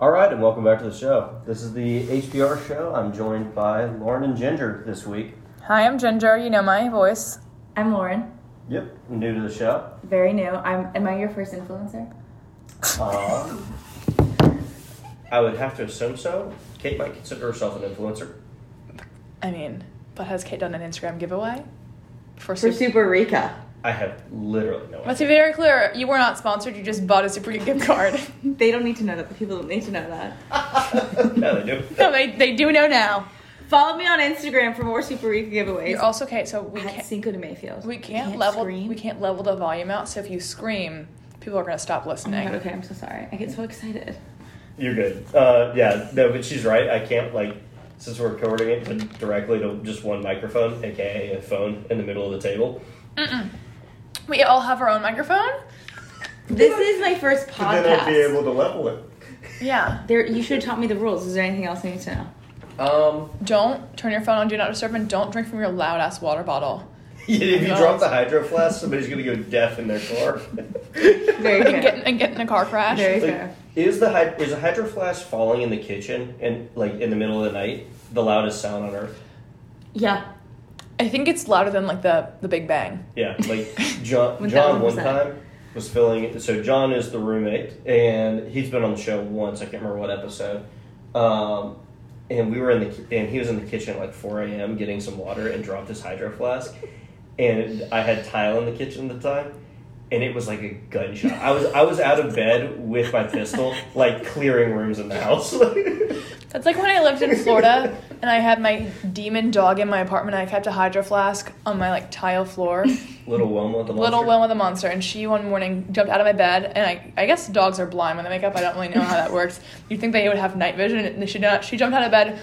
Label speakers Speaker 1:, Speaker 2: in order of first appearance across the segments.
Speaker 1: All right, and welcome back to the show. This is the HBR show. I'm joined by Lauren and Ginger this week.
Speaker 2: Hi, I'm Ginger. You know my voice.
Speaker 3: I'm Lauren,
Speaker 1: Yep, new to the show.
Speaker 3: very new. I'm. Am I your first influencer?
Speaker 1: Um, I would have to assume so. Kate might consider herself an influencer.
Speaker 2: I mean, but has Kate done an Instagram giveaway? For,
Speaker 4: For
Speaker 2: Sup-
Speaker 4: Super Rica.
Speaker 1: I have literally no
Speaker 2: Let's
Speaker 1: idea.
Speaker 2: be very clear. You were not sponsored. You just bought a Super gift card.
Speaker 4: They don't need to know that. The people don't need to know that.
Speaker 1: no, they do.
Speaker 2: no, they, they do know now.
Speaker 4: Follow me on Instagram for more Super Rica giveaways.
Speaker 2: You're also Kate, so Oh, we
Speaker 4: at
Speaker 2: can't
Speaker 4: Cinco de Mayfield.
Speaker 2: we can't,
Speaker 4: Can't
Speaker 2: level
Speaker 4: scream.
Speaker 2: we can't level the volume out. So if you scream, people are gonna stop
Speaker 4: Oh my God,
Speaker 2: listening.
Speaker 4: okay, I'm so sorry. I get so excited.
Speaker 1: You're good. Uh, yeah, no, but she's right. I can't like since we're recording it to directly to just one microphone, aka a phone, in the middle of the table.
Speaker 2: We all have our own microphone.
Speaker 4: This is my first
Speaker 1: But then I'd be
Speaker 4: podcast.
Speaker 1: able to level it.
Speaker 2: Yeah.
Speaker 4: There, you should have taught me the rules. Is there anything else I need to know?
Speaker 1: Um,
Speaker 2: Don't turn your phone on Do Not Disturb and don't drink from your loud ass water bottle.
Speaker 1: if you
Speaker 2: No.
Speaker 1: drop the hydro flask, somebody's gonna go deaf in their car.
Speaker 4: Very
Speaker 2: And get
Speaker 4: fair.
Speaker 2: in- and get in a car crash.
Speaker 4: Very
Speaker 1: Like,
Speaker 4: fair.
Speaker 1: is the hyd- is a hydro flask falling in the kitchen and like in the middle of the night the loudest sound on earth?
Speaker 4: Yeah.
Speaker 2: I think it's louder than like the the Big Bang.
Speaker 1: Yeah, like John.
Speaker 4: One
Speaker 1: John
Speaker 4: thousand
Speaker 1: one
Speaker 4: percent.
Speaker 1: time was filling. it. So John is the roommate, and he's been on the show once. I can't remember what episode. Um, and we were in the ki- and he was in the kitchen at like four a.m. getting some water and dropped his hydro flask. And I had tile in the kitchen at the time, and it was like a gunshot. I was I was out of bed with my pistol, like clearing rooms in the house.
Speaker 2: That's like when I lived in Florida and I had my demon dog in my apartment. I kept a hydro flask on my like tile floor.
Speaker 1: Little Wilma, the monster.
Speaker 2: Little Wilma the monster, and she one morning jumped out of my bed. And I, I guess dogs are blind when they wake up. I don't really know how that works. You'd think they would have night vision, and she did not. She jumped out of bed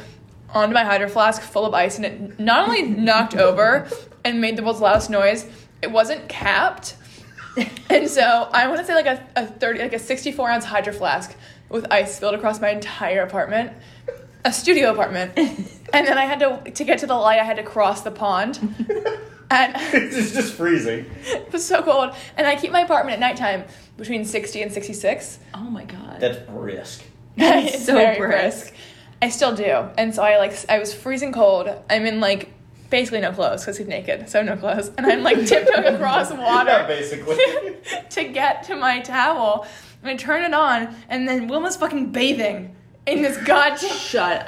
Speaker 2: onto my hydro flask full of ice, and it not only knocked over and made the world's loudest noise. It wasn't capped, and so I want to say like a, a thirty, like a sixty-four ounce hydro flask with ice spilled across my entire apartment, a studio apartment,
Speaker 4: Oh
Speaker 2: and then I had to to get to the light. I had to cross the pond, and
Speaker 1: it's just freezing.
Speaker 2: it was so cold. And I keep my apartment at nighttime between sixty and sixty-six.
Speaker 4: Oh my God.
Speaker 1: That's brisk.
Speaker 4: That's so brisk.
Speaker 2: I still do, and so I like s- I was freezing cold. I'm in like basically no clothes because he's naked, so no clothes, and I'm like tiptoeing across water
Speaker 1: Yeah, basically.
Speaker 2: to get to my towel. And I turn it on, and then Wilma's fucking bathing in this goddamn.
Speaker 4: Shut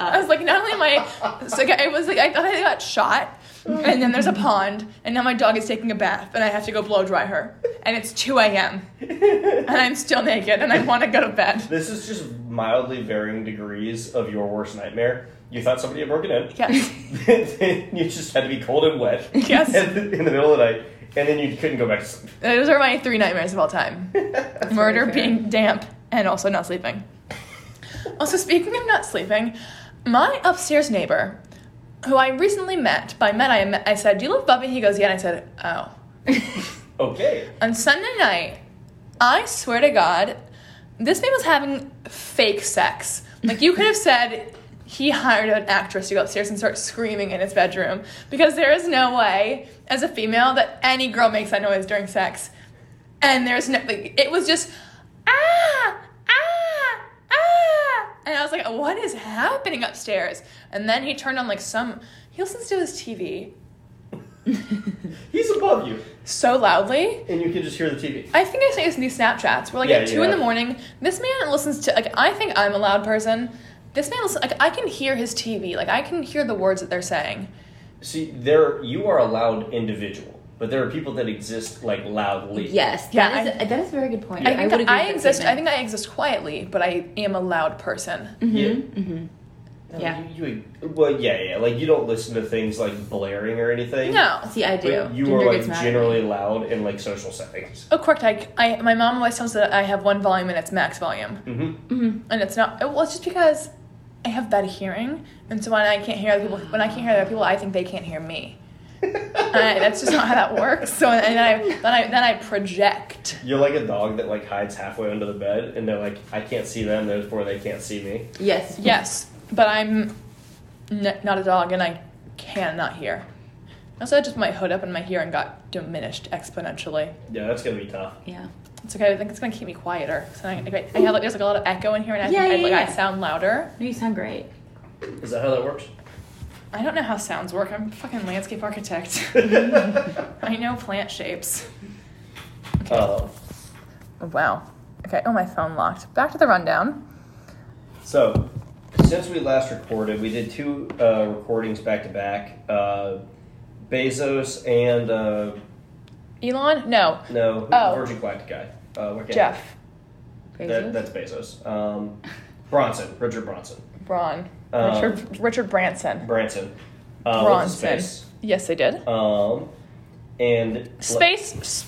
Speaker 2: I
Speaker 4: up.
Speaker 2: was like, not only am I, so like, I was like, I thought I got shot, and then there's a pond, and now my dog is taking a bath, and I have to go blow dry her, and it's 2 a.m. and I'm still naked, and I want to go to bed.
Speaker 1: This is just mildly varying degrees of your worst nightmare. You thought somebody had broken in.
Speaker 2: Yes,
Speaker 1: Then you just had to be cold and wet
Speaker 2: yes.
Speaker 1: in the in the middle of the night, and then you couldn't go back to sleep.
Speaker 2: Those are my three nightmares of all time: murder,
Speaker 4: fair.
Speaker 2: being damp, and also not sleeping. Also, speaking of not sleeping, my upstairs neighbor, who I recently met, by met I, met, I said, "Do you love Bubby?" He goes, "Yeah," and I said, "Oh."
Speaker 1: Okay.
Speaker 2: on Sunday night, I swear to God, this man was having fake sex. Like you could have said he hired an actress to go upstairs and start screaming in his bedroom because there is no way as a female that any girl makes that noise during sex. And there's no like it was just ah ah ah and I was like what is happening upstairs? And then he turned on like some he listens to his TV
Speaker 1: He's above you,
Speaker 2: so loudly
Speaker 1: and you can just hear the TV.
Speaker 2: I think I sent you some of these Snapchats. We're like
Speaker 1: Yeah,
Speaker 2: at two in
Speaker 1: yeah.
Speaker 2: the morning. This man listens to like I think I'm a loud person. This man listens, like I can hear his TV. Like I can hear the words that they're saying.
Speaker 1: See, there you are a loud individual, but there are people that exist like loudly.
Speaker 4: Yes.
Speaker 2: Yeah,
Speaker 4: That is, that is a very good point.
Speaker 2: I think
Speaker 4: would
Speaker 2: that
Speaker 4: agree
Speaker 2: I
Speaker 4: with that
Speaker 2: exist. I
Speaker 4: statement.
Speaker 2: think I exist quietly, but I am a loud person.
Speaker 1: Yeah.
Speaker 4: Mm-hmm.
Speaker 1: No,
Speaker 4: Yeah.
Speaker 1: Oh, You, you- well, yeah, yeah. Like you don't listen to things like blaring or anything.
Speaker 2: No.
Speaker 4: See, I do.
Speaker 1: But you
Speaker 4: Ginger
Speaker 1: are like
Speaker 4: gets mad at me.
Speaker 1: generally loud in like social settings.
Speaker 2: Oh, correct. I, I my mom always tells me that I have one volume and it's max volume,
Speaker 1: hmm
Speaker 2: and it's not. Well, it's just because I have bad hearing, and so when I can't hear other people, when I can't hear other people, I think they can't hear me.
Speaker 4: Uh,
Speaker 2: And I- that's just not how that works. So and then I then I then I project.
Speaker 1: You're like a dog that like hides halfway under the bed, and they're like, I can't see them, therefore they can't see me.
Speaker 4: Yes.
Speaker 2: Yes, but I'm n- not a dog and I cannot hear. Also, I just put my hood up and my hearing got diminished exponentially.
Speaker 1: Yeah, that's gonna be tough.
Speaker 4: Yeah.
Speaker 2: It's okay. I think it's gonna keep me quieter. So I, I, I have like there's like a lot of echo in here, and I
Speaker 4: Yeah,
Speaker 2: think I,
Speaker 4: yeah,
Speaker 2: like I
Speaker 4: yeah.
Speaker 2: sound louder.
Speaker 4: No, you sound great.
Speaker 1: Is that how that works?
Speaker 2: I don't know how sounds work. I'm a fucking landscape architect. I know plant shapes.
Speaker 1: Uh,
Speaker 2: Wow. Okay. Oh, my phone locked. Back to the rundown.
Speaker 1: So, since we last recorded, we did two uh, recordings back to back. Uh, Bezos and uh,
Speaker 2: Elon? No.
Speaker 1: no,
Speaker 2: Oh.
Speaker 1: Virgin Galactic guy. Uh, what guy?
Speaker 2: Jeff.
Speaker 1: That, that's Bezos. Um, Bronson, Richard Bronson,
Speaker 2: Braun.
Speaker 1: Um,
Speaker 2: Richard, Richard Branson.
Speaker 1: Branson. Uh, what's his
Speaker 2: Bronson.
Speaker 1: Space.
Speaker 2: Yes, they did.
Speaker 1: Um, and
Speaker 2: Space. s-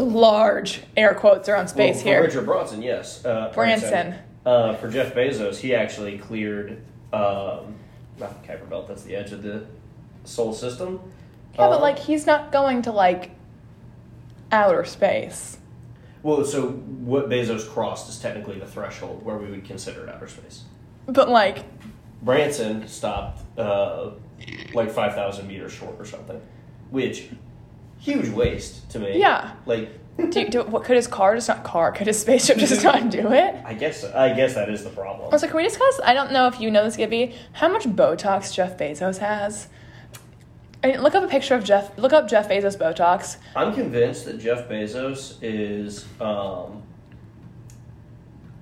Speaker 2: large air quotes are on
Speaker 1: Well,
Speaker 2: space
Speaker 1: for
Speaker 2: here.
Speaker 1: Richard Bronson, yes. Uh,
Speaker 2: Branson.
Speaker 1: Uh, for Jeff Bezos, he actually cleared um, not the Kuiper Belt. That's the edge of the solar system.
Speaker 2: Yeah, but
Speaker 1: Um,
Speaker 2: like he's not going to like outer space.
Speaker 1: Well, so what Bezos crossed is technically the threshold where we would consider it outer space.
Speaker 2: But like
Speaker 1: Branson stopped uh, like 5,000 meters short or something, which huge waste to me.
Speaker 2: Yeah.
Speaker 1: Like,
Speaker 2: do, do what could his car just not car could his spaceship just not do it
Speaker 1: I guess I guess that is the problem.
Speaker 2: also can we discuss i don't know if you know this gibby how much botox jeff bezos has I mean, look up a picture of jeff look up jeff bezos botox
Speaker 1: I'm convinced that Jeff Bezos is um,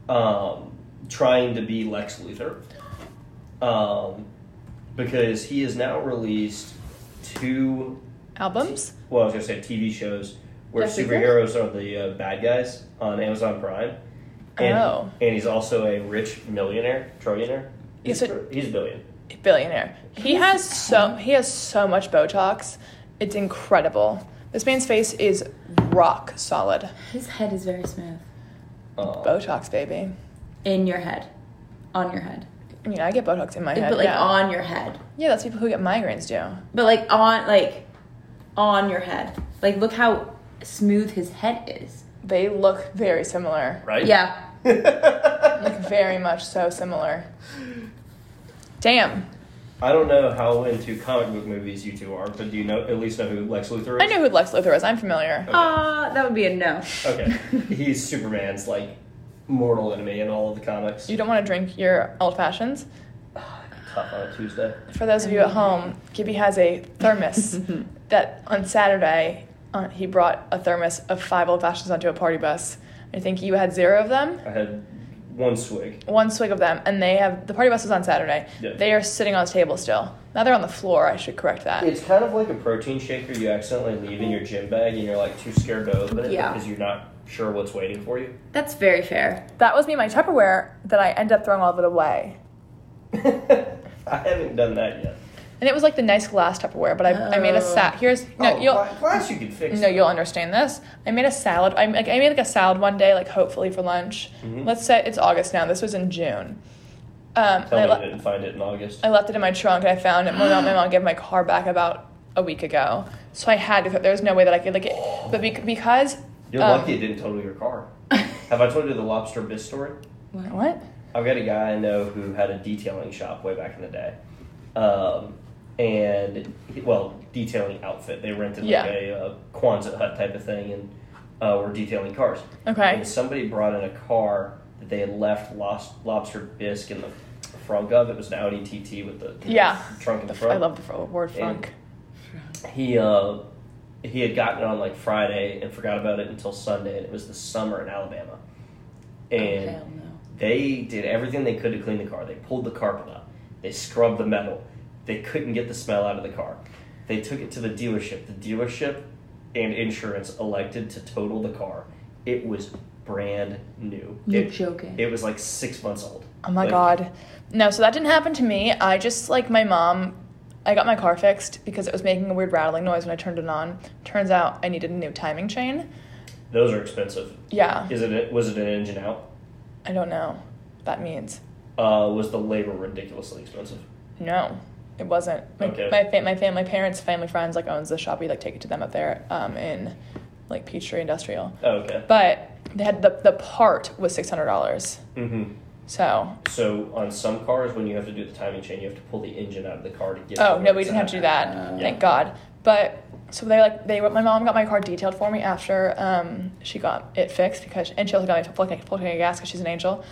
Speaker 1: um, trying to be Lex Luthor um, because he has now released two
Speaker 2: albums
Speaker 1: well, I was gonna say TV shows where
Speaker 4: Yes, we did.
Speaker 1: superheroes are the uh, bad guys on Amazon Prime. And,
Speaker 2: Oh.
Speaker 1: and he's also a rich millionaire, trillionaire. He's,
Speaker 2: Yes, it-
Speaker 1: tr- he's a billion.
Speaker 2: billionaire he has so he has so much botox it's incredible this man's face is rock solid
Speaker 4: His head is very smooth.
Speaker 1: Um,
Speaker 2: botox baby
Speaker 4: In your head. On your head.
Speaker 2: i mean i get botox in my head
Speaker 4: but like
Speaker 2: yeah.
Speaker 4: on your head.
Speaker 2: yeah that's people who get migraines do
Speaker 4: But like on like on your head. Like look how smooth his head is.
Speaker 2: they look very similar
Speaker 1: right?
Speaker 4: Yeah.
Speaker 2: Like very much so similar. Damn.
Speaker 1: I don't know how into comic book movies you two are, but do you know at least know who Lex Luthor is?
Speaker 2: I know who Lex Luthor is. I'm familiar.
Speaker 1: Okay.
Speaker 4: Ah, that would be a no.
Speaker 1: Okay. he's Superman's like mortal enemy in all of the comics.
Speaker 2: You don't want to drink your old fashions.
Speaker 1: Tough on a Tuesday.
Speaker 2: For those of you at home, Gibby has a thermos that on Saturday uh, he brought a thermos of five old fashions onto a party bus. I think you had zero of them,
Speaker 1: I had one swig.
Speaker 2: one swig of them, and they have the party bus was on Saturday.
Speaker 1: Yeah.
Speaker 2: They are sitting on the table still. Now they're on the floor. I should correct that.
Speaker 1: It's kind of like a protein shaker you accidentally leave in your gym bag and you're like too scared to open it
Speaker 4: Yeah.
Speaker 1: because you're not sure what's waiting for you.
Speaker 4: That's very fair.
Speaker 2: That was me, my Tupperware that I ended up throwing all of it away.
Speaker 1: I haven't done that yet.
Speaker 2: And it was like the nice glass Tupperware, but I, I made a sat. Here's no,
Speaker 1: oh,
Speaker 2: you'll
Speaker 1: gla- glass you can fix.
Speaker 2: no, you'll understand this. I made a salad. I like I made like a salad one day, like hopefully for lunch.
Speaker 1: Mm-hmm.
Speaker 2: Let's say it's August now. This was in June. Um, and
Speaker 1: Tell
Speaker 2: I,
Speaker 1: me I
Speaker 2: le-
Speaker 1: didn't find it in August.
Speaker 2: I left it in my trunk, and I found it. My mom, my mom gave my car back about a week ago, so I had to. cook- There was no way that I could like it, but bec- because
Speaker 1: You're
Speaker 2: um,
Speaker 1: lucky it didn't total your car. Have I told you the lobster biz story?
Speaker 2: What?
Speaker 1: I've got a guy I know who had a detailing shop way back in the day, um, and he- well, detailing outfit. They rented like
Speaker 2: Yeah.
Speaker 1: a uh, Quonset hut type of thing, and uh, were detailing cars.
Speaker 2: Okay.
Speaker 1: And somebody brought in a car that they had left lobs- lobster bisque in the front of. It was an Audi TT with the
Speaker 2: Yeah.
Speaker 1: trunk in
Speaker 2: The
Speaker 1: the
Speaker 2: f- I
Speaker 1: front.
Speaker 2: love the fr- word funk.
Speaker 1: he uh, he had gotten it on like Friday and forgot about it until Sunday, and it was the summer in Alabama,
Speaker 2: Oh,
Speaker 1: and
Speaker 4: Hell no.
Speaker 1: they did everything they could to clean the car. They pulled the carpet up. They scrubbed the metal. They couldn't get the smell out of the car. They took it to the dealership. The dealership and insurance elected to total the car. It was brand new.
Speaker 4: You're
Speaker 1: it,
Speaker 4: joking.
Speaker 1: it was like six months old.
Speaker 2: Oh my
Speaker 1: Like,
Speaker 2: god. No, so that didn't happen to me. I just like my mom I got my car fixed because it was making a weird rattling noise when I turned it on. Turns out I needed a new timing chain.
Speaker 1: Those are expensive.
Speaker 2: Yeah.
Speaker 1: Is it? Was it an engine out?
Speaker 2: I don't know what that means.
Speaker 1: Uh, was the labor ridiculously expensive?
Speaker 2: No. It wasn't. My
Speaker 1: Okay.
Speaker 2: my, fa- my family parents, family friends like owns the shop. We like take it to them up there um in like Peachtree Industrial.
Speaker 1: Oh, okay.
Speaker 2: But they had the the part was $600.
Speaker 1: hmm
Speaker 2: So,
Speaker 1: So on some cars, when you have to do the timing chain, you have to pull the engine out of the car to get.
Speaker 2: oh
Speaker 1: to
Speaker 2: no,
Speaker 1: where
Speaker 2: we
Speaker 1: it's
Speaker 2: didn't have to do
Speaker 1: at.
Speaker 2: that.
Speaker 4: Uh,
Speaker 2: Thank God. But so they like they my mom got my car detailed for me after um, she got it fixed because and she also got me full tank full tank of gas because she's an angel,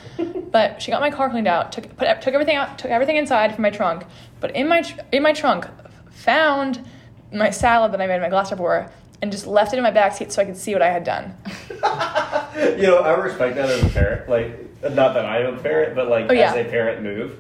Speaker 2: but she got my car cleaned out took put took everything out took everything inside from my trunk, but in my tr- in my trunk found my salad that I made in my glass Tupperware and just left it in my back seat so I could see what I had done.
Speaker 1: you know, I respect that as a parent. Like, not that I am a parent, but like
Speaker 2: Oh, yeah.
Speaker 1: as a parent move.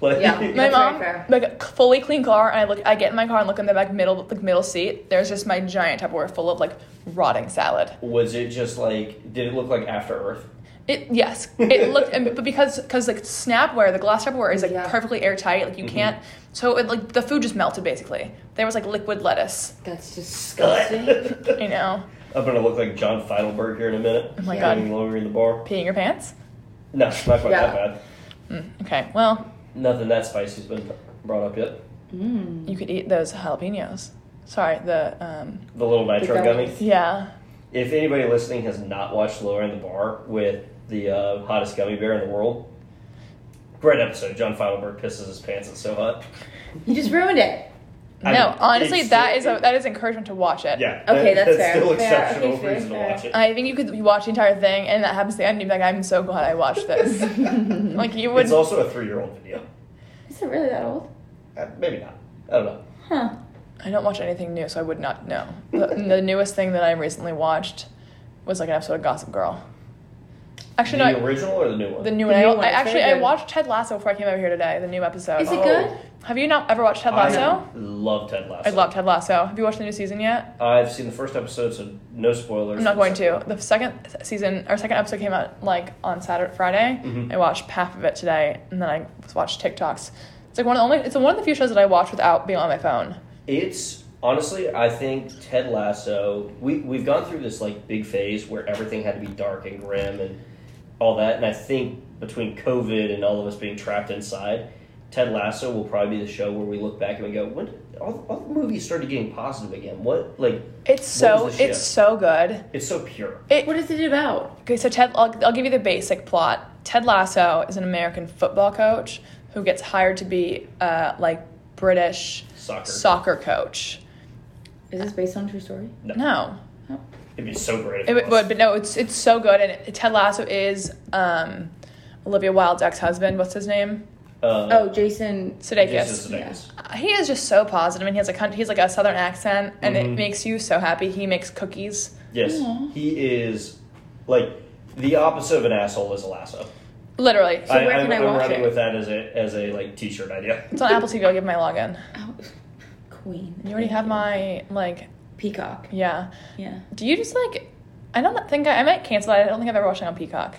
Speaker 1: Like,
Speaker 4: Yeah.
Speaker 2: my
Speaker 4: That's very
Speaker 2: mom
Speaker 4: fair.
Speaker 2: like a fully clean car and I look I get in my car and look in the back middle like middle seat there's just my giant Tupperware full of like rotting salad.
Speaker 1: was it just like? Did it look like After Earth?
Speaker 2: It yes, it looked, and, but because because like snapware, the glass Tupperware is like
Speaker 4: Yeah.
Speaker 2: perfectly airtight. Like you
Speaker 1: Mm-hmm.
Speaker 2: can't, so it like the food just melted basically. There was like liquid lettuce,
Speaker 4: That's disgusting.
Speaker 1: I'm
Speaker 2: you know,
Speaker 1: gonna look like John Feidelberg here in a minute.
Speaker 2: Oh my
Speaker 1: Standing
Speaker 2: God.
Speaker 1: longer in the bar.
Speaker 2: peeing your pants.
Speaker 1: No, not quite that
Speaker 4: Yeah.
Speaker 1: bad.
Speaker 2: Okay, well
Speaker 1: Nothing that spicy's been brought up yet.
Speaker 4: mm.
Speaker 2: you could eat those jalapenos. Sorry, the um
Speaker 1: The little nitro
Speaker 4: The gummies.
Speaker 1: gummy.
Speaker 2: yeah
Speaker 1: If anybody listening has not watched Lower in the Bar with the uh, hottest gummy bear in the world, great episode. John Feidelberg pisses his pants. It's so hot.
Speaker 4: You just ruined it.
Speaker 1: I
Speaker 2: no
Speaker 1: mean,
Speaker 2: honestly
Speaker 1: it's-
Speaker 2: that is a, that is encouragement to watch it.
Speaker 1: Yeah.
Speaker 4: Okay, that's fair.
Speaker 1: still
Speaker 4: Fair, okay,
Speaker 1: exceptional
Speaker 4: fair,
Speaker 1: reason
Speaker 4: fair.
Speaker 1: to watch it.
Speaker 2: I think you could watch the entire thing and that happens at the end. You'd be like, I'm so glad I watched this. like you would.
Speaker 1: it's also a three-year-old video.
Speaker 4: Is it really that old?
Speaker 1: Uh, maybe not. I don't know.
Speaker 4: Huh.
Speaker 2: I don't watch anything new, so I would not know. The, the newest thing that I recently watched was like an episode of Gossip Girl. Actually,
Speaker 1: the
Speaker 2: no,
Speaker 1: original or the new
Speaker 2: I-
Speaker 1: one?
Speaker 2: the new
Speaker 4: The
Speaker 2: one. I,
Speaker 4: new
Speaker 2: don't-
Speaker 4: one,
Speaker 2: I
Speaker 4: it's very
Speaker 2: actually I
Speaker 4: good.
Speaker 2: watched Ted Lasso before I came over here today. The new episode.
Speaker 4: Is it
Speaker 1: Oh,
Speaker 4: good?
Speaker 2: Have you not ever watched Ted Lasso?
Speaker 1: I love Ted Lasso.
Speaker 2: I love Ted Lasso. Have you watched the new season yet?
Speaker 1: I've seen the first episode, so no spoilers.
Speaker 2: I'm not going to. The second season, our second episode came out like on Saturday, Friday.
Speaker 1: Mhm.
Speaker 2: I watched half of it today, and then I watched TikToks. It's like one of the only. It's one of the few shows that I watch without being on my phone.
Speaker 1: It's honestly, I think Ted Lasso. We we've gone through this like big phase where everything had to be dark and grim and all that, and I think between COVID and all of us being trapped inside, Ted Lasso will probably be the show where we look back and we go, when did, all, all the movies started getting positive again? What like
Speaker 2: It's
Speaker 1: What
Speaker 2: so
Speaker 1: was the
Speaker 2: it's
Speaker 1: shift?
Speaker 2: so good.
Speaker 1: it's so pure.
Speaker 4: What is it about?
Speaker 2: Okay, so Ted, I'll, I'll give you the basic plot. Ted Lasso is an American football coach who gets hired to be uh, like British
Speaker 1: Soccer.
Speaker 2: soccer coach.
Speaker 4: Is this based on a true story?
Speaker 2: No,
Speaker 1: It'd be so great. If
Speaker 2: it
Speaker 1: it
Speaker 2: would,
Speaker 1: was.
Speaker 2: but no, it's it's so good. And it- Ted Lasso is um, Olivia Wilde's ex husband. What's his name?
Speaker 1: Uh,
Speaker 4: Oh, Jason.
Speaker 1: Jesus
Speaker 2: Sudeikis.
Speaker 1: Sudeikis.
Speaker 2: Uh, He is just so positive, and he has a cunt- he's like a southern accent, and
Speaker 1: Mhm.
Speaker 2: it makes you so happy. He makes cookies.
Speaker 1: Yes,
Speaker 4: Aw.
Speaker 1: he is like the opposite of an asshole is a lasso.
Speaker 2: Literally,
Speaker 4: So where can I
Speaker 1: am
Speaker 4: watch
Speaker 1: running
Speaker 4: it?
Speaker 1: with that as a as a like t-shirt idea.
Speaker 2: it's on Apple TV. I'll give my login.
Speaker 4: Oh, Queen.
Speaker 2: You already have my like,
Speaker 4: Peacock.
Speaker 2: yeah.
Speaker 4: Yeah.
Speaker 2: Do you just like? I don't think I, I might cancel that. I don't think I've ever watched it on Peacock.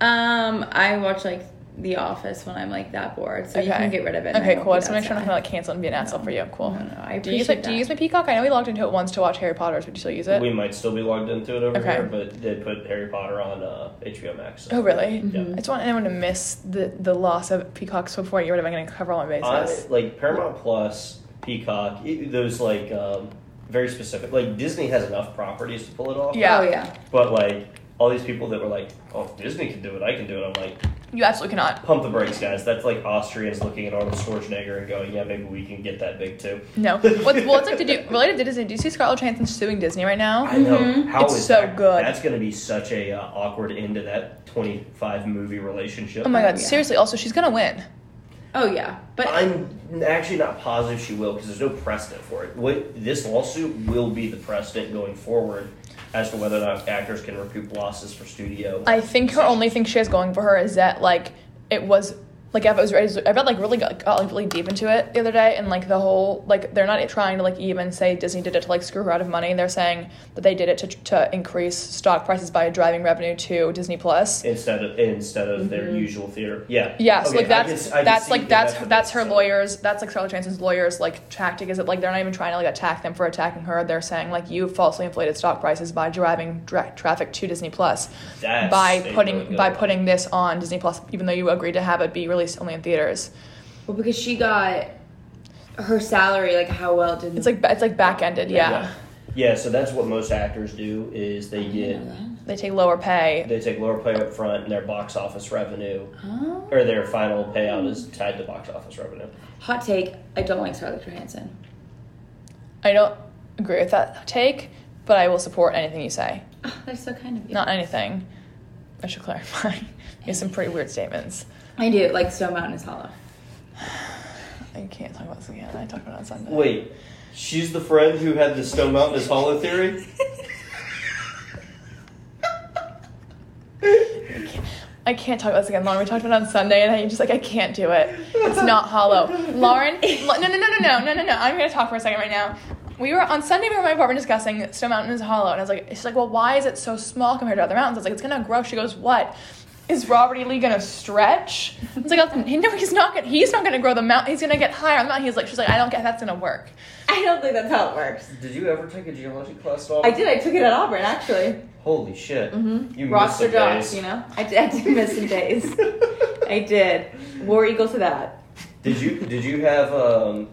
Speaker 4: Um, I watch like The Office when I'm like that bored, so you
Speaker 2: Okay.
Speaker 4: can get rid of it. and I
Speaker 2: Okay,
Speaker 4: won't
Speaker 2: cool. I
Speaker 4: be
Speaker 2: just want to make sure I'm
Speaker 4: that
Speaker 2: not gonna like cancel and be an asshole for you. Cool.
Speaker 4: sad. No, no, I
Speaker 2: Do you use it?
Speaker 4: appreciate that.
Speaker 2: Do you use my Peacock? I know we logged into it once to watch Harry Potter. Would you still use it?
Speaker 1: We might still be logged into it over
Speaker 2: Okay.
Speaker 1: here, but they put Harry Potter on uh, HBO Max. so-
Speaker 2: oh really?
Speaker 1: Yeah.
Speaker 2: I just want anyone to miss the the loss of Peacock so before you were gonna cover all my
Speaker 1: I,
Speaker 2: bases.
Speaker 1: like Paramount Plus, Peacock, it, those like um, very specific. Like Disney has enough properties to pull it off.
Speaker 2: Yeah.
Speaker 4: Oh yeah.
Speaker 1: But like all these people that were like, "Oh, Disney can do it. I can do it." I'm like,
Speaker 2: you absolutely cannot.
Speaker 1: pump the brakes, guys. That's like Austrians looking at Arnold Schwarzenegger and going, "Yeah, maybe we can get that big too."
Speaker 2: No. What, well, it's like to do related to Disney. Do you see Scarlett Johansson suing Disney right now?
Speaker 1: I know. How
Speaker 2: Mm-hmm. It's
Speaker 1: is
Speaker 2: so
Speaker 1: that-
Speaker 2: good.
Speaker 1: That's going to be such a uh, awkward end to that twenty-five movie relationship.
Speaker 2: Oh my
Speaker 4: Oh,
Speaker 2: god!
Speaker 4: yeah.
Speaker 2: Seriously. Also, she's gonna win.
Speaker 4: Oh yeah. But
Speaker 1: I'm actually not positive she will because there's no precedent for it. What this lawsuit will be the precedent going forward as to whether or not actors can recoup losses for studio.
Speaker 2: I think her only thing she has going for her is that like it was like I was I read like really got, got like really deep into it the other day and like the whole like they're not trying to like even say Disney did it to like screw her out of money they're saying that they did it to to increase stock prices by driving revenue to Disney Plus.
Speaker 1: instead of instead of their usual theater. Yeah.
Speaker 2: Yeah, so
Speaker 1: Okay,
Speaker 2: Mm-hmm. like
Speaker 1: I
Speaker 2: that's
Speaker 1: can s- I can
Speaker 2: that's
Speaker 1: see
Speaker 2: like
Speaker 1: that
Speaker 2: that's her,
Speaker 1: the
Speaker 2: that's her
Speaker 1: precedent.
Speaker 2: lawyers that's like Scarlett Johansson's lawyers like tactic is that like they're not even trying to like attack them for attacking her they're saying like you falsely inflated stock prices by driving direct traffic to Disney Plus
Speaker 1: That's
Speaker 2: by
Speaker 1: a
Speaker 2: putting
Speaker 1: really good
Speaker 2: by
Speaker 1: one.
Speaker 2: putting this on Disney Plus even though you agreed to have it be released only in theaters
Speaker 4: well, because she got her salary, like how well did
Speaker 2: it's like ba- it's like back ended yeah.
Speaker 1: yeah. Yeah, so that's what most actors do is they get
Speaker 2: they take lower pay
Speaker 1: they take lower pay up front and their box office revenue
Speaker 4: Huh?
Speaker 1: or their final payout is tied to box office revenue.
Speaker 4: Hot take. I don't like Scarlett Johansson.
Speaker 2: I don't agree with that take, but I will support anything you say.
Speaker 4: Oh, that's so kind of you.
Speaker 2: Not anything. I should clarify. you have some pretty weird statements.
Speaker 4: I do. Like Stone Mountain is hollow.
Speaker 2: I can't talk about this again. I talked about it on Sunday.
Speaker 1: Wait, she's the friend who had the Stone Mountain is hollow theory.
Speaker 2: I can't talk about this again, Lauren. We talked about it on Sunday, and I'm just like, I can't do it. It's not hollow. Lauren, no, no, no, no, no, no, no, no. I'm gonna talk for a second right now. We were on Sunday. We were in my apartment discussing Stone Mountain is hollow, and I was like, she's like, well, why is it so small compared to other mountains? I was like, it's gonna grow. She goes, what? Is Robert E. Lee gonna stretch? I was like, no, he's not. Gonna, he's not gonna grow the mountain. He's gonna get higher on the mountain. He's like, she's like, I don't get that's gonna work.
Speaker 4: I don't think that's how it works.
Speaker 1: Did you ever take a geology class at all?
Speaker 4: I did. I Mm-hmm. took it at Auburn, actually.
Speaker 1: Holy shit! You
Speaker 4: Rocks or
Speaker 1: missed
Speaker 4: jocks,
Speaker 1: the
Speaker 4: you know? I did, I did miss some days. I did. War equal to that.
Speaker 1: Did you did you have um?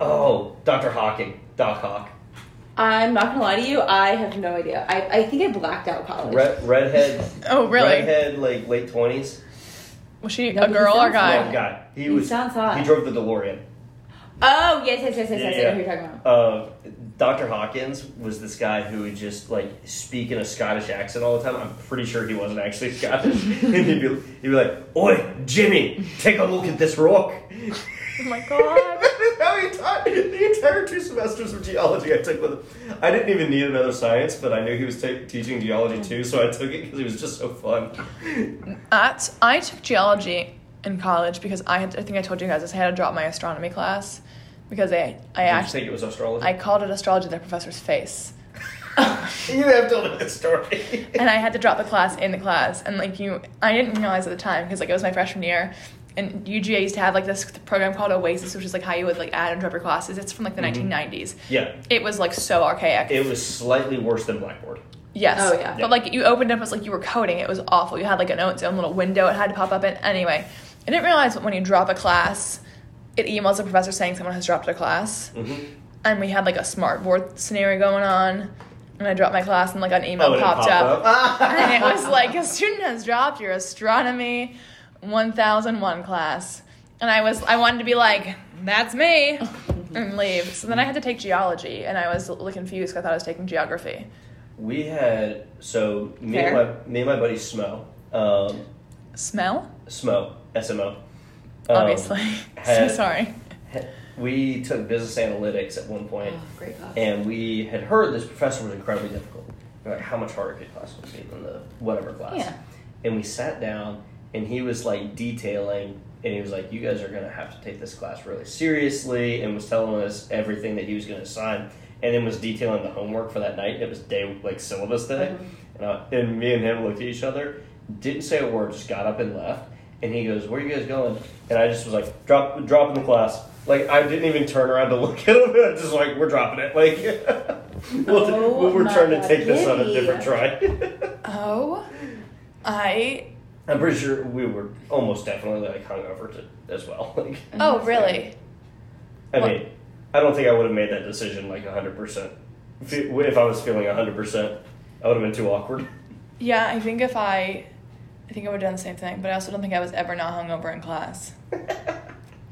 Speaker 1: Oh, Dr. Hawking, Doc Hawk,
Speaker 4: I'm not gonna lie to you, I have no idea. I, I think I blacked out college.
Speaker 1: Red, redhead,
Speaker 2: Oh, really?
Speaker 1: redhead, like late twenties.
Speaker 2: Was she
Speaker 4: No,
Speaker 2: a
Speaker 4: he
Speaker 2: girl or a
Speaker 4: sounds
Speaker 2: guy?
Speaker 1: One guy. He,
Speaker 4: He
Speaker 1: was.
Speaker 4: sounds hot.
Speaker 1: He drove the DeLorean.
Speaker 4: Oh, yes, yes, yes, yes,
Speaker 1: Yeah,
Speaker 4: yes, I
Speaker 1: yeah.
Speaker 4: know who you're talking about.
Speaker 1: Uh, Dr. Hawkins was this guy who would just like speak in a Scottish accent all the time. I'm pretty sure he wasn't actually Scottish. and he'd be, he'd be like, "Oi, Jimmy, take a look at this rock."
Speaker 2: Oh my god.
Speaker 1: How he taught the entire two semesters of geology I took with him. I didn't even need another science, but I knew he was ta- teaching geology too, so I took it because it was just so fun.
Speaker 2: At, I took geology in college because I had, I think I told you guys this, I had to drop my astronomy class because I, I
Speaker 1: I just
Speaker 2: actually,
Speaker 1: think it was astrology.
Speaker 2: I called it astrology their professor's face.
Speaker 1: you have to know this story.
Speaker 2: and I had to drop the class in the class. And like you, I didn't realize at the time because like it was my freshman year. And UGA used to have like this program called Oasis, which is like how you would like add and drop your classes. It's from like the 1990s.
Speaker 1: yeah,
Speaker 2: It was like so archaic.
Speaker 1: it was slightly worse than Blackboard.
Speaker 2: Yes.
Speaker 4: Oh, yeah.
Speaker 1: Yeah.
Speaker 2: But like you opened up, it was like you were coding. It was awful. You had like an its own little window. It had to pop up in. Anyway, I didn't realize that when you drop a class, it emails the professor saying someone has dropped a class.
Speaker 1: Mm-hmm.
Speaker 2: And we had like a smart board scenario going on. And I dropped my class, and like an email
Speaker 1: Oh, and it
Speaker 2: popped
Speaker 1: popped
Speaker 2: up.
Speaker 1: up.
Speaker 2: and it was like a student has dropped your astronomy 1001 class. And I was I wanted to be like that's me and leave. So then I had to take geology, and I was a little confused 'cause I thought I was taking geography.
Speaker 1: We had so me and my
Speaker 4: Fair.
Speaker 1: me and my buddy Smo, um,
Speaker 2: Smell.
Speaker 1: Smo SMO. um,
Speaker 2: obviously. so
Speaker 1: had-
Speaker 2: sorry.
Speaker 1: we took business analytics at one point,
Speaker 4: Oh, great class.
Speaker 1: and we had heard this professor was incredibly difficult. We were like, how much harder could class be than the whatever class?
Speaker 4: Yeah.
Speaker 1: And we sat down, and he was like detailing, and he was like, "You guys are gonna have to take this class really seriously," and was telling us everything that he was gonna assign, and then was detailing the homework for that night. It was day like syllabus day,
Speaker 4: Uh-huh.
Speaker 1: and, I, and me and him looked at each other, didn't say a word, just got up and left. And he goes, "Where are you guys going?" And I just was like, "Drop, dropping the class." Like I didn't even turn around to look at him. I was just like, "We're dropping it." Like we'll,
Speaker 4: Oh
Speaker 1: we were
Speaker 4: my
Speaker 1: trying to
Speaker 4: God,
Speaker 1: take this on a
Speaker 4: Gibby.
Speaker 1: different try.
Speaker 2: Oh, I.
Speaker 1: I'm pretty sure we were almost definitely like hungover to, as well. Like,
Speaker 2: Oh, really?
Speaker 1: I
Speaker 2: What?
Speaker 1: mean, I don't think I would have made that decision like 100. percent If it- if I was feeling 100, percent I would have been too awkward.
Speaker 2: Yeah, I think if I, I think I would have done the same thing. But I also don't think I was ever not hungover in class,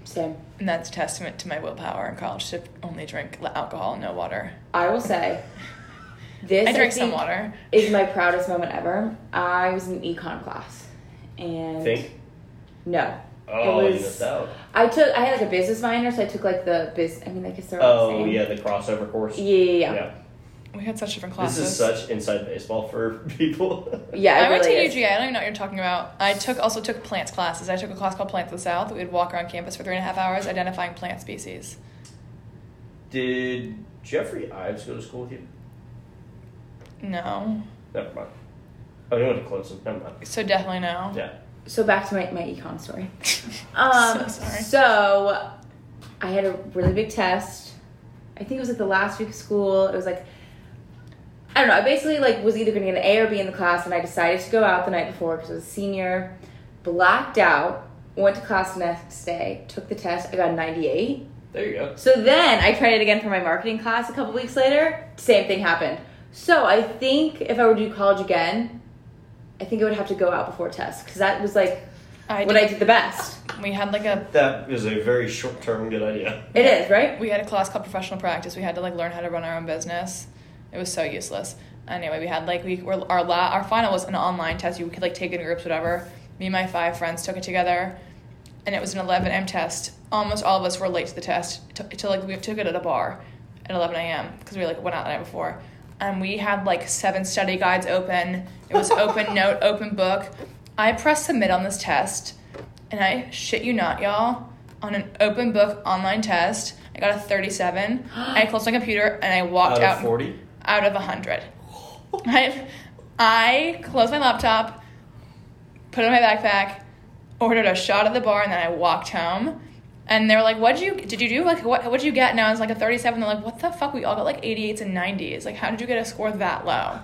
Speaker 4: Same.
Speaker 2: and that's testament to my willpower in college to only drink l- alcohol, no water.
Speaker 4: I will say, this
Speaker 2: I drink some
Speaker 4: think,
Speaker 2: water.
Speaker 4: is my proudest moment ever. I was in econ class. And
Speaker 1: Think,
Speaker 4: no.
Speaker 1: oh, you
Speaker 4: was-
Speaker 1: missed out.
Speaker 4: I took I had like a business minor, so I took like the biz I mean I guess they're all the
Speaker 1: Oh
Speaker 4: same.
Speaker 1: yeah, the crossover course.
Speaker 4: Yeah, yeah, yeah.
Speaker 1: Yeah.
Speaker 2: We had such different
Speaker 1: This
Speaker 2: classes.
Speaker 1: is such inside baseball for people.
Speaker 4: Yeah, it
Speaker 2: I went to
Speaker 4: really is.
Speaker 2: UGA. I don't even know what you're talking about. I took also took plants classes. I took a class called Plants of the South. We'd walk around campus for three and a half hours identifying plant species.
Speaker 1: Did Jeffrey Ives go to school with you?
Speaker 2: No,
Speaker 1: Never mind. Oh, he went to Clemson. Never mind.
Speaker 2: so definitely no.
Speaker 1: Yeah.
Speaker 4: So back to my, my econ story.
Speaker 2: So
Speaker 4: Um,
Speaker 2: sorry.
Speaker 4: so I had a really big test. I think it was like the last week of school. It was like I don't know. I basically like was either going to get an A or B in the class, and I decided to go out the night before because I was a senior. Blacked out. Went to class the next day. Took the test. I got a ninety-eight.
Speaker 1: There you go.
Speaker 4: So then I tried it again for my marketing class a couple weeks later. Same thing happened. So I think if I were to do college again, I think I would have to go out before tests because that was like
Speaker 2: I
Speaker 4: when
Speaker 2: did-
Speaker 4: I did the best.
Speaker 2: We had like a
Speaker 1: That is a very short term good idea.
Speaker 4: It is, right?
Speaker 2: we had a class called professional practice. We had to like learn how to run our own business. It was so useless. Anyway, we had like we were our la- our final was an online test. You could like take it in groups, whatever. Me and my five friends took it together, and it was an 11 m test. Almost all of us were late to the test. To, to like we took it at a bar at 11 a.m. because we like went out the night before, and we had like seven study guides open. It was open note, open book. I pressed submit on this test, and I shit you not, y'all, on an open book online test, I got a 37. I closed my computer and I walked
Speaker 1: Out
Speaker 2: out
Speaker 1: of 40?
Speaker 2: out of 100. I, I closed my laptop, put it in my backpack, ordered a shot at the bar, and then I walked home. And they were like, "What'd you? Did you do? Like, what? What'd you get?" And I was like a 37. They're like, "What the fuck? We all got like 88s and 90s. Like, how did you get a score that low?"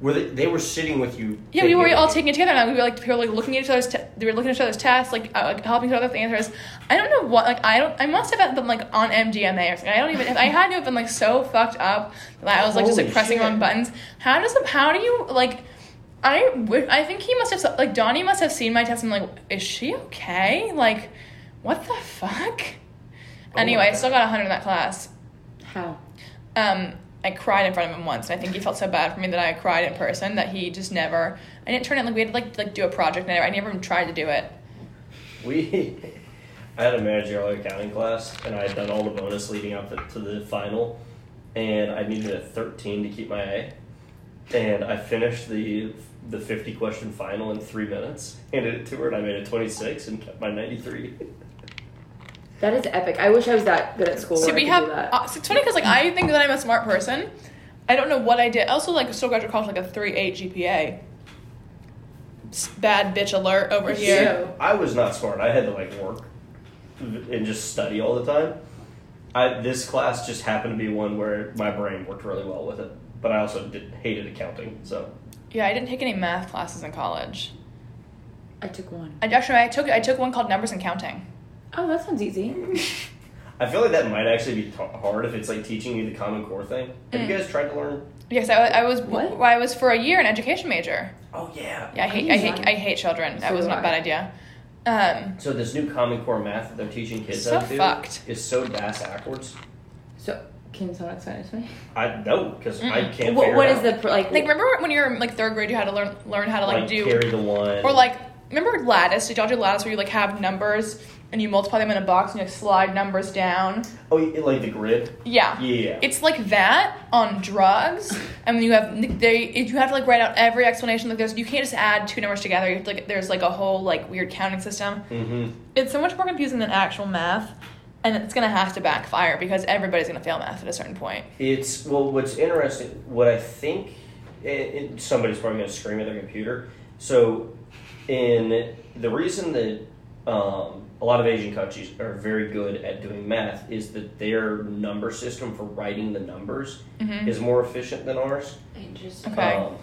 Speaker 1: Were they, they were sitting with you.
Speaker 2: Yeah, we were all taking it together, and we were like, we were like looking at each other's, te- we were looking at each other's tests, like, uh, like helping each other with the answers. I don't know what, like, I don't, I must have been like on MDMA or something. I don't even, I had to have been like so fucked up that I was like just
Speaker 1: Holy
Speaker 2: like pressing
Speaker 1: shit.
Speaker 2: wrong buttons. How does, how do you like? I, wi- I think he must have like Donnie must have seen my test and like, is she okay? Like, what the fuck?
Speaker 1: Oh my
Speaker 2: anyway, I
Speaker 1: God.
Speaker 2: still got hundred in that class.
Speaker 4: How?
Speaker 2: Um, I cried in front of him once, and I think he felt so bad for me that I cried in person that he just never. I didn't turn it like we had to like like do a project, and I, I never even tried to do it.
Speaker 1: We, I had a managerial accounting class, and I had done all the bonus leading up to- to the final, and I needed a thirteen to keep my A, and I finished the the fifty question final in three minutes. Handed it to her, and I made a twenty six and kept my ninety three.
Speaker 4: That is epic. I wish I was that good at school.
Speaker 2: so
Speaker 4: where I
Speaker 2: we
Speaker 4: could
Speaker 2: have.
Speaker 4: do that.
Speaker 2: Uh, so it's funny because like I think that I'm a smart person. I don't know what I did. I also like still graduate college like a three eight GPA. S- Bad bitch alert over here.
Speaker 4: Yeah.
Speaker 1: I was not smart. I had to like work and just study all the time. I this class just happened to be one where my brain worked really well with it, but I also did, hated accounting. So
Speaker 2: Yeah, I didn't take any math classes in college.
Speaker 4: I took one.
Speaker 2: I actually I took I took one called numbers and counting.
Speaker 4: Oh, that sounds easy.
Speaker 1: I feel like that might actually be ta hard if it's like teaching you the Common Core thing. Have you guys tried to learn?
Speaker 2: Yes, I, wa- I was
Speaker 4: What?
Speaker 2: I was for a year an education major.
Speaker 1: Oh yeah.
Speaker 2: Yeah, I hate, I hate, I hate children. That
Speaker 4: So
Speaker 2: was
Speaker 4: do
Speaker 2: not a
Speaker 4: I.
Speaker 2: bad idea. Um,
Speaker 1: So this new Common Core math that they're teaching kids
Speaker 2: So
Speaker 1: how to do
Speaker 2: fucked.
Speaker 1: is so bass backwards.
Speaker 4: So, can someone explain it to me?
Speaker 1: I know because I
Speaker 2: Mm-mm.
Speaker 1: can't.
Speaker 4: What,
Speaker 1: figure
Speaker 4: what
Speaker 1: it
Speaker 4: is
Speaker 1: out.
Speaker 4: the pr- like?
Speaker 2: like remember when you were in, like third grade, you had to learn learn how to like, do
Speaker 1: carry the one
Speaker 2: or like remember lattice? Did y'all do lattice where you like have numbers and you multiply them in a box and you like slide numbers down?
Speaker 1: oh yeah, like the grid?
Speaker 2: Yeah.
Speaker 1: Yeah.
Speaker 2: It's like that on drugs, and you have they if you have to like write out every explanation. Like there's you can't just add two numbers together. You have to, like there's like a whole like weird counting system.
Speaker 1: mm-hmm.
Speaker 2: It's so much more confusing than actual math, and it's gonna have to backfire because everybody's gonna fail math at a certain point.
Speaker 1: It's well. What's interesting? What I think it, it, somebody's probably going to scream at their computer. So, in the reason that um, a lot of Asian countries are very good at doing math is that their number system for writing the numbers
Speaker 2: Mm-hmm.
Speaker 1: is more efficient than ours.
Speaker 4: Interesting.
Speaker 2: Okay.
Speaker 1: Um,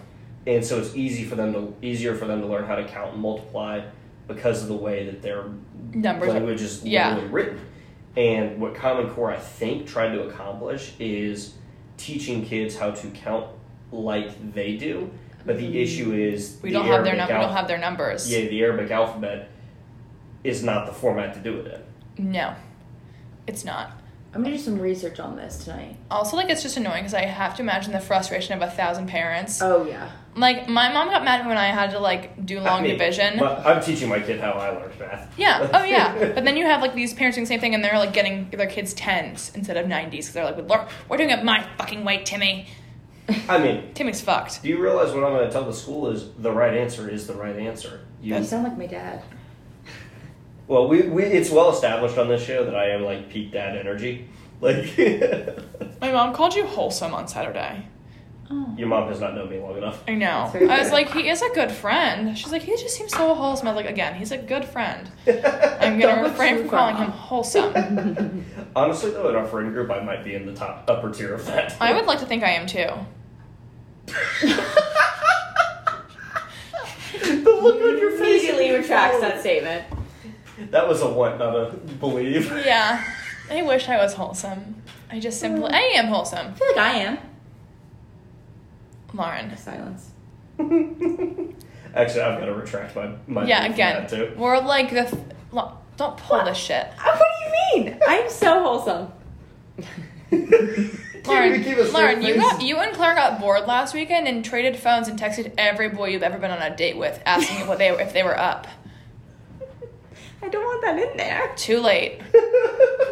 Speaker 1: and so it's easy for them to easier for them to learn how to count and multiply because of the way that their
Speaker 2: Numbers are-
Speaker 1: language is
Speaker 2: yeah.
Speaker 1: literally written. And what Common Core I think tried to accomplish is teaching kids how to count like they do. But the issue is
Speaker 2: Mm-hmm. We
Speaker 1: the
Speaker 2: don't have their
Speaker 1: Arabic
Speaker 2: num- we don't
Speaker 1: alph-
Speaker 2: have their numbers.
Speaker 1: yeah the Arabic alphabet is not the format to do it in.
Speaker 2: No, it's not.
Speaker 4: I'm gonna do some research on this tonight.
Speaker 2: Also, like it's just annoying because I have to imagine the frustration of a thousand parents.
Speaker 4: Oh yeah.
Speaker 2: like my mom got mad when I had to like do
Speaker 1: Not
Speaker 2: long
Speaker 1: me,
Speaker 2: division.
Speaker 1: But I'm teaching my kid how I learned math.
Speaker 2: yeah. Oh yeah. But then you have like these parents doing the same thing, and they're like getting their kids tens instead of nineties because they're like, "We're- "We're doing it my fucking way, Timmy.
Speaker 1: I mean,
Speaker 2: Timmy's fucked."
Speaker 1: Do you realize what I'm going to tell the school is the right answer is the right answer? You,
Speaker 4: You sound like my dad.
Speaker 1: well, we, we it's well established on this show that I am like peak dad energy. Like your
Speaker 2: My mom called you wholesome on Saturday.
Speaker 4: Oh.
Speaker 1: mom has not known me long enough.
Speaker 2: I know.
Speaker 4: That's very
Speaker 2: I was
Speaker 4: good.
Speaker 2: like, he is a good friend. She's like, he just seems so wholesome. I was like, again, he's a good friend. I'm
Speaker 4: Don't
Speaker 2: gonna
Speaker 4: look
Speaker 2: refrain
Speaker 4: too
Speaker 2: from
Speaker 4: far
Speaker 2: calling him
Speaker 4: off.
Speaker 2: wholesome.
Speaker 1: Honestly, though, in our friend group, I might be in the top upper tier of that.
Speaker 2: I would like to think I am too.
Speaker 1: the look on your face.
Speaker 4: Immediately retracts that statement.
Speaker 1: That was a what, not a believe.
Speaker 2: Yeah. I wish I was wholesome. I just simply I am wholesome.
Speaker 4: I feel like I am.
Speaker 2: Lauren.
Speaker 4: Silence.
Speaker 1: Actually, I've got to retract my my.
Speaker 2: Yeah,
Speaker 1: belief from
Speaker 2: again.
Speaker 1: that, too.
Speaker 2: We're like the th- Lo- Don't pull this shit.
Speaker 1: Uh,
Speaker 4: What do you mean? I'm so wholesome.
Speaker 2: Lauren,
Speaker 1: Dude, you keep a straight
Speaker 2: Lauren, you
Speaker 1: face.
Speaker 2: got you and Claire got bored last weekend and traded phones and texted every boy you've ever been on a date with, asking what they were, if they were up.
Speaker 4: I don't want that in there.
Speaker 2: Too late.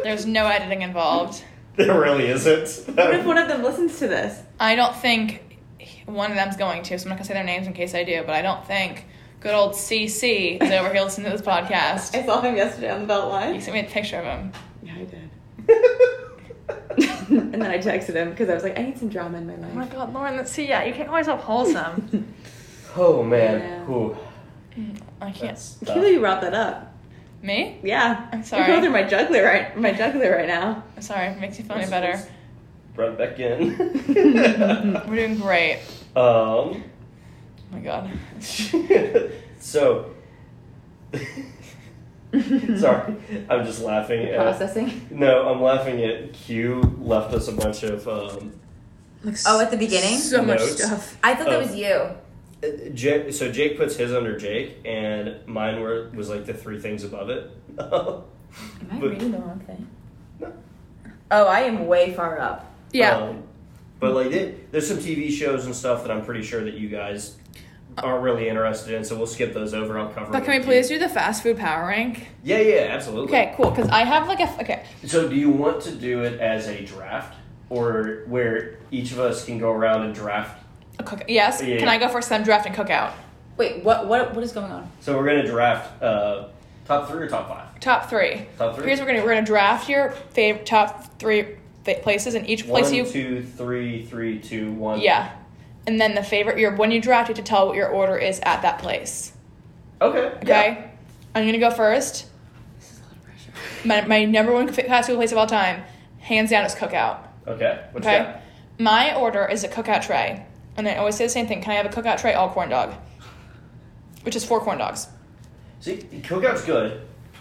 Speaker 2: There's no editing involved.
Speaker 1: there really isn't.
Speaker 4: What if one of them listens to this?
Speaker 2: I don't think one of them's going to, so I'm not gonna say their names in case I do. But I don't think good old CC is over here listening to this podcast.
Speaker 4: I saw him yesterday on the belt line.
Speaker 2: You sent me a picture of him.
Speaker 4: Yeah, I did. and then I texted him because I was like, I need some drama in my
Speaker 2: Oh my
Speaker 4: life.
Speaker 2: god, Lauren, let's see. Yeah, you can't call yourself wholesome.
Speaker 1: oh man.
Speaker 4: Yeah.
Speaker 1: Ooh,
Speaker 2: Mm, I can't.
Speaker 1: that's tough.
Speaker 4: Kayla, you brought that up.
Speaker 2: Me?
Speaker 4: Yeah,
Speaker 2: I'm
Speaker 4: You're going
Speaker 2: sorry.
Speaker 4: through my juggler right, my juggler right now.
Speaker 2: I'm sorry, it makes you feel any
Speaker 1: That's
Speaker 2: better.
Speaker 1: nice. Run back in.
Speaker 2: We're doing great.
Speaker 1: um.
Speaker 2: Oh my god.
Speaker 1: so. Sorry, I'm just laughing. At,
Speaker 4: Processing.
Speaker 1: no, I'm laughing at Q left us a bunch of um,
Speaker 3: Oh, at the beginning?
Speaker 2: So much
Speaker 1: Notes.
Speaker 2: stuff.
Speaker 3: I thought that
Speaker 1: Oh.
Speaker 3: was you.
Speaker 1: Uh, Jake, so Jake puts his under Jake, and mine were was like the three things above it.
Speaker 3: Am I
Speaker 1: But-
Speaker 3: reading the wrong thing?
Speaker 1: No.
Speaker 3: Oh, I am way far up.
Speaker 2: Yeah.
Speaker 1: Um, but like, there- there's some TV shows and stuff that I'm pretty sure that you guys aren't really interested in, so we'll skip those over. I'll cover.
Speaker 2: Uh, but
Speaker 1: it
Speaker 2: can we
Speaker 1: with
Speaker 2: please
Speaker 1: you.
Speaker 2: do the fast food power rank?
Speaker 1: Yeah, yeah, absolutely.
Speaker 2: Okay, cool. Because I have like a. Okay.
Speaker 1: So, do you want to do it as a draft, or where each of us can go around and draft?
Speaker 2: A cook. Yes?
Speaker 1: Yeah.
Speaker 2: Can I go first? 'Cause I'm drafting cookout.
Speaker 3: Wait, what what what is going on?
Speaker 1: So, we're gonna draft uh, top three or top five.
Speaker 2: Top three.
Speaker 1: Top three.
Speaker 2: Here's what we're gonna we're gonna draft your favorite top three fa- places, and each place
Speaker 1: One,
Speaker 2: you
Speaker 1: two, three, three, two, one.
Speaker 2: yeah, and then the favorite your when you draft you have to tell what your order is at that place.
Speaker 1: Okay.
Speaker 2: Okay, I'm gonna go first.
Speaker 3: This is a lot of pressure.
Speaker 2: My, my number one fa- fast food place of all time, hands down, is Cookout.
Speaker 1: Yeah. Okay. What's
Speaker 2: Okay,
Speaker 1: that?
Speaker 2: my order is a Cookout tray, and I always say the same thing: Can I have a Cookout tray, all corn dog? Which is four corn dogs.
Speaker 1: See, cookout's good.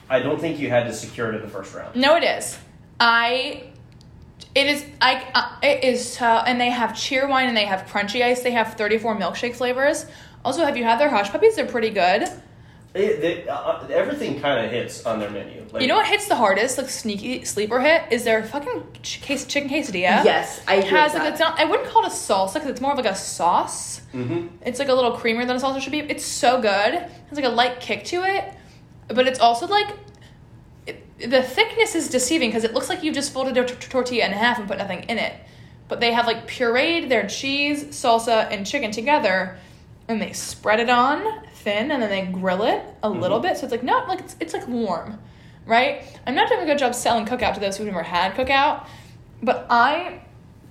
Speaker 1: I don't think you had to secure it in the first round.
Speaker 2: No, it is. I. It is. I. Uh, it is. Uh, and they have cheer wine, and they have crunchy ice. They have thirty-four milkshake flavors. Also, have you had their hush puppies? They're pretty good.
Speaker 1: It, they, uh, everything kind of hits on their menu. Like,
Speaker 2: You know what hits the hardest, like sneaky sleeper hit, is their fucking ch- case, chicken quesadilla.
Speaker 4: Yes, I
Speaker 2: It has like
Speaker 4: that.
Speaker 2: it's not. I wouldn't call it a salsa because it's more of like a sauce.
Speaker 1: hmm
Speaker 2: It's like a little creamier than a salsa should be. It's so good. It's like a light kick to it, but it's also like it, the thickness is deceiving because it looks like you just folded a t- t- tortilla in half and put nothing in it. But they have like pureed their cheese, salsa, and chicken together, and they spread it on thin, and then they grill it a little bit. So it's like not like it's it's like warm, right? I'm not doing a good job selling cookout to those who've never had cookout, but I.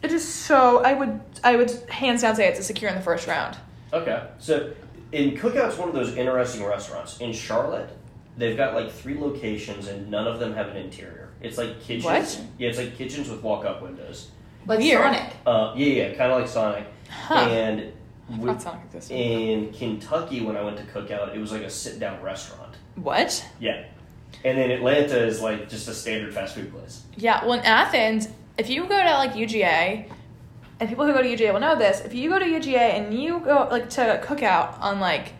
Speaker 2: It is so. I would. I would hands down say it's a secure in the first round.
Speaker 1: Okay. So, in Cookout's one of those interesting restaurants. In Charlotte, they've got like three locations and none of them have an interior. It's like kitchens.
Speaker 2: What?
Speaker 1: Yeah, it's like kitchens with walk up windows.
Speaker 3: Like
Speaker 2: Weird.
Speaker 3: Sonic.
Speaker 1: Uh, yeah, yeah, kind of like Sonic.
Speaker 2: Huh.
Speaker 1: And we,
Speaker 2: That sounds like this.
Speaker 1: in Kentucky, when I went to Cookout, it was like a sit down restaurant.
Speaker 2: What?
Speaker 1: Yeah. And then Atlanta is like just a standard fast food place.
Speaker 2: Yeah, well, in Athens, if you go to like UGA, and people who go to UGA will know this, if you go to UGA and you go like to a cookout on like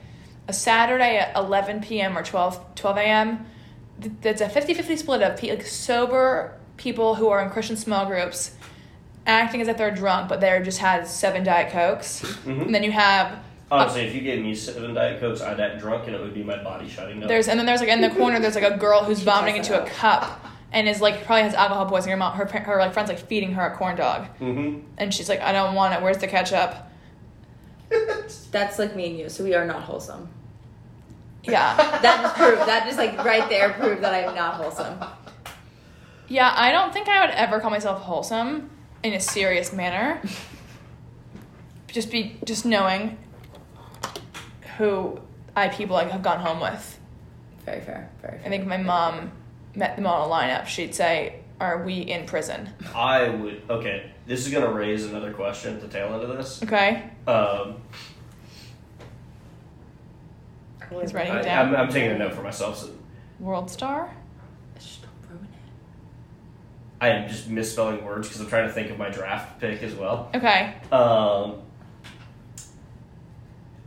Speaker 2: a Saturday at 11 p.m. or 12, 12 a.m., th- that's a 50 50 split of pe- like sober people who are in Christian small groups acting as if they're drunk, but they're just had seven Diet Cokes.
Speaker 1: Mhm.
Speaker 2: And then you have
Speaker 1: Honestly, if you gave me seven Diet Cokes, I'd act drunk and it would be my body shutting down.
Speaker 2: There's and then there's like in the corner there's like a girl who's
Speaker 4: She
Speaker 2: vomiting
Speaker 4: does
Speaker 2: into
Speaker 4: that.
Speaker 2: a cup and is like probably has alcohol poisoning. Her mom, her par- her like friends like feeding her a corn dog,
Speaker 1: Mm-hmm.
Speaker 2: and she's like, I don't want it. Where's the ketchup?
Speaker 4: That's like me and you, so we are not wholesome.
Speaker 2: Yeah,
Speaker 4: That just proved that just like right there proved that I'm not wholesome.
Speaker 2: yeah. I don't think I would ever call myself wholesome in a serious manner. Just be just knowing who I people like have gone home with.
Speaker 4: Very fair, very fair.
Speaker 2: I think if my mom met them all in a lineup. She'd say, "Are we in prison?"
Speaker 1: I would. Okay, this is gonna raise another question at the tail end of this.
Speaker 2: Okay,
Speaker 1: Um,
Speaker 2: he's writing
Speaker 1: I,
Speaker 2: it down.
Speaker 1: I'm, I'm taking a note for myself. So
Speaker 2: World star.
Speaker 4: Shh, don't ruin it.
Speaker 1: I am just misspelling words because I'm trying to think of my draft pick as well.
Speaker 2: Okay,
Speaker 1: Um,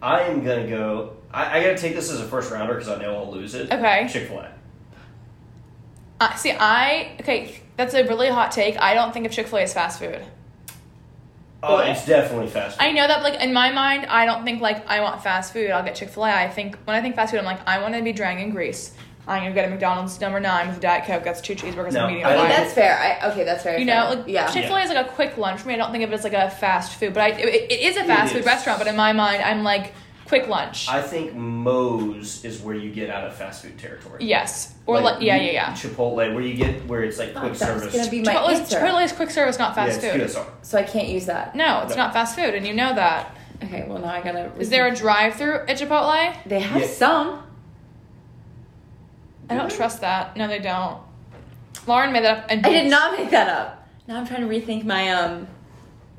Speaker 1: I am gonna go. I, I gotta take this as a first rounder because I know I'll lose it.
Speaker 2: okay.
Speaker 1: Chick Fil A.
Speaker 2: Uh, see, I okay. That's a really hot take. I don't think of Chick Fil A as fast food.
Speaker 1: Oh,
Speaker 3: What?
Speaker 1: it's definitely fast.
Speaker 2: I
Speaker 1: Food.
Speaker 2: know that, like in my mind, I don't think like I want fast food. I'll get Chick Fil A. I think when I think fast food, I'm like I want to be dragging in grease. I'm gonna get a McDonald's number nine with a diet coke. That's two cheeseburgers
Speaker 1: No,
Speaker 2: and a medium.
Speaker 1: I
Speaker 4: I
Speaker 1: don't
Speaker 2: large.
Speaker 4: mean,
Speaker 1: think-
Speaker 4: that's fair. I, okay, that's fair.
Speaker 2: you
Speaker 4: fair.
Speaker 2: know, like
Speaker 4: yeah.
Speaker 2: Chick Fil A is like a quick lunch for me. I don't think of it as like a fast food, but I it, it is a
Speaker 1: It
Speaker 2: fast
Speaker 1: is.
Speaker 2: food restaurant. But in my mind, I'm like quick lunch.
Speaker 1: I think Moe's is where you get out of fast food territory.
Speaker 2: yes, or like, yeah,
Speaker 1: you-
Speaker 2: yeah, yeah.
Speaker 1: Chipotle, where you get where it's like
Speaker 4: Oh,
Speaker 1: quick
Speaker 4: that was
Speaker 1: service.
Speaker 4: gonna be my
Speaker 2: Chipotle is,
Speaker 4: answer.
Speaker 2: Chipotle is quick service, not fast
Speaker 1: yeah,
Speaker 2: food.
Speaker 1: it's QSR.
Speaker 4: so I can't use that.
Speaker 2: No, it's
Speaker 1: No.
Speaker 2: not fast food, and you know that.
Speaker 4: Okay, well now I gotta.
Speaker 2: Is there a drive-through at Chipotle?
Speaker 4: They have
Speaker 1: Yeah.
Speaker 4: some.
Speaker 2: I don't trust that. No, they don't. Lauren made that up. And
Speaker 4: I did not make that up. Now I'm trying to rethink my um.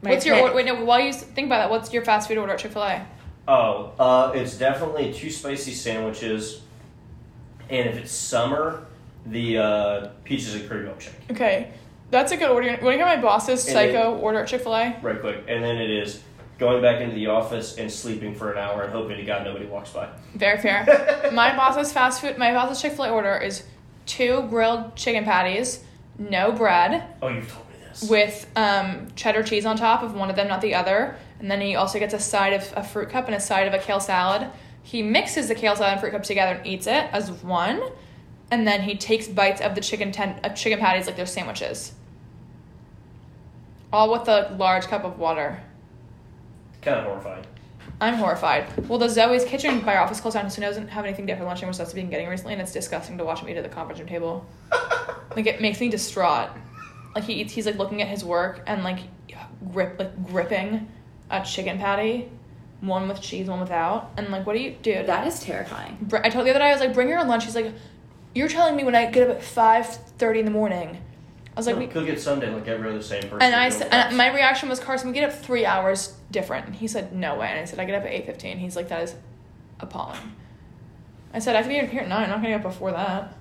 Speaker 4: My
Speaker 2: What's your
Speaker 4: pick.
Speaker 2: order? Wait, no. While you s- think about that, what's your fast food order at Chick Fil A?
Speaker 1: Oh, uh, it's definitely two spicy sandwiches, and if it's summer, the uh, peaches and cream milkshake.
Speaker 2: Okay, that's a good order. When I get my boss's
Speaker 1: And
Speaker 2: psycho order at Chick Fil A,
Speaker 1: Right quick, and then it is going back into the office and sleeping for an hour and hoping to God nobody walks by.
Speaker 2: very fair. my boss's fast food, my boss's Chick Fil A order is two grilled chicken patties, no bread,
Speaker 1: Oh, you've told me this.
Speaker 2: with um, cheddar cheese on top of one of them, not the other. And then he also gets a side of a fruit cup and a side of a kale salad. He mixes the kale salad and fruit cup together and eats it as one. And then he takes bites of the chicken ten- of chicken patties like they're sandwiches. All with a large cup of water.
Speaker 1: Kind of horrifying.
Speaker 2: I'm horrified. Well, the Zoe's Kitchen by our office closed down, so he doesn't have anything different lunch and that's been getting recently, and it's disgusting to watch him eat at the conference room table. like it makes me distraught. Like he eats, he's like looking at his work and like grip, like gripping a chicken patty, one with cheese, one without, and like, what do you, dude?
Speaker 4: That is terrifying.
Speaker 2: Br- I told the other day I was like, bring your own lunch. He's like, you're telling me when I get up at five thirty in the morning. I was like,
Speaker 1: Look,
Speaker 2: we,
Speaker 1: could get Sunday like every other same person.
Speaker 2: and I
Speaker 1: No
Speaker 2: said,
Speaker 1: offense.
Speaker 2: and my reaction was, Carson, we get up three hours different. And he said, no way. And I said, I get up at eight fifteen. He's like, that is appalling. I said, I have to be here at nine. I'm not gonna get up before that.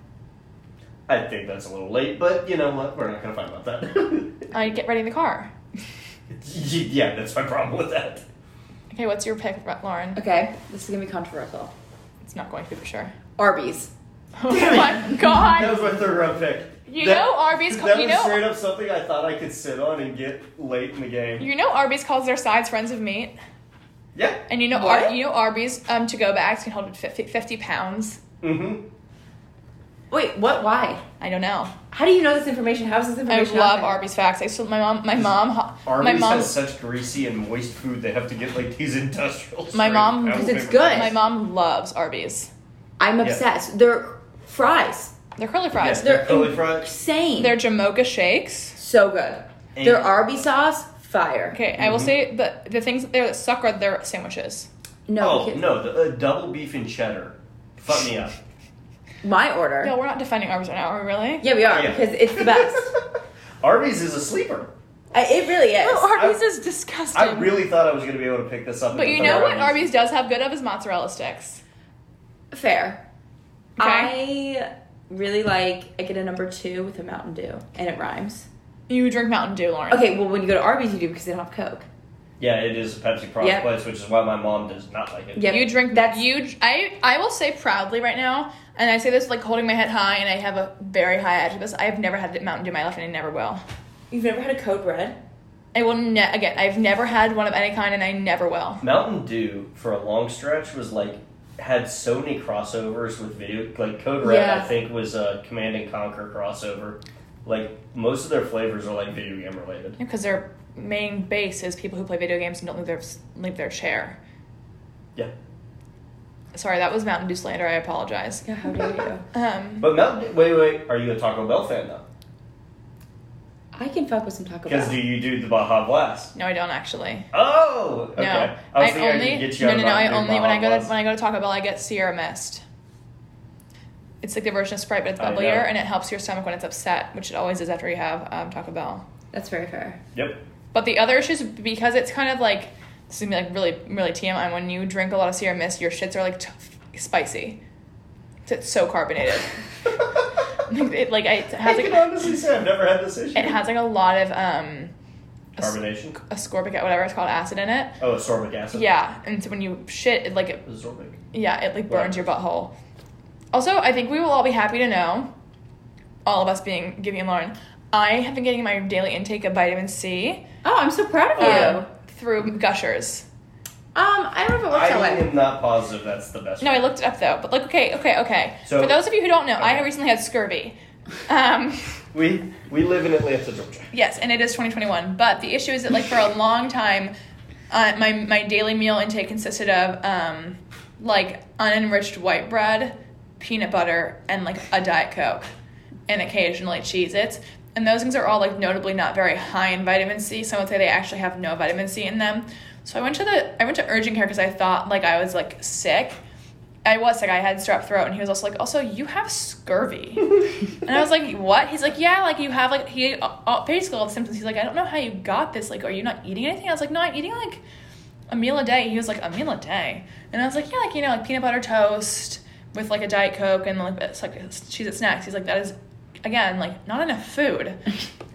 Speaker 1: I think that's a little late, but you know what? We're not gonna fight about that.
Speaker 2: I get ready in the car.
Speaker 1: yeah, that's my problem with that.
Speaker 2: Okay, what's your pick, Ra- Lauren?
Speaker 4: Okay, this is gonna be controversial.
Speaker 2: It's not going to be for sure.
Speaker 4: Arby's.
Speaker 2: Oh
Speaker 1: Damn it.
Speaker 2: my god!
Speaker 1: That was my third round pick.
Speaker 2: You
Speaker 1: That-
Speaker 2: know Arby's. Call,
Speaker 1: that
Speaker 2: you
Speaker 1: was
Speaker 2: know.
Speaker 1: straight up something I thought I could sit on and get late in the game.
Speaker 2: You know Arby's calls their sides friends of meat,
Speaker 1: yeah.
Speaker 2: and you know
Speaker 4: What?
Speaker 2: Ar- you know Arby's um, to go bags can hold up to 50, 50 pounds.
Speaker 1: Mm-hmm.
Speaker 4: Wait, what? Why?
Speaker 2: I don't know.
Speaker 4: How do you know this information? How is this
Speaker 2: I
Speaker 4: information? out
Speaker 2: love
Speaker 4: there?
Speaker 2: Arby's facts. I still my mom my mom ho-
Speaker 1: Arby's
Speaker 2: my mom
Speaker 1: has such greasy and moist food. They have to get like these industrial.
Speaker 2: My
Speaker 1: strength
Speaker 2: mom-
Speaker 4: 'cause
Speaker 1: alligator
Speaker 4: it's good.
Speaker 2: my mom loves Arby's.
Speaker 4: I'm
Speaker 1: Yeah.
Speaker 4: obsessed. They're fries.
Speaker 2: They're curly
Speaker 1: Yeah,
Speaker 2: fries.
Speaker 1: they're
Speaker 4: They're-
Speaker 1: curly fries.
Speaker 4: Insane.
Speaker 2: They're Jamocha shakes.
Speaker 4: so good.
Speaker 1: And-
Speaker 4: Their Arby's sauce, fire.
Speaker 2: Okay, I will
Speaker 1: Mhm.
Speaker 2: say the the things that they're that suck are their sandwiches.
Speaker 4: No,
Speaker 1: oh
Speaker 4: because
Speaker 1: no, the uh, double beef and cheddar. Fuck me up.
Speaker 4: my order.
Speaker 2: No, we're not defending Arby's right now, are we really?
Speaker 4: Yeah, we are
Speaker 1: Yeah.
Speaker 4: because it's the best.
Speaker 1: Arby's is a sleeper.
Speaker 4: I, it really is.
Speaker 2: No, Oh, Arby's
Speaker 1: I-
Speaker 2: is disgusting.
Speaker 1: I really thought I was going to be able to pick this up.
Speaker 2: but you know what Arby's does have good of is mozzarella sticks.
Speaker 4: Fair.
Speaker 2: Okay.
Speaker 4: I really like. I get a number two with a Mountain Dew, and it rhymes.
Speaker 2: You drink Mountain Dew, Lauren.
Speaker 4: Okay, well when you go to Arby's, you do because they don't have Coke.
Speaker 1: Yeah, it is a Pepsi product
Speaker 4: Yep.
Speaker 1: place, which is why my mom does not like it.
Speaker 4: Yeah.
Speaker 2: You drink that. You. I. I will say proudly right now, and I say this like holding my head high, and I have a very high edge of this. I have never had Mountain Dew in my life, and I never will.
Speaker 4: You've never had a Code Red.
Speaker 2: I will ne- again. I've never had one of any kind, and I never will.
Speaker 1: Mountain Dew for a long stretch was like had so many crossovers with video like Code Red I
Speaker 4: Yeah.
Speaker 1: think was a Command and Conquer crossover. Like most of their flavors are like video game related.
Speaker 2: Because their main base is people who play video games and don't leave their leave their chair.
Speaker 1: Yeah.
Speaker 2: Sorry, that was Mountain Dew slander. I apologize.
Speaker 4: Yeah, how dare you?
Speaker 2: Um,
Speaker 1: But Mountain Dew, wait wait, are you a Taco Bell fan though?
Speaker 4: I can fuck with some Taco
Speaker 1: Because
Speaker 4: Bell.
Speaker 1: do you do the Baja Blast?
Speaker 2: no, I don't actually.
Speaker 1: Oh, okay.
Speaker 2: No,
Speaker 1: I was thinking
Speaker 2: only
Speaker 1: I could get you
Speaker 2: no
Speaker 1: on
Speaker 2: no no. I
Speaker 1: Mountain Dew
Speaker 2: only when
Speaker 1: Baja
Speaker 2: I go to
Speaker 1: Blast.
Speaker 2: when I go to Taco Bell, I get Sierra Mist. It's like the version of Sprite, but it's
Speaker 1: I know.
Speaker 2: bubblier, and it helps your stomach when it's upset, which it always is after you have um, Taco Bell.
Speaker 4: That's very fair.
Speaker 1: Yep.
Speaker 2: But the other issues because it's kind of like this is gonna be like really really TMI. When you drink a lot of Sierra Mist, your shits are like t- spicy. It's- It's so carbonated. like it, like it
Speaker 1: I
Speaker 2: has
Speaker 1: can
Speaker 2: like
Speaker 1: honestly say I've never had this issue.
Speaker 2: it has like a lot of um as-
Speaker 1: carbonation.
Speaker 2: ascorbic whatever it's called acid in it.
Speaker 1: Oh, ascorbic acid.
Speaker 2: Yeah, and so when you shit, it like it
Speaker 1: Ascorbic.
Speaker 2: yeah it like
Speaker 1: Wow.
Speaker 2: burns your butthole. Also, I think we will all be happy to know all of us being Gibby and Lauren, I have been getting my daily intake of vitamin C
Speaker 4: Oh, I'm so proud of you.
Speaker 2: um, through Gushers.
Speaker 4: Um, I don't know if it works that
Speaker 1: I
Speaker 4: way.
Speaker 1: am not positive that's the best.
Speaker 2: No, I
Speaker 1: one.
Speaker 2: looked it up though. But like, okay, okay, okay.
Speaker 1: So-
Speaker 2: For those of you who don't know, I
Speaker 1: Okay.
Speaker 2: recently had scurvy. Um,
Speaker 1: We we live in Atlanta, Georgia.
Speaker 2: yes, and it is 2021. But the issue is that like for a long time, uh, my my daily meal intake consisted of um, like unenriched white bread, peanut butter, and like a diet coke, and occasionally Cheez-Its. And those things are all like notably not very high in vitamin C. Some would say they actually have no vitamin C in them. So I went to the I went to urgent care because I thought like I was like sick. I was sick. I had strep throat, and he was also like, "Also, you have scurvy." and I was like, "What?" He's like, "Yeah, like you have like he uh, uh, basically all the symptoms." He's like, "I don't know how you got this. Like, are you not eating anything?" I was like, "No, I'm eating like a meal a day." He was like, "A meal a day," and I was like, "Yeah, like you know, like peanut butter toast with like a diet coke and like it's like cheese at snacks." He's like, "That is again like not enough food."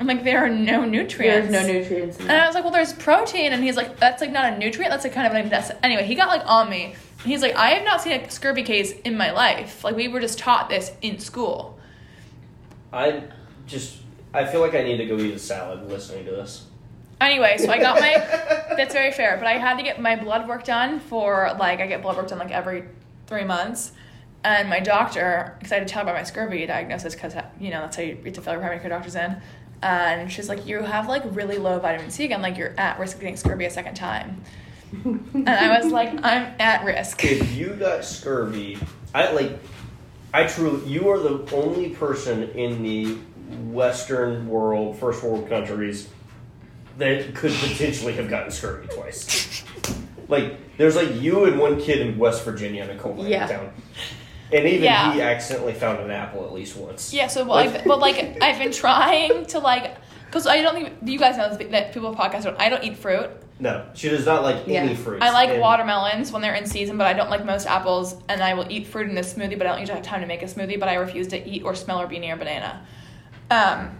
Speaker 2: I'm like, "There are no nutrients."
Speaker 4: There's no nutrients. Um, In
Speaker 2: And I
Speaker 4: that.
Speaker 2: was like, well, there's protein. And he's like, that's like not a nutrient. That's like kind of an investment. Anyway, he got like on me. And he's like, I have not seen a scurvy case in my life. Like, we were just taught this in school.
Speaker 1: I just I feel like I need to go eat a salad listening to this.
Speaker 2: Anyway, so I got my. that's very fair. But I had to get my blood work done for like, I get blood work done like every three months. And my doctor, because I had to tell her about my scurvy diagnosis, because, you know, that's how you reach a failure primary care doctors in. And she's like, you have like really low vitamin C again. Like, you're at risk of getting scurvy a second time. And I was like, I'm at risk.
Speaker 1: if you got scurvy, I like, I truly, you are the only person in the Western world, first world countries, that could potentially have gotten scurvy twice. like, there's like you and one kid in West Virginia in a coal mining
Speaker 4: Yeah.
Speaker 1: town, and even
Speaker 2: Yeah.
Speaker 1: he accidentally found an apple at least once.
Speaker 2: Yeah, so well, I've, well, like I've been trying to like, cause I don't think you guys know this, that people podcast. Don't, I don't eat fruit.
Speaker 1: No, she does not like
Speaker 4: Yeah.
Speaker 1: any fruits.
Speaker 2: I like
Speaker 1: and-
Speaker 2: watermelons when they're in season, but I don't like most apples. And I will eat fruit in a smoothie, but I don't usually have time to make a smoothie. But I refuse to eat or smell or be near a banana. Um.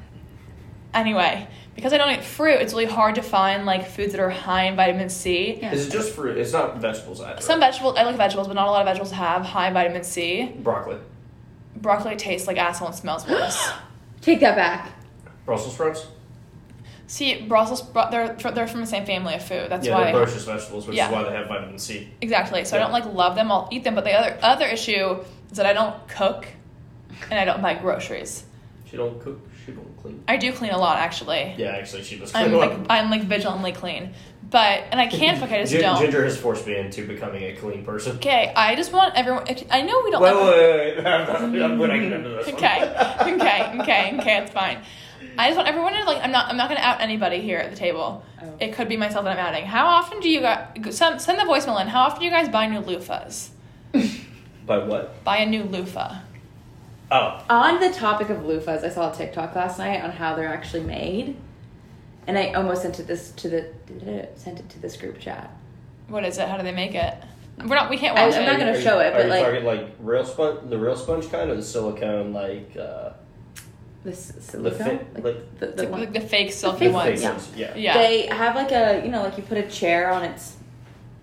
Speaker 2: Anyway, because I don't eat fruit, it's really hard to find like foods that are high in vitamin C.
Speaker 4: Yeah.
Speaker 1: Is it just fruit? It's not vegetables either.
Speaker 2: Some vegetables, I like vegetables, but not a lot of vegetables have high vitamin C.
Speaker 1: broccoli,
Speaker 2: Broccoli tastes like asshole and smells worse.
Speaker 4: Take that back.
Speaker 1: Brussels sprouts.
Speaker 2: See, Brussels, spr- they're fr- they're from the same family of food. That's
Speaker 1: yeah,
Speaker 2: why
Speaker 1: they're both vegetables, which
Speaker 2: Yeah.
Speaker 1: is why they have vitamin C.
Speaker 2: exactly. So I
Speaker 1: Yeah.
Speaker 2: don't like love them. I'll eat them, but the other other issue is that I don't cook, and I don't buy groceries.
Speaker 1: She don't cook. She don't clean.
Speaker 2: I do clean a lot actually.
Speaker 1: Yeah, actually, she does
Speaker 2: I'm
Speaker 1: clean.
Speaker 2: like I'm like vigilantly clean, but and I can cook. I just
Speaker 1: Gin-
Speaker 2: don't.
Speaker 1: Ginger has forced me into becoming a clean person.
Speaker 2: Okay, I just want everyone. I know we don't.
Speaker 1: Wait,
Speaker 2: ever-
Speaker 1: wait, wait, wait. I'm, not, I'm when I get into this. one.
Speaker 2: Mm, okay, okay, okay, okay. It's fine. I just want everyone to like. I'm not. I'm not gonna out anybody here at the table.
Speaker 3: Oh.
Speaker 2: It could be myself that I'm outing. How often do you guys send send the voicemail in? How often do you guys buy new loofahs?
Speaker 1: By what?
Speaker 2: Buy a new loofah.
Speaker 1: Oh,
Speaker 4: On the topic of loofahs, I saw a TikTok last night on how they're actually made, and I almost sent it this to the sent it to this group chat.
Speaker 2: What is it? How do they make it? We're not. We can't
Speaker 4: I-
Speaker 2: watch
Speaker 4: I'm
Speaker 2: it.
Speaker 4: not gonna
Speaker 1: Are you-
Speaker 4: show it,
Speaker 1: are
Speaker 4: but,
Speaker 1: you
Speaker 4: like-
Speaker 1: talking like real sponge, the real sponge kind, or the silicone like uh,
Speaker 4: This
Speaker 1: the
Speaker 4: silicone,
Speaker 1: fit, like,
Speaker 4: the, the
Speaker 2: It's
Speaker 4: one.
Speaker 2: like the fake
Speaker 1: the
Speaker 2: silky
Speaker 4: fake
Speaker 1: faces.
Speaker 2: ones. Yeah.
Speaker 4: silky
Speaker 1: Yeah.
Speaker 2: yeah.
Speaker 4: They have like a you know like you put a chair on its,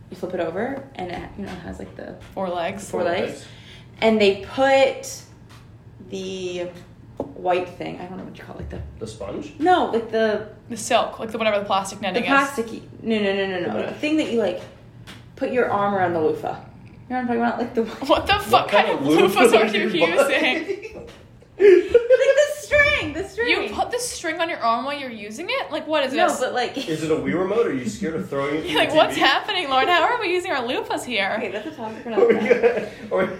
Speaker 4: you flip it over and it you know it has like the
Speaker 2: Four legs.
Speaker 4: Four legs. and they put the white thing. I don't know what you call it, like the
Speaker 1: The sponge.
Speaker 4: no like the
Speaker 2: The silk, like the whatever the plastic
Speaker 4: the
Speaker 2: netting is.
Speaker 4: plasticky no no no no no
Speaker 1: Yeah.
Speaker 4: the thing that you like put your arm around the loofah. You know what I'm talking about? Like the like
Speaker 2: What the fuck kind of loofahs are you using?
Speaker 4: the string, the string.
Speaker 2: You put the string on your arm while you're using it? Like what is
Speaker 4: no,
Speaker 2: this?
Speaker 4: but like
Speaker 1: Is it a Wii remote? Or are you scared of throwing it? from
Speaker 2: You're like
Speaker 1: the
Speaker 2: what's
Speaker 1: TV?
Speaker 2: happening, Lauren? How are we using our loofahs here?
Speaker 4: okay, that's a topic for
Speaker 1: Or
Speaker 4: another time.
Speaker 1: you- or-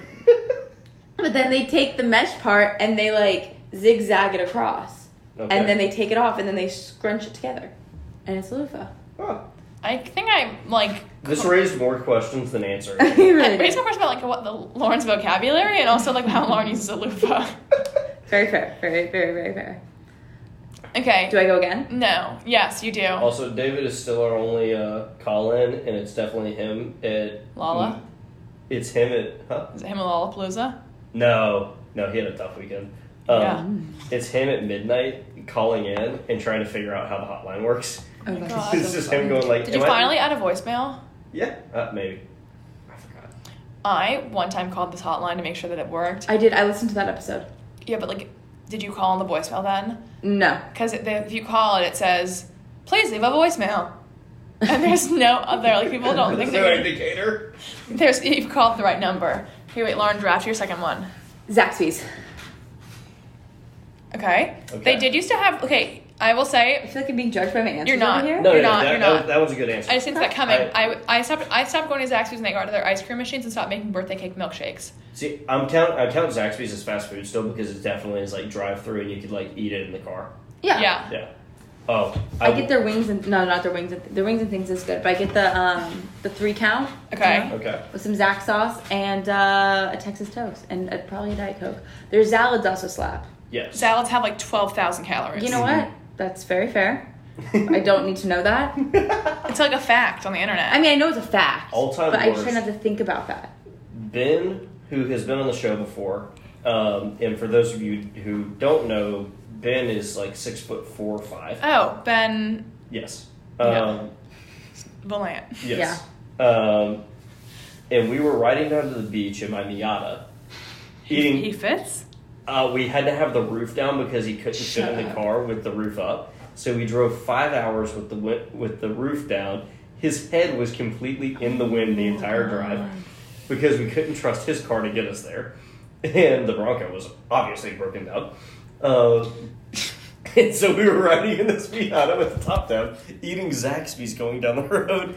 Speaker 4: But then they take the mesh part and they like zigzag it across,
Speaker 1: Okay.
Speaker 4: and then they take it off and then they scrunch it together, and it's a loofah.
Speaker 1: Huh.
Speaker 2: I think I like.
Speaker 1: This raised more questions than answers.
Speaker 4: You
Speaker 2: I
Speaker 4: really
Speaker 2: raised my
Speaker 4: did.
Speaker 2: question about like what the Lauren's vocabulary and also like how Lauren uses a loofah.
Speaker 4: Very fair, very very very fair.
Speaker 2: Okay.
Speaker 4: Do I go again?
Speaker 2: No. Yes, you do.
Speaker 1: Also, David is still our only uh, call-in, and it's definitely him at
Speaker 2: Lala?
Speaker 1: It's him at huh?
Speaker 2: Is it him a Lollapalooza?
Speaker 1: No, no, he had a tough weekend. Um,
Speaker 2: Yeah.
Speaker 1: It's him at midnight calling in and trying to figure out how the hotline works.
Speaker 4: Oh
Speaker 2: my
Speaker 4: my
Speaker 2: God.
Speaker 1: it's just him going like,
Speaker 2: Did you
Speaker 1: "Am I-"
Speaker 2: finally add a voicemail?
Speaker 1: Yeah, uh, maybe. I forgot.
Speaker 2: I one time called this hotline to make sure that it worked.
Speaker 4: I did. I listened to that episode.
Speaker 2: Yeah, but like Did you call on the voicemail then?
Speaker 4: No.
Speaker 2: Because if you call it, it says, "Please leave a voicemail." And there's no other like people don't think
Speaker 1: no
Speaker 2: they
Speaker 1: indicator.
Speaker 2: there's you've called the right number. Here, wait, Lauren, draft your second one.
Speaker 4: Zaxby's.
Speaker 2: Okay.
Speaker 1: Okay.
Speaker 2: They did used to have. Okay, I will
Speaker 4: I
Speaker 2: say
Speaker 4: feel like I'm being judged by my answers
Speaker 2: You're not.
Speaker 4: over here.
Speaker 1: No,
Speaker 2: You're
Speaker 1: no,
Speaker 2: not,
Speaker 1: that,
Speaker 2: you're
Speaker 1: that was-
Speaker 2: not.
Speaker 1: that was a good answer.
Speaker 2: I just didn't see that coming.
Speaker 1: I-
Speaker 2: I, I stopped I stopped going to Zaxby's and they got to their ice cream machines and stopped making birthday cake milkshakes.
Speaker 1: See, I'm count I count Zaxby's as fast food still because it definitely is like drive through and you could like eat it in the car.
Speaker 4: Yeah.
Speaker 2: Yeah.
Speaker 1: Yeah. Oh,
Speaker 4: I get their wings and no, not their wings. And their wings and things is good, but I get the um the three count.
Speaker 2: Okay.
Speaker 4: you know,
Speaker 1: Okay.
Speaker 4: with some Zax sauce and uh, a Texas toast and uh probably a diet coke. Their salads also slap.
Speaker 1: Yes.
Speaker 2: Salads have like twelve thousand calories.
Speaker 4: You know what?
Speaker 2: Mm-hmm.
Speaker 4: That's very fair. I don't need to know that.
Speaker 2: it's like a fact on the internet.
Speaker 4: I mean, I know it's a fact,
Speaker 1: All-time
Speaker 4: but I just try
Speaker 1: worst.
Speaker 4: not to think about that.
Speaker 1: Ben, who has been on the show before, um, and for those of you who don't know, Ben is like six foot four or five.
Speaker 2: oh, Ben
Speaker 1: Yes. Um,
Speaker 2: Yeah. Volant.
Speaker 1: Yes. Um, and we were riding down to the beach in my Miata, eating.
Speaker 2: He fits.
Speaker 1: Uh, we had to have the roof down because he couldn't
Speaker 4: Shut
Speaker 1: fit in the
Speaker 4: up.
Speaker 1: car with the roof up. So we drove five hours with the wi- with the roof down. His head was completely in the wind the
Speaker 4: Oh,
Speaker 1: entire drive because we couldn't trust his car to get us there, and the Bronco was obviously broken down. Uh, and so we were riding in this Miata with the top down, eating Zaxby's going down the road.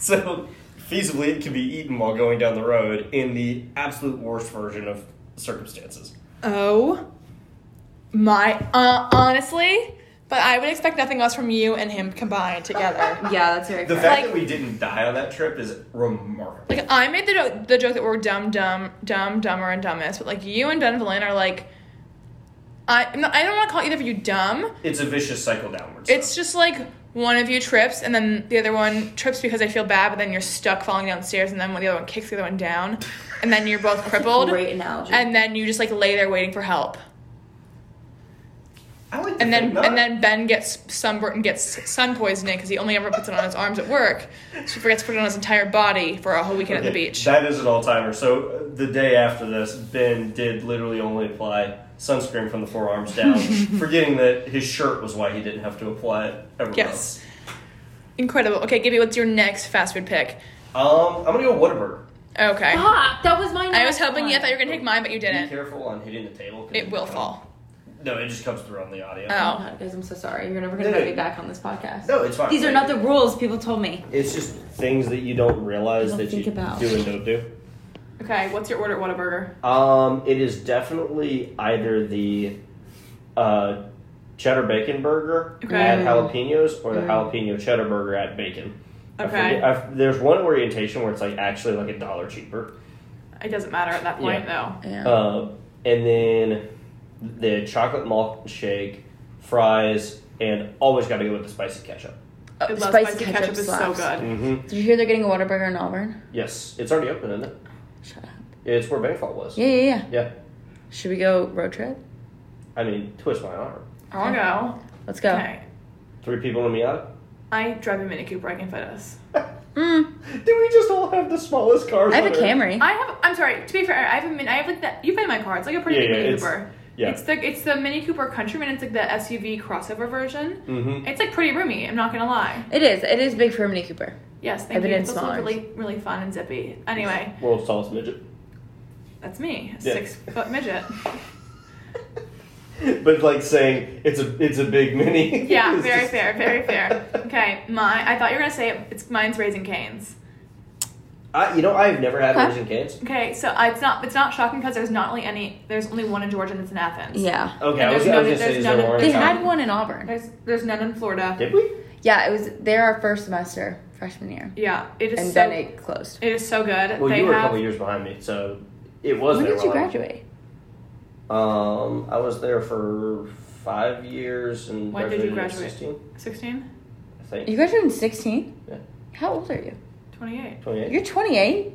Speaker 1: so feasibly, it could be eaten while going down the road in the absolute worst version of circumstances.
Speaker 2: Oh my! Uh, honestly, but I would expect nothing less from you and him combined together.
Speaker 4: Yeah, that's very
Speaker 1: The
Speaker 4: fair.
Speaker 1: fact
Speaker 2: Like-
Speaker 1: that we didn't die on that trip is remarkable.
Speaker 2: Like I made the jo- the joke that we're dumb, dumb, dumb, dumber, and dumbest, but like you and Ben Valin are like, I I'm not- I don't want to call either of you dumb.
Speaker 1: It's a vicious cycle downwards.
Speaker 2: It's just like one of you trips and then the other one trips because they feel bad, but then you're stuck falling downstairs, and then when the other one kicks the other one down, and then you're both crippled,
Speaker 4: Great analogy.
Speaker 2: and then you just like lay there waiting for help,
Speaker 1: I like to
Speaker 2: and
Speaker 1: think
Speaker 2: then
Speaker 1: not.
Speaker 2: and then Ben gets sunburn and gets sun poisoning because he only ever puts it on his arms at work, so he forgets to put it on his entire body for a whole weekend at the
Speaker 1: Okay,
Speaker 2: beach.
Speaker 1: That is an all timer. So uh, the day after this, Ben did literally only apply sunscreen from the forearms down, forgetting that his shirt was why he didn't have to apply it everywhere
Speaker 2: Yes. Incredible. Okay, Gibby, what's your next fast food pick?
Speaker 1: else. Um, I'm gonna go Whataburger.
Speaker 2: Okay.
Speaker 4: Ah,
Speaker 3: Fuck, that was my.
Speaker 2: I was
Speaker 3: next
Speaker 2: hoping
Speaker 3: one.
Speaker 2: you I
Speaker 4: Oh
Speaker 2: thought you were gonna take mine, but you
Speaker 1: Be
Speaker 2: didn't.
Speaker 1: careful on hitting the table. 'cause
Speaker 2: It will
Speaker 1: comes-
Speaker 2: fall.
Speaker 1: No, it just comes through on the audio.
Speaker 2: Oh.
Speaker 4: Oh my God, guys, I'm so sorry. You're never gonna
Speaker 1: No,
Speaker 4: have
Speaker 1: no.
Speaker 4: me back on this podcast.
Speaker 1: No, it's fine.
Speaker 4: These are not the rules people told me.
Speaker 1: It's just things that you don't realize
Speaker 4: I don't
Speaker 1: that you
Speaker 4: think about.
Speaker 1: do and don't do.
Speaker 2: Okay, what's your order at Whataburger?
Speaker 1: Um, it is definitely either the uh, cheddar bacon burger
Speaker 2: Okay.
Speaker 1: at
Speaker 4: Mm.
Speaker 1: jalapenos or the
Speaker 4: Mm.
Speaker 1: jalapeno cheddar burger at bacon. I
Speaker 2: Okay.
Speaker 1: forget- I- there's one orientation where it's like actually like a dollar cheaper,
Speaker 2: It doesn't matter at that point
Speaker 4: Yeah.
Speaker 1: uh, and then the chocolate malt shake, fries, and always got to go with the spicy ketchup.
Speaker 2: though.
Speaker 4: Oh,
Speaker 2: I love
Speaker 4: spicy
Speaker 2: spicy
Speaker 4: ketchup
Speaker 2: ketchup is so
Speaker 4: slaps.
Speaker 2: good.
Speaker 1: Mm-hmm.
Speaker 4: Did you hear they're getting a Whataburger in Auburn?
Speaker 1: Yes, it's already open, isn't it?
Speaker 4: Shut up.
Speaker 1: It's where Bankfall was.
Speaker 4: Yeah, yeah, yeah.
Speaker 1: Yeah.
Speaker 4: Should we go road trip?
Speaker 1: I mean, twist my arm.
Speaker 2: I'll go.
Speaker 4: Let's go.
Speaker 2: Okay.
Speaker 1: Three people in a Miata.
Speaker 2: I drive a Mini Cooper, I can fit us.
Speaker 4: Mm,
Speaker 1: Do we just all have the smallest cars?
Speaker 4: I have a
Speaker 1: on Earth?
Speaker 4: Camry.
Speaker 2: I have I'm sorry, to be fair, I have a min I have like that you've been in my car, it's like a pretty
Speaker 1: Yeah,
Speaker 2: big
Speaker 1: yeah,
Speaker 2: Mini
Speaker 1: it's-
Speaker 2: Cooper.
Speaker 1: Yeah.
Speaker 2: It's the it's the Mini Cooper Countryman, it's like the SUV crossover version.
Speaker 1: mm-hmm.
Speaker 2: It's like pretty roomy, I'm not gonna lie.
Speaker 4: It is. It is big for a Mini Cooper.
Speaker 2: Yes, thank
Speaker 4: I've been
Speaker 2: you.
Speaker 4: in
Speaker 2: It's also
Speaker 4: smaller.
Speaker 2: really really fun and zippy. Anyway,
Speaker 1: World's tallest midget.
Speaker 2: that's me. a
Speaker 1: Yeah.
Speaker 2: Six foot midget.
Speaker 1: but like saying it's a it's a big mini.
Speaker 2: Yeah,
Speaker 1: is
Speaker 2: very
Speaker 1: just-
Speaker 2: fair, very fair. Okay, my I thought you were gonna say it, it's mine's raising canes.
Speaker 1: I, you know, I've never had
Speaker 4: Huh?
Speaker 1: raisin canes.
Speaker 2: Okay, so I- it's not it's not shocking because there's not only any there's only one in Georgia and it's in Athens.
Speaker 4: Yeah.
Speaker 1: Okay,
Speaker 2: And
Speaker 1: I was,
Speaker 2: there's
Speaker 1: I was
Speaker 2: no-
Speaker 1: gonna say
Speaker 2: there's
Speaker 1: is there
Speaker 2: none-
Speaker 1: one?
Speaker 4: They
Speaker 1: in
Speaker 4: had
Speaker 1: town?
Speaker 4: one in Auburn.
Speaker 2: There's there's none in Florida.
Speaker 1: Did we?
Speaker 4: Yeah, it was there our first semester freshman year,
Speaker 2: Yeah, it is
Speaker 4: and
Speaker 2: so
Speaker 4: then it closed.
Speaker 2: it is so good.
Speaker 1: Well,
Speaker 2: they
Speaker 1: you were a
Speaker 2: have
Speaker 1: couple years behind me, so it was.
Speaker 4: When
Speaker 1: there
Speaker 4: did you
Speaker 1: while I was-
Speaker 4: graduate?
Speaker 1: Um, I was there for five years and
Speaker 2: When did
Speaker 1: graduated
Speaker 2: you
Speaker 1: At
Speaker 2: graduate?
Speaker 1: 16,
Speaker 2: 16,
Speaker 1: I think
Speaker 4: You graduated in sixteen.
Speaker 1: Yeah.
Speaker 4: How old are you?
Speaker 2: 28.
Speaker 1: 28.
Speaker 4: You're twenty eight.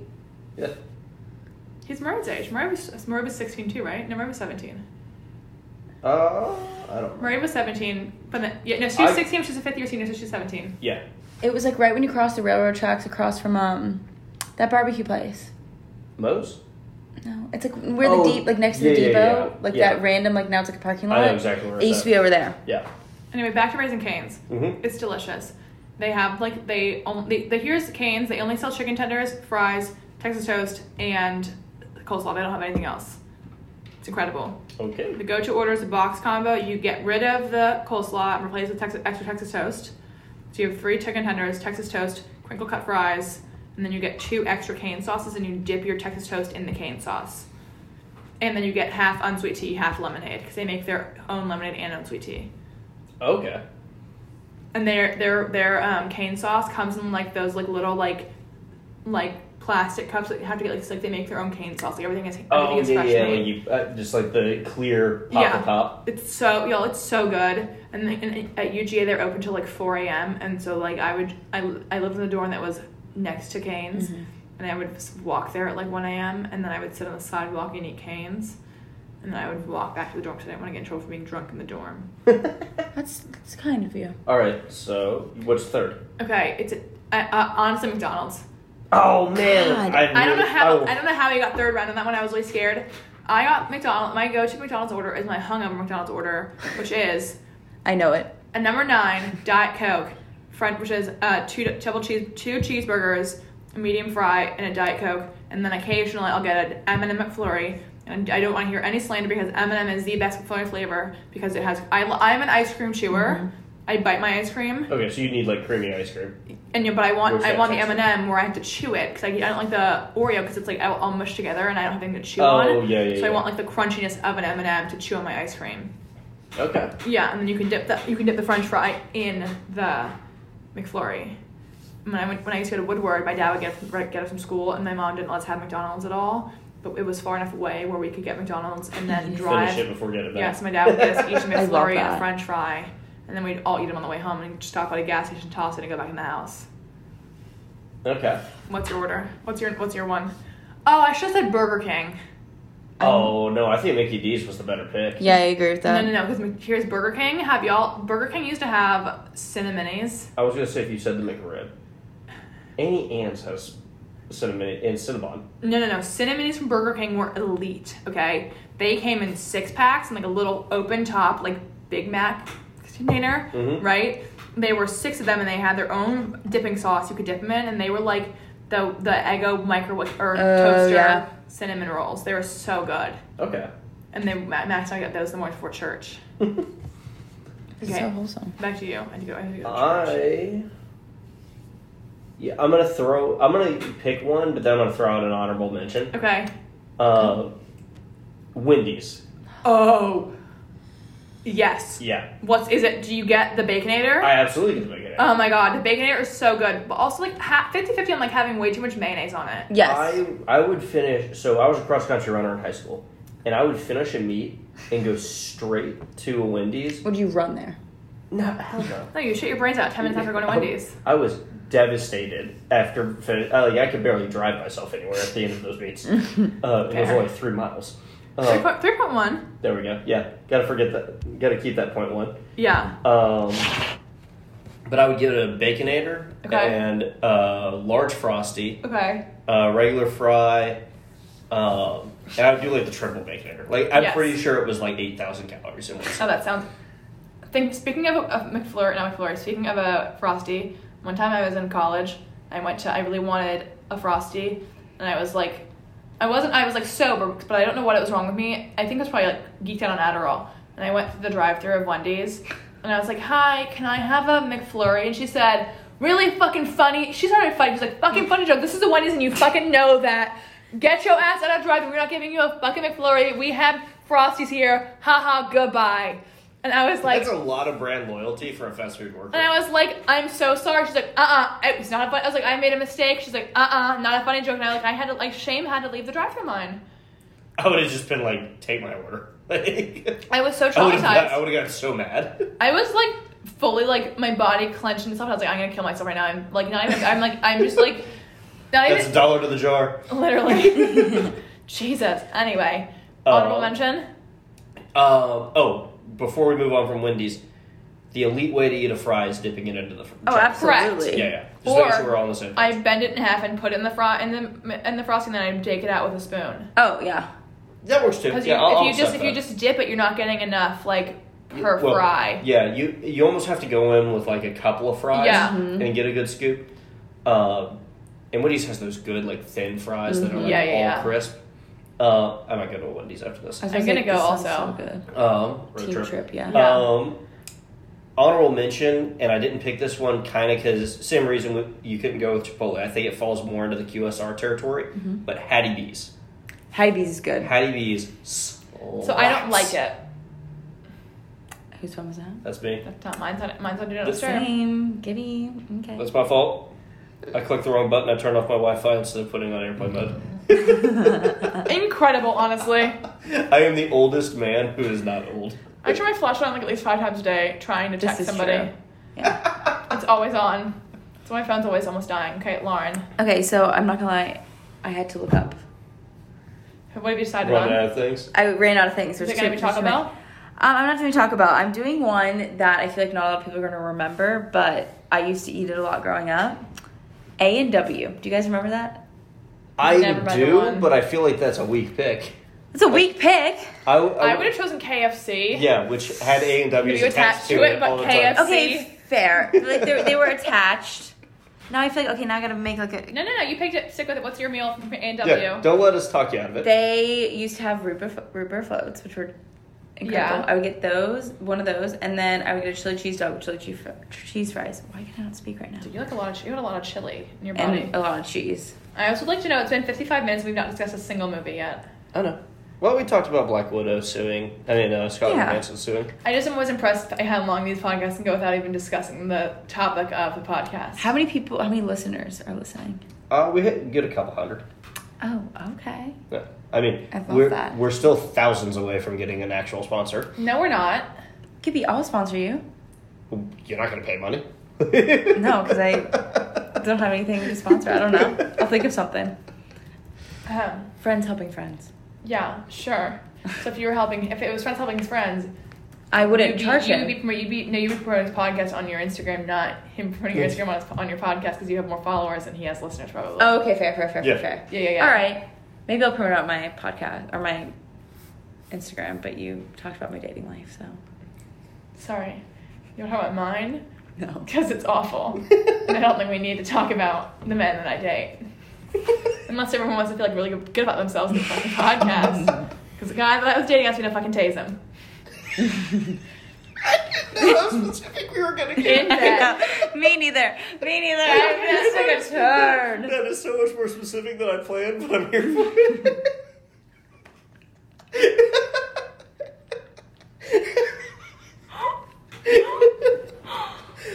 Speaker 1: Yeah.
Speaker 2: He's Murray's age. Murray was Murray was 16 too, right? No, Murray was 17.
Speaker 1: Uh, I don't. Remember.
Speaker 2: Murray was 17, but then yeah, no, she was
Speaker 1: I-
Speaker 2: 16. She's a fifth year senior, so she's 17.
Speaker 1: Yeah.
Speaker 4: It was like right when you crossed the railroad tracks across from um that barbecue place.
Speaker 1: Moe's?
Speaker 4: No, it's like where
Speaker 1: Oh,
Speaker 4: the deep, like next to the
Speaker 1: yeah, yeah,
Speaker 4: depot,
Speaker 1: yeah.
Speaker 4: like
Speaker 1: Yeah.
Speaker 4: that random, like now it's like a parking lot.
Speaker 1: I know exactly where
Speaker 4: It used
Speaker 1: it's
Speaker 4: to be over there.
Speaker 1: at. Yeah.
Speaker 2: Anyway, back to Raising Canes.
Speaker 1: Mm-hmm.
Speaker 2: It's delicious. They have like they only they, here's Canes. They only sell chicken tenders, fries, Texas toast, and coleslaw. They don't have anything else. It's incredible.
Speaker 1: Okay.
Speaker 2: The go-to order is a box combo. You get rid of the coleslaw and replace with Texas, extra Texas toast. So you have three chicken tenders, Texas toast, crinkle cut fries, and then you get two extra cane sauces, and you dip your Texas toast in the cane sauce. And then you get half unsweet tea, half lemonade, because they make their own lemonade and unsweet tea.
Speaker 1: Okay.
Speaker 2: And their their their um, cane sauce comes in like those like little like like plastic cups that you have to get like it's like they make their own cane sauce. Like everything is everything
Speaker 1: Oh
Speaker 2: is
Speaker 1: yeah,
Speaker 2: fresh
Speaker 1: yeah.
Speaker 2: made.
Speaker 1: like you, uh, just like the clear pop
Speaker 2: Yeah.
Speaker 1: the top.
Speaker 2: It's so y'all, it's so good. And, they, and at UGA they're open till like four a.m. And so like I would I, I lived in the dorm that was next to Canes,
Speaker 4: Mm-hmm.
Speaker 2: and I would just walk there at like one a.m. and then I would sit on the sidewalk and eat Canes, and then I would walk back to the dorm because I didn't want to get in trouble for being drunk in the dorm.
Speaker 4: That's that's kind of you.
Speaker 1: All right. So what's third?
Speaker 2: Okay, it's I, uh, honestly McDonald's.
Speaker 1: Oh man,
Speaker 4: God.
Speaker 2: I don't know how
Speaker 1: will-
Speaker 2: I don't know how I got third round on that one. I was really scared. I got McDonald. My go-to McDonald's order is my hungover McDonald's order, which is
Speaker 4: I know it.
Speaker 2: And number nine, Diet Coke, French, which is uh, two double cheese, two cheeseburgers, a medium fry, and a Diet Coke. And then occasionally I'll get an M&M McFlurry. And I don't want to hear any slander because M&M is the best McFlurry flavor because it has. I, lo- I'm an ice cream chewer.
Speaker 1: Mm-hmm.
Speaker 2: I bite my ice cream,
Speaker 1: Okay, so you need like creamy ice cream.
Speaker 2: and you- but I want
Speaker 1: Which
Speaker 2: I want the
Speaker 1: that's
Speaker 2: M and M where I have to chew it because I, I don't like the Oreo because it's like all, all mushed together and I don't have anything to chew
Speaker 1: Oh
Speaker 2: on.
Speaker 1: yeah, yeah.
Speaker 2: so
Speaker 1: yeah.
Speaker 2: I want like the crunchiness of an M and m to chew on my ice cream.
Speaker 1: Okay.
Speaker 2: Yeah, and then you can dip the you can dip the French fry in the McFlurry. When I went when I used to go to Woodward, my dad would get right, get us from school, and my mom didn't let us have McDonald's at all. But it was far enough away where we could get McDonald's and then
Speaker 1: Finish
Speaker 2: drive.
Speaker 1: it before getting
Speaker 2: Yes,
Speaker 1: back.
Speaker 2: my dad would get us each a
Speaker 4: I love
Speaker 2: McFlurry and a
Speaker 4: that.
Speaker 2: French fry, and then we'd all eat them on the way home and stop at a gas station, toss it, and go back in the house.
Speaker 1: Okay.
Speaker 2: What's your order? What's your What's your one? Oh, I should have said Burger King. Um,
Speaker 1: Oh no, I think Mickey D's was the better pick.
Speaker 4: Yeah, I agree with
Speaker 2: No,
Speaker 4: that.
Speaker 2: no, no. Because here's Burger King. Have y'all? Burger King used to have cinnamonies.
Speaker 1: I was gonna say if you said the McRib, Annie Ann's has cinnamon and Cinnabon.
Speaker 2: No, no, no. Cinnamonies from Burger King were elite, okay? They came in six packs and like a little open top, like Big Mac container,
Speaker 1: Mm-hmm.
Speaker 2: right? They were six of them and they had their own dipping sauce you could dip them in, and they were like the the Eggo microwave or
Speaker 4: Oh,
Speaker 2: toaster
Speaker 4: yeah.
Speaker 2: cinnamon rolls. They were so good.
Speaker 1: Okay.
Speaker 2: And then Ma- Max and I got those the morning before church.
Speaker 4: It's
Speaker 2: Okay.
Speaker 4: so wholesome.
Speaker 2: Back to you. I had to go. I had to go to
Speaker 1: I.
Speaker 2: church.
Speaker 1: Yeah, I'm gonna throw. I'm gonna pick one, but then I'm gonna throw out an honorable mention.
Speaker 2: Okay.
Speaker 1: Uh, Wendy's.
Speaker 2: Oh. Yes.
Speaker 1: Yeah,
Speaker 2: What's is it? Do you get the baconator?
Speaker 1: I absolutely can make it.
Speaker 2: Oh my god, the baconator is so good, but also like ha- 50-50 on like having way too much mayonnaise on it.
Speaker 4: Yes.
Speaker 1: I I would finish. So I was a cross country runner in high school, and I would finish a meet and go straight to a Wendy's.
Speaker 4: Would you run there?
Speaker 1: No, hell no.
Speaker 2: No, you shit your brains out ten minutes after going to Wendy's.
Speaker 1: I was devastated after fin- I, like I could barely drive myself anywhere at the end of those meets. Uh, it was
Speaker 2: Fair.
Speaker 1: only three miles.
Speaker 2: Three
Speaker 1: Uh,
Speaker 2: point three point one.
Speaker 1: there we go. Yeah, gotta forget that. Gotta keep that point one.
Speaker 2: Yeah.
Speaker 1: Um, but I would get a baconator
Speaker 2: Okay.
Speaker 1: and uh, large frosty.
Speaker 2: Okay.
Speaker 1: uh, regular fry. Um, and I would do like the triple baconator. Like I'm
Speaker 2: Yes.
Speaker 1: pretty sure it was like eight thousand calories in one.
Speaker 2: Oh, that sounds. Think. Speaking of, of McFlurry, not McFlurry. Speaking of a frosty, one time I was in college. I went to. I really wanted a frosty, and I was like, I wasn't. I was like sober, but I don't know what it was wrong with me. I think I was probably like geeked out on Adderall. And I went through the drive-through of Wendy's, and I was like, "Hi, can I have a McFlurry?" And she said, "Really fucking funny." She started fighting. She's like, "Fucking funny joke. This is the Wendy's, and you fucking know that. Get your ass out of drive-through. We're not giving you a fucking McFlurry. We have Frosties here. Haha. Goodbye." And I was like,
Speaker 1: That's a lot of brand loyalty for a fast food worker.
Speaker 2: and I was like, I'm so sorry. She's like, uh uh it was not a fun. I was like, I made a mistake. She's like, uh uh not a funny joke. And I like, I had to, like, shame had to leave the drive through line.
Speaker 1: I would have just been like, take my order. Like,
Speaker 2: I was so
Speaker 1: I would have
Speaker 2: traumatized.
Speaker 1: I would have gotten so mad.
Speaker 2: I was like fully like my body clenched and stuff. I was like, I'm gonna kill myself right now. I'm like not even. I'm like I'm just like not
Speaker 1: That's
Speaker 2: even
Speaker 1: a dollar to the jar.
Speaker 4: Oh,
Speaker 2: literally. Jesus. Anyway, honorable
Speaker 1: Uh,
Speaker 2: mention.
Speaker 1: Um, oh, before we move on from Wendy's, the elite way to eat a fry is dipping it into the fr-
Speaker 4: Oh,
Speaker 1: jar.
Speaker 4: absolutely.
Speaker 1: Yeah, yeah. Just making
Speaker 2: Or
Speaker 1: sure we're all on the same.
Speaker 2: I bend it in half and put it in the fro- in the in the frosting, then I take it out with a spoon.
Speaker 4: Oh yeah.
Speaker 1: that works too.
Speaker 2: Because
Speaker 1: Yeah, I'll,
Speaker 2: if you
Speaker 1: I'll
Speaker 2: just
Speaker 1: accept
Speaker 2: if you
Speaker 1: that.
Speaker 2: just dip it, you're not getting enough like per
Speaker 1: Well,
Speaker 2: fry.
Speaker 1: Yeah, you you almost have to go in with like a couple of fries
Speaker 2: Yeah.
Speaker 1: and get a good scoop. Um, and Wendy's has those good like thin fries that are like
Speaker 2: Mm-hmm. Yeah,
Speaker 1: all
Speaker 2: yeah, yeah.
Speaker 1: crisp. Uh, I might go to a Wendy's after this.
Speaker 4: I was
Speaker 2: I'm
Speaker 4: say,
Speaker 2: gonna go
Speaker 4: this sounds
Speaker 2: also.
Speaker 4: So good.
Speaker 1: Um, road
Speaker 4: Team
Speaker 1: trip.
Speaker 4: trip. Yeah.
Speaker 2: Yeah.
Speaker 1: Um, honorable mention, and I didn't pick this one kind of because same reason we, you couldn't go with Chipotle. I think it falls more into the QSR territory, but Hattie B's.
Speaker 4: Hattie B's Mm-hmm. is good.
Speaker 1: Hattie B's.
Speaker 2: So I don't like it.
Speaker 4: Whose phone was that?
Speaker 1: That's me.
Speaker 2: That's not mine's on mine's on do not
Speaker 1: That's
Speaker 2: disturb.
Speaker 4: Same. Giddy. Okay.
Speaker 1: That's my fault. I clicked the wrong button. I turned off my Wi-Fi instead of putting it on airplane mode.
Speaker 2: Incredible, honestly.
Speaker 1: I am the oldest man who is not old.
Speaker 2: I turn my flashlight on like at least five times a day, trying to
Speaker 4: This
Speaker 2: text
Speaker 4: is
Speaker 2: somebody.
Speaker 4: true. Yeah.
Speaker 2: It's always on. So my phone's always almost dying. Okay, Lauren,
Speaker 4: okay, so I'm not gonna lie, I had to look up.
Speaker 2: what have you decided
Speaker 1: Running
Speaker 2: on?
Speaker 1: out of things.
Speaker 4: I ran out of things.
Speaker 2: Is
Speaker 4: there's
Speaker 2: it gonna
Speaker 4: too-
Speaker 2: be Taco
Speaker 4: there's too many.
Speaker 2: Bell?
Speaker 4: Um, I'm not doing Taco Bell. I'm doing one that I feel like not a lot of people are gonna remember, but I used to eat it a lot growing up. A and W. Do you guys remember that?
Speaker 1: I
Speaker 2: Never mind the
Speaker 1: do,
Speaker 2: one.
Speaker 1: but I feel like that's a weak pick.
Speaker 4: It's a weak pick.
Speaker 1: I,
Speaker 2: I would have chosen KFC.
Speaker 1: Yeah, which had A and W
Speaker 2: You attached
Speaker 1: attached
Speaker 2: to it, but
Speaker 1: all the
Speaker 2: KFC
Speaker 1: time.
Speaker 4: Okay, fair. Like they, they were attached. Now I feel like okay. Now I gotta make like a.
Speaker 2: No, no, no. You picked it. Stick with it. What's your meal from A and
Speaker 1: Yeah,
Speaker 2: W?
Speaker 1: don't let us talk you out of it.
Speaker 4: They used to have root beer, flo- root beer floats, which were incredible.
Speaker 2: Yeah.
Speaker 4: I would get those, one of those, and then I would get a chili cheese dog with chili cheese, fr- cheese fries. Why can I not speak right now?
Speaker 2: You like a lot of you had a lot of chili in your body.
Speaker 4: And oh, a lot of cheese.
Speaker 2: I also would like to know it's been 55 minutes. We've not discussed a single movie yet.
Speaker 1: I know. Well, we talked about Black Widow suing. I mean, uh, Scarlett
Speaker 4: Yeah.
Speaker 1: Johansson suing.
Speaker 2: I just was impressed by how long these podcasts can go without even discussing the topic of the podcast.
Speaker 4: How many people? How many listeners are listening?
Speaker 1: Uh, we hit, get a couple hundred.
Speaker 4: Oh, okay.
Speaker 1: Yeah. I mean,
Speaker 4: I love
Speaker 1: we're
Speaker 4: that.
Speaker 1: we're still thousands away from getting an actual sponsor.
Speaker 2: No, we're not.
Speaker 4: Could be. I'll sponsor you.
Speaker 1: You're not gonna pay money.
Speaker 4: No, 'cause I Don't have anything to sponsor. I don't know. I'll think of something.
Speaker 2: Um,
Speaker 4: Friends helping friends.
Speaker 2: yeah, sure. So if you were helping, if it was friends helping his friends,
Speaker 4: I
Speaker 2: you'd
Speaker 4: wouldn't
Speaker 2: be,
Speaker 4: charge
Speaker 2: you'd
Speaker 4: him.
Speaker 2: Be, promo- you'd be, no, you would promote his podcast on your Instagram, not him promoting your
Speaker 1: Yes.
Speaker 2: Instagram on, his, on your podcast because you have more followers and he has listeners probably.
Speaker 4: oh, okay. Fair, fair, fair,
Speaker 1: Yeah.
Speaker 4: fair, fair.
Speaker 2: yeah, yeah, yeah.
Speaker 4: All right. Maybe I'll promote out my podcast or my Instagram. But you talked about my dating life, so
Speaker 2: Sorry, you want to talk about mine
Speaker 4: no.
Speaker 2: because it's awful, and I don't think we need to talk about the men that I date. Unless everyone wants to feel like really good about themselves in the fucking podcast. Because the guy that I was dating asked me to fucking tase him.
Speaker 1: How specific we were gonna
Speaker 2: In bed.
Speaker 4: No, me neither. Me neither.
Speaker 2: I
Speaker 4: I
Speaker 2: missed
Speaker 4: missed a turn.
Speaker 1: That is so much more specific than I planned, but I'm here for it.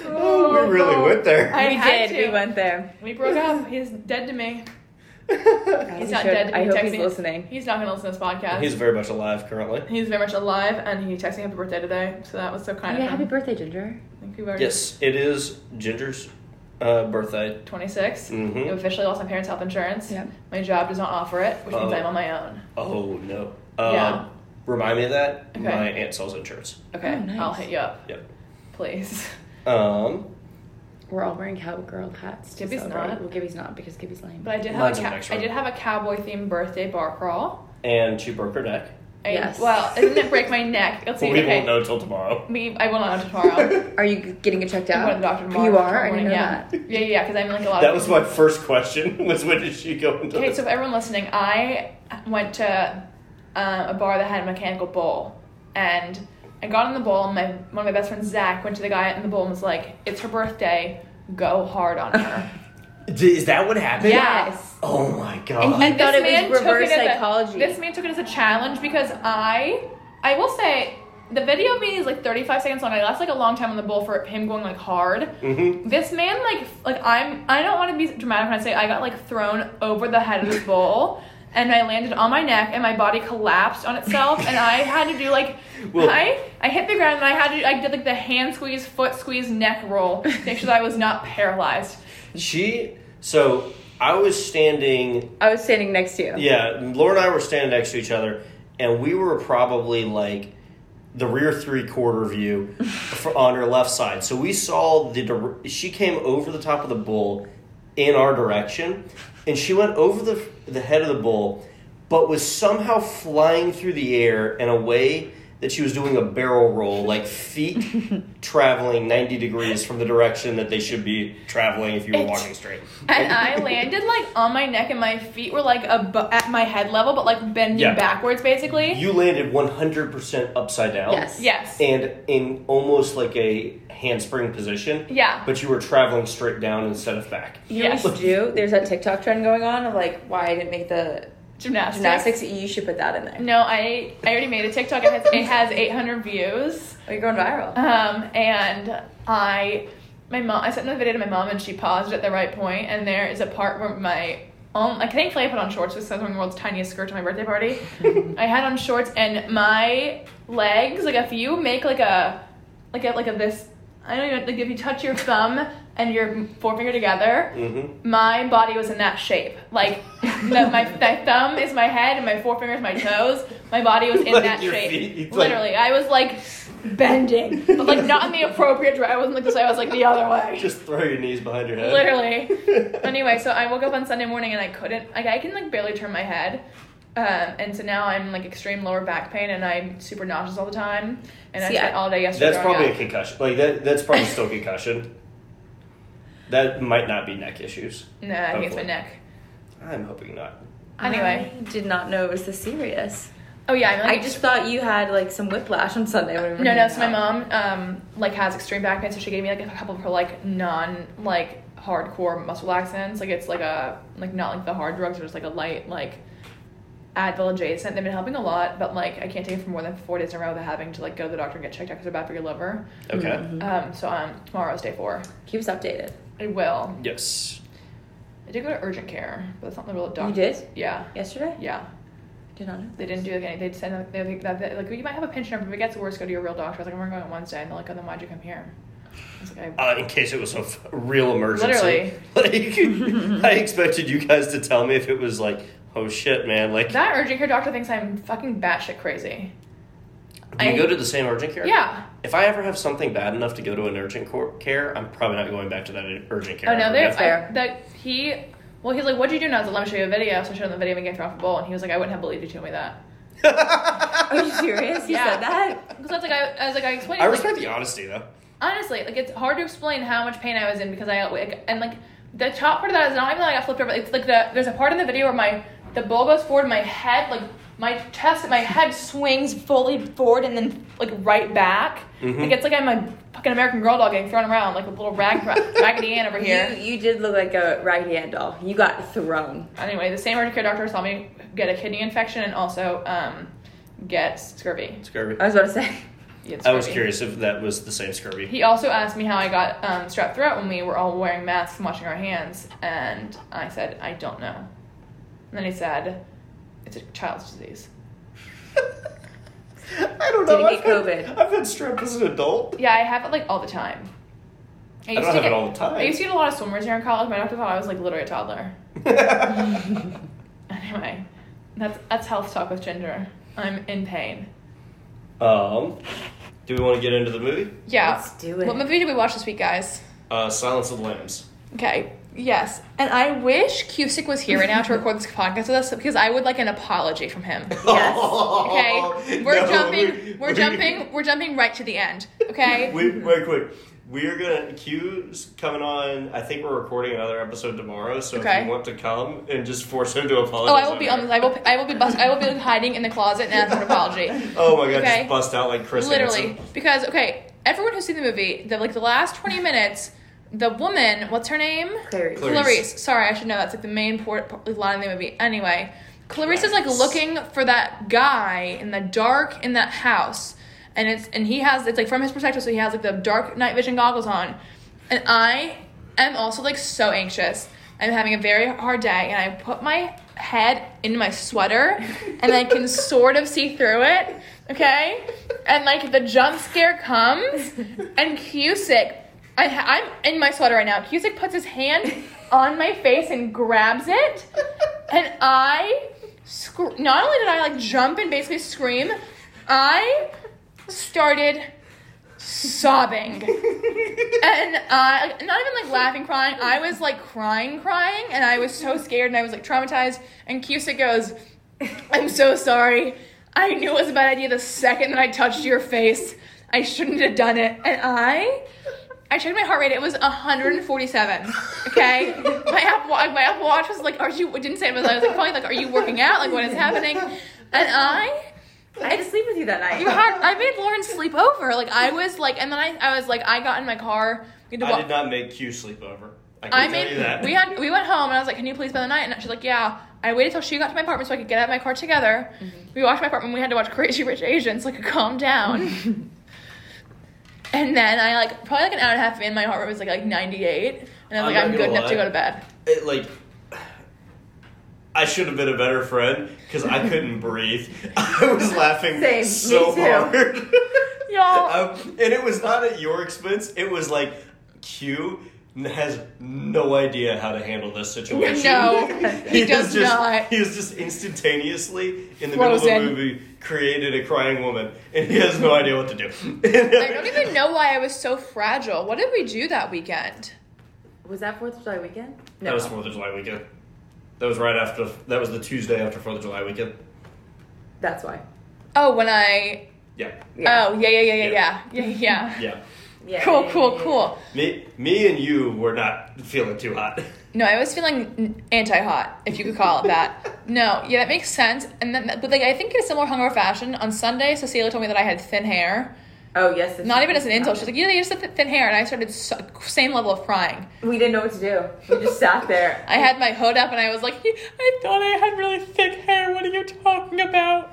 Speaker 1: oh, we really
Speaker 2: no.
Speaker 1: went there.
Speaker 2: I
Speaker 4: we
Speaker 2: had
Speaker 4: did.
Speaker 2: to.
Speaker 4: We went there.
Speaker 2: We broke up. He's dead to me. He's
Speaker 4: He
Speaker 2: not
Speaker 4: should-
Speaker 2: dead.
Speaker 4: I
Speaker 2: He
Speaker 4: hope
Speaker 2: texted
Speaker 4: he's
Speaker 2: me-
Speaker 4: listening.
Speaker 2: He's not going to listen to this podcast.
Speaker 1: He's very much alive currently.
Speaker 2: He's very much alive, and he texted me happy birthday today, so that was so kind
Speaker 4: Oh, Yeah,
Speaker 2: of
Speaker 4: happy
Speaker 2: him.
Speaker 4: birthday, Ginger.
Speaker 2: I think we've already
Speaker 1: Yes, it is Ginger's uh, birthday.
Speaker 2: 26.
Speaker 1: Mhm.
Speaker 2: You officially lost my parents' health insurance.
Speaker 4: Yeah.
Speaker 2: My job does not offer it, which means
Speaker 1: Oh.
Speaker 2: I'm on my own.
Speaker 1: Oh no. Um,
Speaker 2: Yeah.
Speaker 1: Remind me of that.
Speaker 2: Okay.
Speaker 1: My aunt sells insurance.
Speaker 2: Okay,
Speaker 4: Oh, nice.
Speaker 2: I'll hit you up,
Speaker 1: Yep.
Speaker 2: please.
Speaker 1: Um,
Speaker 4: We're all wearing cowgirl hats. to
Speaker 2: Gibby's
Speaker 4: celebrate.
Speaker 2: not.
Speaker 4: Well, Gibby's not because Gibby's lame.
Speaker 2: But I did have
Speaker 1: Mine's
Speaker 2: a
Speaker 1: in the
Speaker 2: ca-
Speaker 1: next
Speaker 2: I
Speaker 1: room.
Speaker 2: did have a cowboy themed birthday bar crawl.
Speaker 1: and she broke her neck.
Speaker 2: I,
Speaker 4: Yes.
Speaker 2: Well, it didn't break my neck. Let's see.
Speaker 1: we
Speaker 2: okay.
Speaker 1: won't know till tomorrow.
Speaker 2: Me, I will not know tomorrow.
Speaker 4: Are you g- getting it checked
Speaker 2: I'm
Speaker 4: out?
Speaker 2: going to the doctor tomorrow.
Speaker 4: You are. I
Speaker 2: Morning.
Speaker 4: didn't know
Speaker 2: yeah.
Speaker 4: that.
Speaker 2: Yeah, yeah, yeah. Because I'm like a lot.
Speaker 1: That
Speaker 2: of
Speaker 1: was my first question. Was when did she go into?
Speaker 2: Okay,
Speaker 1: the-
Speaker 2: so for everyone listening, I went to um, a bar that had a mechanical bowl, and I got in the bowl. And my one of my best friends, Zach, went to the guy in the bowl and was like, "It's her birthday. Go hard on her."
Speaker 1: D- is that what happened?
Speaker 2: yes.
Speaker 1: Oh my
Speaker 4: And
Speaker 1: god.
Speaker 4: he- thought
Speaker 2: This
Speaker 4: it was
Speaker 2: man took
Speaker 4: reverse
Speaker 2: as a-
Speaker 4: psychology.
Speaker 2: this man took it as a challenge because I, I will say, the video of me is like 35 seconds long. I left like a long time on the bowl for him going like hard.
Speaker 1: Mhm.
Speaker 2: This man like f- like I'm I don't want to be dramatic when I say I got like thrown over the head of this bowl. And I landed on my neck, and my body collapsed on itself, and I had to do like,
Speaker 1: Well-
Speaker 2: I I hit the ground, and I had to I did like the hand squeeze, foot squeeze, neck roll, to make sure that I was not paralyzed.
Speaker 1: She. So I was standing.
Speaker 4: I was standing next to you.
Speaker 1: Yeah, Laura and I were standing next to each other, and we were probably like the rear three quarter view for, on her left side. So we saw the dir- she came over the top of the bull in our direction, and she went over the the head of the bull, but was somehow flying through the air in a way that she was doing a barrel roll, like feet traveling ninety degrees from the direction that they should be traveling if you were
Speaker 2: It's-
Speaker 1: walking straight.
Speaker 2: And I landed like on my neck, and my feet were like abo- at my head level, but like bending
Speaker 1: Yeah.
Speaker 2: backwards, basically.
Speaker 1: You Oh. landed one hundred percent upside down.
Speaker 4: Yes.
Speaker 2: yes.
Speaker 1: and in almost like a handspring position.
Speaker 2: Yeah.
Speaker 1: But you were traveling straight down instead of back.
Speaker 4: You know what
Speaker 2: Yes.
Speaker 4: we should do? There's that TikTok trend going on of like why I didn't make the
Speaker 2: Gymnastics.
Speaker 4: gymnastics. You should put that in there.
Speaker 2: No, I I already made a TikTok. It has it has 800 views.
Speaker 4: Oh, you're going viral.
Speaker 2: Um, and I, my mom, I sent the video to my mom, and she paused at the right point, and there is a part where my, um, like thankfully I put on shorts because I was wearing the world's tiniest skirt to my birthday party. I had on shorts, and my legs, like if you make like a, like a like a this, I don't even like if you touch your thumb and your forefinger together,
Speaker 1: Mm-hmm.
Speaker 2: my body was in that shape. Like the, my, my thumb is my head and my forefinger is my toes. My body was in
Speaker 1: Like
Speaker 2: that
Speaker 1: your
Speaker 2: shape.
Speaker 1: feet, it's like-
Speaker 2: Literally, I was like bending, but like not in the appropriate direction. I wasn't like this way. I was like the other way.
Speaker 1: Just throw your knees behind your head.
Speaker 2: Literally. Anyway, so I woke up on Sunday morning and I couldn't. Like I can like barely turn my head. Um, and so now I'm like extreme lower back pain and I'm super nauseous all the time. And
Speaker 4: See,
Speaker 2: I spent
Speaker 4: I-
Speaker 2: all day yesterday.
Speaker 1: That's
Speaker 2: throwing
Speaker 1: probably a
Speaker 2: up.
Speaker 1: concussion. Like that. That's probably still concussion. That might not be neck issues.
Speaker 2: no. I think it's my
Speaker 1: Hopefully.
Speaker 2: neck.
Speaker 1: I'm hoping not.
Speaker 2: Anyway.
Speaker 4: I did not know it was this serious.
Speaker 2: Oh yeah, I'm like
Speaker 4: I just thought you had like some whiplash on Sunday. When we were
Speaker 2: No, no.
Speaker 4: hanging
Speaker 2: So my
Speaker 4: out.
Speaker 2: mom, um, like has extreme back pain, so she gave me like a couple of her like non like hardcore muscle relaxants. Like it's like a like not like the hard drugs, or just like a light like Advil adjacent. They've been helping a lot, but like I can't take it for more than four days in a row without having to like go to the doctor and get checked out because they're bad for your liver.
Speaker 1: Okay.
Speaker 4: Mm-hmm.
Speaker 2: Um, so um, tomorrow's day four.
Speaker 4: Uh, Keep us updated.
Speaker 2: I will.
Speaker 1: Yes.
Speaker 2: I did go to urgent care, but that's not the real doctor.
Speaker 4: You did
Speaker 2: Yeah,
Speaker 4: yesterday?
Speaker 2: yeah.
Speaker 4: Did not know.
Speaker 2: They didn't do like anything. They send like, they like, that, that- like you might have a pinch nerve, but if it gets worse, go to your real doctor. I was like, I'm going on Wednesday, and they're like, oh, then why'd you come here? I was like, I
Speaker 1: Uh, in case it was a f- real emergency.
Speaker 2: Literally.
Speaker 1: Like, I expected you guys to tell me if it was like, oh shit, man. Like,
Speaker 2: That urgent care doctor thinks I'm fucking batshit crazy.
Speaker 1: do you
Speaker 2: I-
Speaker 1: go to the same urgent care?
Speaker 2: Yeah.
Speaker 1: If I ever have something bad enough to go to an urgent cor- care, I'm probably not going back to that urgent care.
Speaker 2: Oh no,
Speaker 1: ever
Speaker 2: they're
Speaker 1: again.
Speaker 2: I- That he, well, he's like, "What'd you do?" Now I was like, "Let me show you a video." So I showed him the video of me getting thrown off a bowl, and he was like, "I wouldn't have believed you told me that."
Speaker 4: Are you serious? You
Speaker 2: Yeah.
Speaker 4: said that?
Speaker 2: Because I was like, I, I was like, I explained.
Speaker 1: I
Speaker 2: it, like,
Speaker 1: respect the honesty though.
Speaker 2: honestly, like it's hard to explain how much pain I was in because I like, and like the top part of that is not even that I got flipped over. It's like the there's a part in the video where my the bowl goes forward, my head like my chest, my head swings fully forward and then like right back.
Speaker 1: Mhm.
Speaker 2: Like it's like I'm a fucking American Girl doll getting thrown around like a little rag raggedy Ann over here.
Speaker 4: You you did look like a Raggedy Ann doll. You got thrown.
Speaker 2: Anyway, the same urgent care doctor saw me get a kidney infection and also um, get scurvy.
Speaker 1: Scurvy.
Speaker 4: I was about to say.
Speaker 2: He had
Speaker 1: I was
Speaker 2: Oh, scurvy.
Speaker 1: curious if that was the same scurvy.
Speaker 2: He also asked me how I got um, strep throat when we were all wearing masks and washing our hands, and I said, I don't know. And then he said, It's a child's disease.
Speaker 1: I don't
Speaker 4: Did he
Speaker 1: know.
Speaker 4: get
Speaker 1: I've had-
Speaker 4: COVID?
Speaker 1: I've had strep as an adult.
Speaker 2: Yeah, I have it like all the time. I, used
Speaker 1: don't have
Speaker 2: get,
Speaker 1: it all the time.
Speaker 2: I used to get a lot of swimmers here in college. My doctor thought I was like literally a toddler. Anyway, that's, that's health talk with Ginger. I'm in pain.
Speaker 1: um, do we want to get into the movie?
Speaker 2: Yeah.
Speaker 4: Let's do it.
Speaker 2: What movie did we watch this week, guys?
Speaker 1: Uh, Silence of the Lambs.
Speaker 2: Okay. Yes. And I wish Cusick was here right now to record this podcast with us because I would like an apology from him. Okay. We're
Speaker 1: Oh, No, we-
Speaker 2: jumping. We're
Speaker 1: we-
Speaker 2: jumping. We're jumping right to the end. Okay.
Speaker 1: Wait, wait, quick. We are gonna Q's coming on. I think we're recording another episode tomorrow. So if
Speaker 2: Okay.
Speaker 1: you want to come and just force him to apologize.
Speaker 2: Oh, I will be
Speaker 1: on
Speaker 2: on. I will. I will be. Bust, I will be like, hiding in the closet and ask for an apology.
Speaker 1: Oh my god!
Speaker 2: Okay.
Speaker 1: Just bust out like Chris.
Speaker 2: Literally,
Speaker 1: Hansen.
Speaker 2: because okay, everyone who's seen the movie, the like the last twenty minutes, the woman, what's her name?
Speaker 4: Clarice.
Speaker 1: Clarice.
Speaker 2: Clarice. Sorry, I should know. That's like the main port, port- line in the movie. Anyway, Clarice is like
Speaker 1: Clarice.
Speaker 2: looking for that guy in the dark in that house, and it's and he has it's like from his perspective, so he has like the dark night vision goggles on, and I am also like so anxious. I'm having a very hard day, and I put my head in my sweater, and I can sort of see through it. Okay, and like the jump scare comes, and Cusick I, I'm in my sweater right now. Cusick puts his hand on my face and grabs it, and I. Sc- not only did I like jump and basically scream, I started sobbing. and I, not even like laughing, crying. I was like crying, crying, and I was so scared and I was like traumatized. And Cusick goes, I'm so sorry. I knew it was a bad idea the second that I touched your face. I shouldn't have done it. And I, I checked my heart rate. It was 147. Okay, my Apple, Wa- my Apple Watch was like, "Are you?" It didn't say it was. I was like, "Probably like, are you working out? Like, what is happening?" And I,
Speaker 3: I had to sleep with you that night.
Speaker 2: you had, I made Lauren sleep over. Like, I was like, and then I, I was like, I got in my car. We had to
Speaker 1: I
Speaker 2: walk-
Speaker 1: did not make Q sleep over. I can
Speaker 2: I
Speaker 1: tell
Speaker 2: made
Speaker 1: you that.
Speaker 2: we had we went home and I was like, "Can you please spend the night?" And she's like, "Yeah." I waited till she got to my apartment so I could get out of my car together. We watched my apartment. We had to watch Crazy Rich Asians. Like, calm down. and then I like probably like an hour and a half in, my heart rate was like like ninety eight, and I was
Speaker 1: I'm
Speaker 2: like,
Speaker 1: not
Speaker 2: "I'm
Speaker 1: gonna
Speaker 2: good enough
Speaker 1: lie.
Speaker 2: to go to bed."
Speaker 1: it, like I should have been a better friend because I couldn't breathe. I was laughing
Speaker 3: Same, me
Speaker 1: so
Speaker 3: too.
Speaker 1: hard.
Speaker 2: Y'all,
Speaker 1: Um, and it was not at your expense. It was like Q n- has no idea how to handle this situation.
Speaker 2: No, he
Speaker 1: was
Speaker 2: does
Speaker 1: just,
Speaker 2: not.
Speaker 1: He was just instantaneously in the middle
Speaker 2: Frozen.
Speaker 1: of the movie created a crying woman, and he has no idea what to do.
Speaker 2: I don't even know why I was so fragile. What did we do that weekend?
Speaker 3: Was that Fourth of July weekend?
Speaker 1: That was Fourth of July weekend. That was right after. That was the Tuesday after Fourth of July weekend.
Speaker 3: That's why.
Speaker 2: Oh, when I
Speaker 1: Yeah,
Speaker 2: oh yeah yeah yeah yeah yeah yeah yeah.
Speaker 1: yeah.
Speaker 3: Yeah,
Speaker 2: Cool
Speaker 3: yeah, yeah,
Speaker 2: cool
Speaker 3: yeah.
Speaker 2: cool.
Speaker 1: Me, me, and you were not feeling too hot.
Speaker 2: No, I was feeling anti hot, if you could call it that. no, yeah, that makes sense. And then, but like, I think in a similar hungover fashion, on Sunday, Cecilia told me that I had thin hair.
Speaker 3: Oh yes. this
Speaker 2: Not
Speaker 3: is-
Speaker 2: even as an insult. She's like, yeah, you just have thin hair. And I started, so, same level of crying.
Speaker 3: We didn't know what to do. We just sat there.
Speaker 2: I had my hood up and I was like, I thought I had really thick hair. What are you talking about?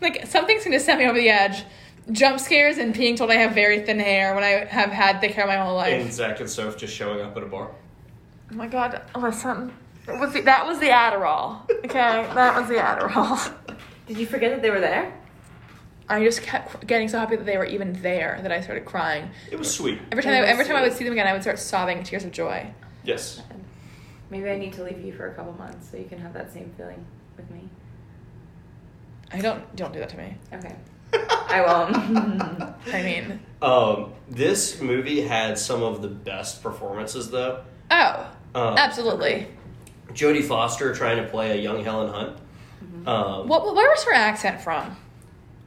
Speaker 2: Like, something's gonna set me over the edge. Jump scares and being told I have very thin hair when I have had thick hair my whole life.
Speaker 1: and Zach and Soph just showing up at a bar.
Speaker 2: Oh my god, listen. That was the, that was the Adderall. Okay, that was the Adderall.
Speaker 3: Did you forget that they were there?
Speaker 2: I just kept getting so happy that they were even there that I started crying.
Speaker 1: It was sweet.
Speaker 2: Every time, I,
Speaker 3: Oh,
Speaker 2: every time I would
Speaker 3: sweet.
Speaker 2: see them again, I would start sobbing tears of joy.
Speaker 1: Yes.
Speaker 3: Maybe I need to leave you for a couple months so you can have that same feeling with me.
Speaker 2: I don't don't do that to me.
Speaker 3: Okay. I won't.
Speaker 2: I mean,
Speaker 1: Um, this movie had some of the best performances, though.
Speaker 2: oh,
Speaker 1: Um,
Speaker 2: absolutely.
Speaker 1: Jodie Foster trying to play a young Helen Hunt.
Speaker 2: Mm-hmm.
Speaker 1: Um,
Speaker 2: What where was her accent from?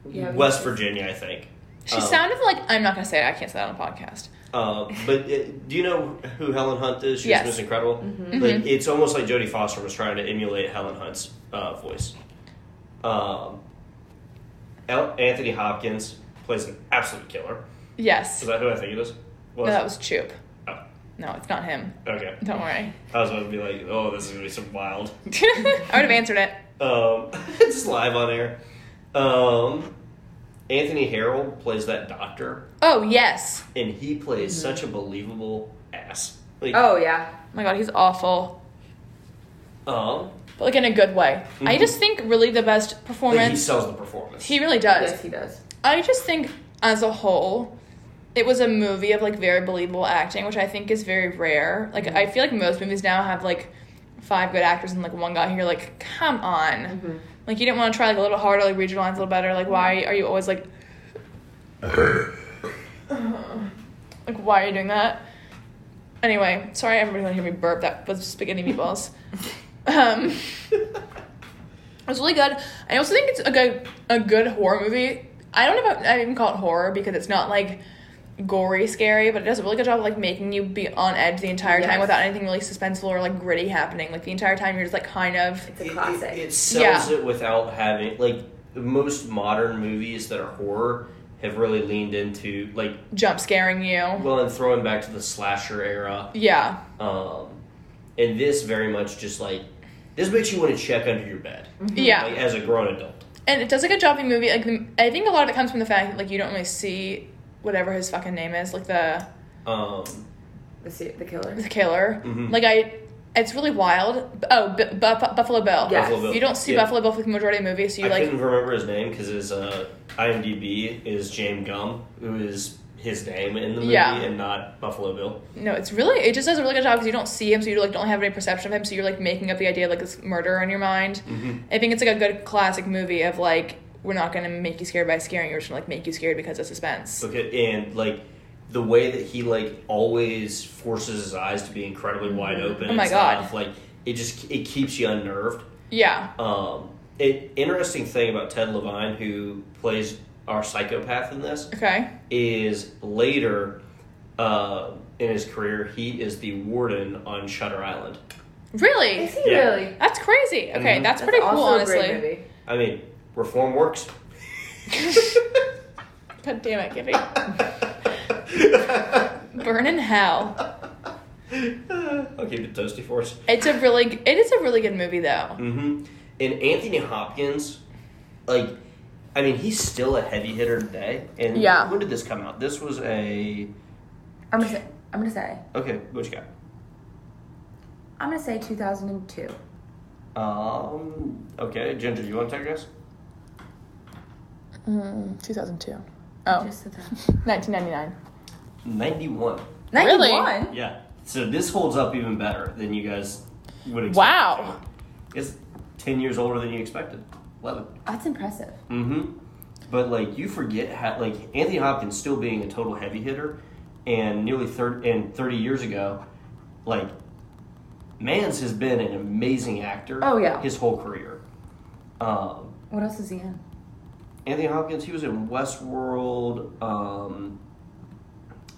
Speaker 3: Yeah, we-
Speaker 1: West Virginia, I think.
Speaker 2: She
Speaker 1: Um,
Speaker 2: sounded like I'm not gonna say it. I can't say that on a podcast.
Speaker 1: Uh, but it, do you know who Helen Hunt is? She's
Speaker 2: Yes. Mm-hmm.
Speaker 1: Miss Incredible. Like it's almost like Jodie Foster was trying to emulate Helen Hunt's uh, voice. Um, El- Anthony Hopkins plays an absolute killer.
Speaker 2: Yes.
Speaker 1: Is that who I think it is?
Speaker 2: No,
Speaker 1: Was
Speaker 2: that was Choop.
Speaker 1: Oh.
Speaker 2: No, it's not him.
Speaker 1: okay.
Speaker 2: Don't worry.
Speaker 1: I was about to be like, oh, this is gonna be some wild.
Speaker 2: I would have answered it.
Speaker 1: Um, it's live on air. Um, Anthony Harold plays that doctor,
Speaker 2: Oh yes.
Speaker 1: and he plays such a believable ass. Like,
Speaker 3: Oh yeah.
Speaker 2: Oh my god, he's awful.
Speaker 1: um,
Speaker 2: But like in a good way. I
Speaker 1: Mhm.
Speaker 2: just think really the best
Speaker 1: like he
Speaker 2: performance.
Speaker 1: sells the performance.
Speaker 2: He really does.
Speaker 3: Yes, he does.
Speaker 2: I just think as a whole, it was a movie of like very believable acting, which I think is very rare. Like I feel like most movies now have like five good actors and like one guy here. Like come on, like you didn't want to try like a little harder, like read your lines a little better. Like why are you always like, like why are you doing that? Anyway, sorry everybody gonna hear me burp. That was spaghetti meatballs. um, it was really good. I also think it's a good a good horror movie. I don't know if I, I even call it horror because it's not like gory scary, but it does a really good job of like making you be on edge the entire time
Speaker 3: Yes.
Speaker 2: without anything really suspenseful or like gritty happening. Like the entire time you're just like kind of
Speaker 3: It's a
Speaker 1: It-
Speaker 3: classic.
Speaker 1: It, it sells
Speaker 2: Yeah.
Speaker 1: it without having like most modern movies that are horror have really leaned into like
Speaker 2: jump scaring you.
Speaker 1: well and throwing back to the slasher era.
Speaker 2: Yeah.
Speaker 1: Um, and this very much just like this makes you want to check under your bed.
Speaker 2: Yeah.
Speaker 1: Like, as a grown adult.
Speaker 2: And it does a good job in the movie. Like the, I think a lot of it comes from the fact that like you don't really see whatever his fucking name is, like the
Speaker 1: Um,
Speaker 3: the, se- the killer.
Speaker 2: the killer.
Speaker 1: Mhm.
Speaker 2: Like I, it's really wild. Oh, bu- bu- Buffalo Bill.
Speaker 3: Yes.
Speaker 1: Buffalo Bill.
Speaker 2: You don't see
Speaker 1: Yeah.
Speaker 2: Buffalo Bill for the majority of the movie, so you
Speaker 1: I
Speaker 2: like
Speaker 1: couldn't remember his name because his uh, IMDb is James Gum, who is his name in the movie
Speaker 2: Yeah.
Speaker 1: and not Buffalo Bill.
Speaker 2: No, it's really it just does a really good job because you don't see him, so you like don't have any perception of him, so you're like making up the idea of, like this murderer in your mind. I think it's like a good classic movie of like we're not gonna make you scared by scaring you. We're just gonna like make you scared because of suspense.
Speaker 1: Okay, and like the way that he like always forces his eyes to be incredibly wide open.
Speaker 2: Oh
Speaker 1: and
Speaker 2: my God.
Speaker 1: stuff, Like it just it keeps you unnerved.
Speaker 2: Yeah.
Speaker 1: Um, it interesting thing about Ted Levine, who plays our psychopath in this,
Speaker 2: Okay.
Speaker 1: is later uh, in his career he is the warden on Shutter Island.
Speaker 2: Really?
Speaker 4: Is he
Speaker 1: Yeah.
Speaker 4: really?
Speaker 2: That's crazy. Okay,
Speaker 1: Mhm.
Speaker 2: that's pretty cool,
Speaker 4: also a
Speaker 2: honestly.
Speaker 4: great movie.
Speaker 1: I mean, reform works.
Speaker 2: God damn it, Gibby. Burn in hell.
Speaker 1: I'll keep it toasty for us.
Speaker 2: It's a really, g- it is a really good movie though.
Speaker 1: Mm-hmm. And Anthony Hopkins, like, I mean, he's still a heavy hitter today. And
Speaker 2: Yeah.
Speaker 1: when did this come out? This was a
Speaker 3: I'm gonna, say, I'm gonna say,
Speaker 1: okay. What you got?
Speaker 3: I'm gonna say 2002.
Speaker 1: Um. Okay, Ginger, you want to take this?
Speaker 2: Mm, 2002. Oh,
Speaker 3: Just so that.
Speaker 2: 1999.
Speaker 1: Ninety-one.
Speaker 3: 91.
Speaker 1: Yeah. So this holds up even better than you guys would expect.
Speaker 2: Wow.
Speaker 1: It's ten years older than you expected. Eleven.
Speaker 3: That's impressive.
Speaker 1: Mm-hmm. But like you forget how like Anthony Hopkins still being a total heavy hitter, and nearly thirty and thirty years ago, like Mans has been an amazing actor.
Speaker 3: Oh, yeah.
Speaker 1: his whole career. Um,
Speaker 3: What else is he in?
Speaker 1: Anthony Hopkins, he was in Westworld. Um,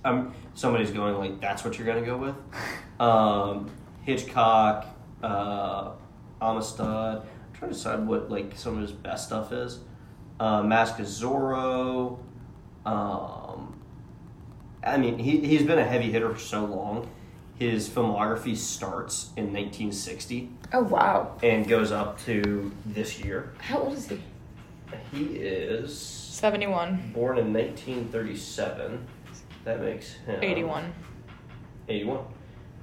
Speaker 1: um, somebody's going like, "That's what you're gonna go with." Um, Hitchcock, uh, Amistad. I'm trying to decide what like some of his best stuff is. Uh, Mask of Zorro. Um, I mean, he he's been a heavy hitter for so long. His filmography starts in 1960
Speaker 3: Oh wow.
Speaker 1: and goes up to this year.
Speaker 4: How old is he?
Speaker 1: He is
Speaker 2: 71.
Speaker 1: born in 1937. That makes him
Speaker 2: 81.
Speaker 1: 81.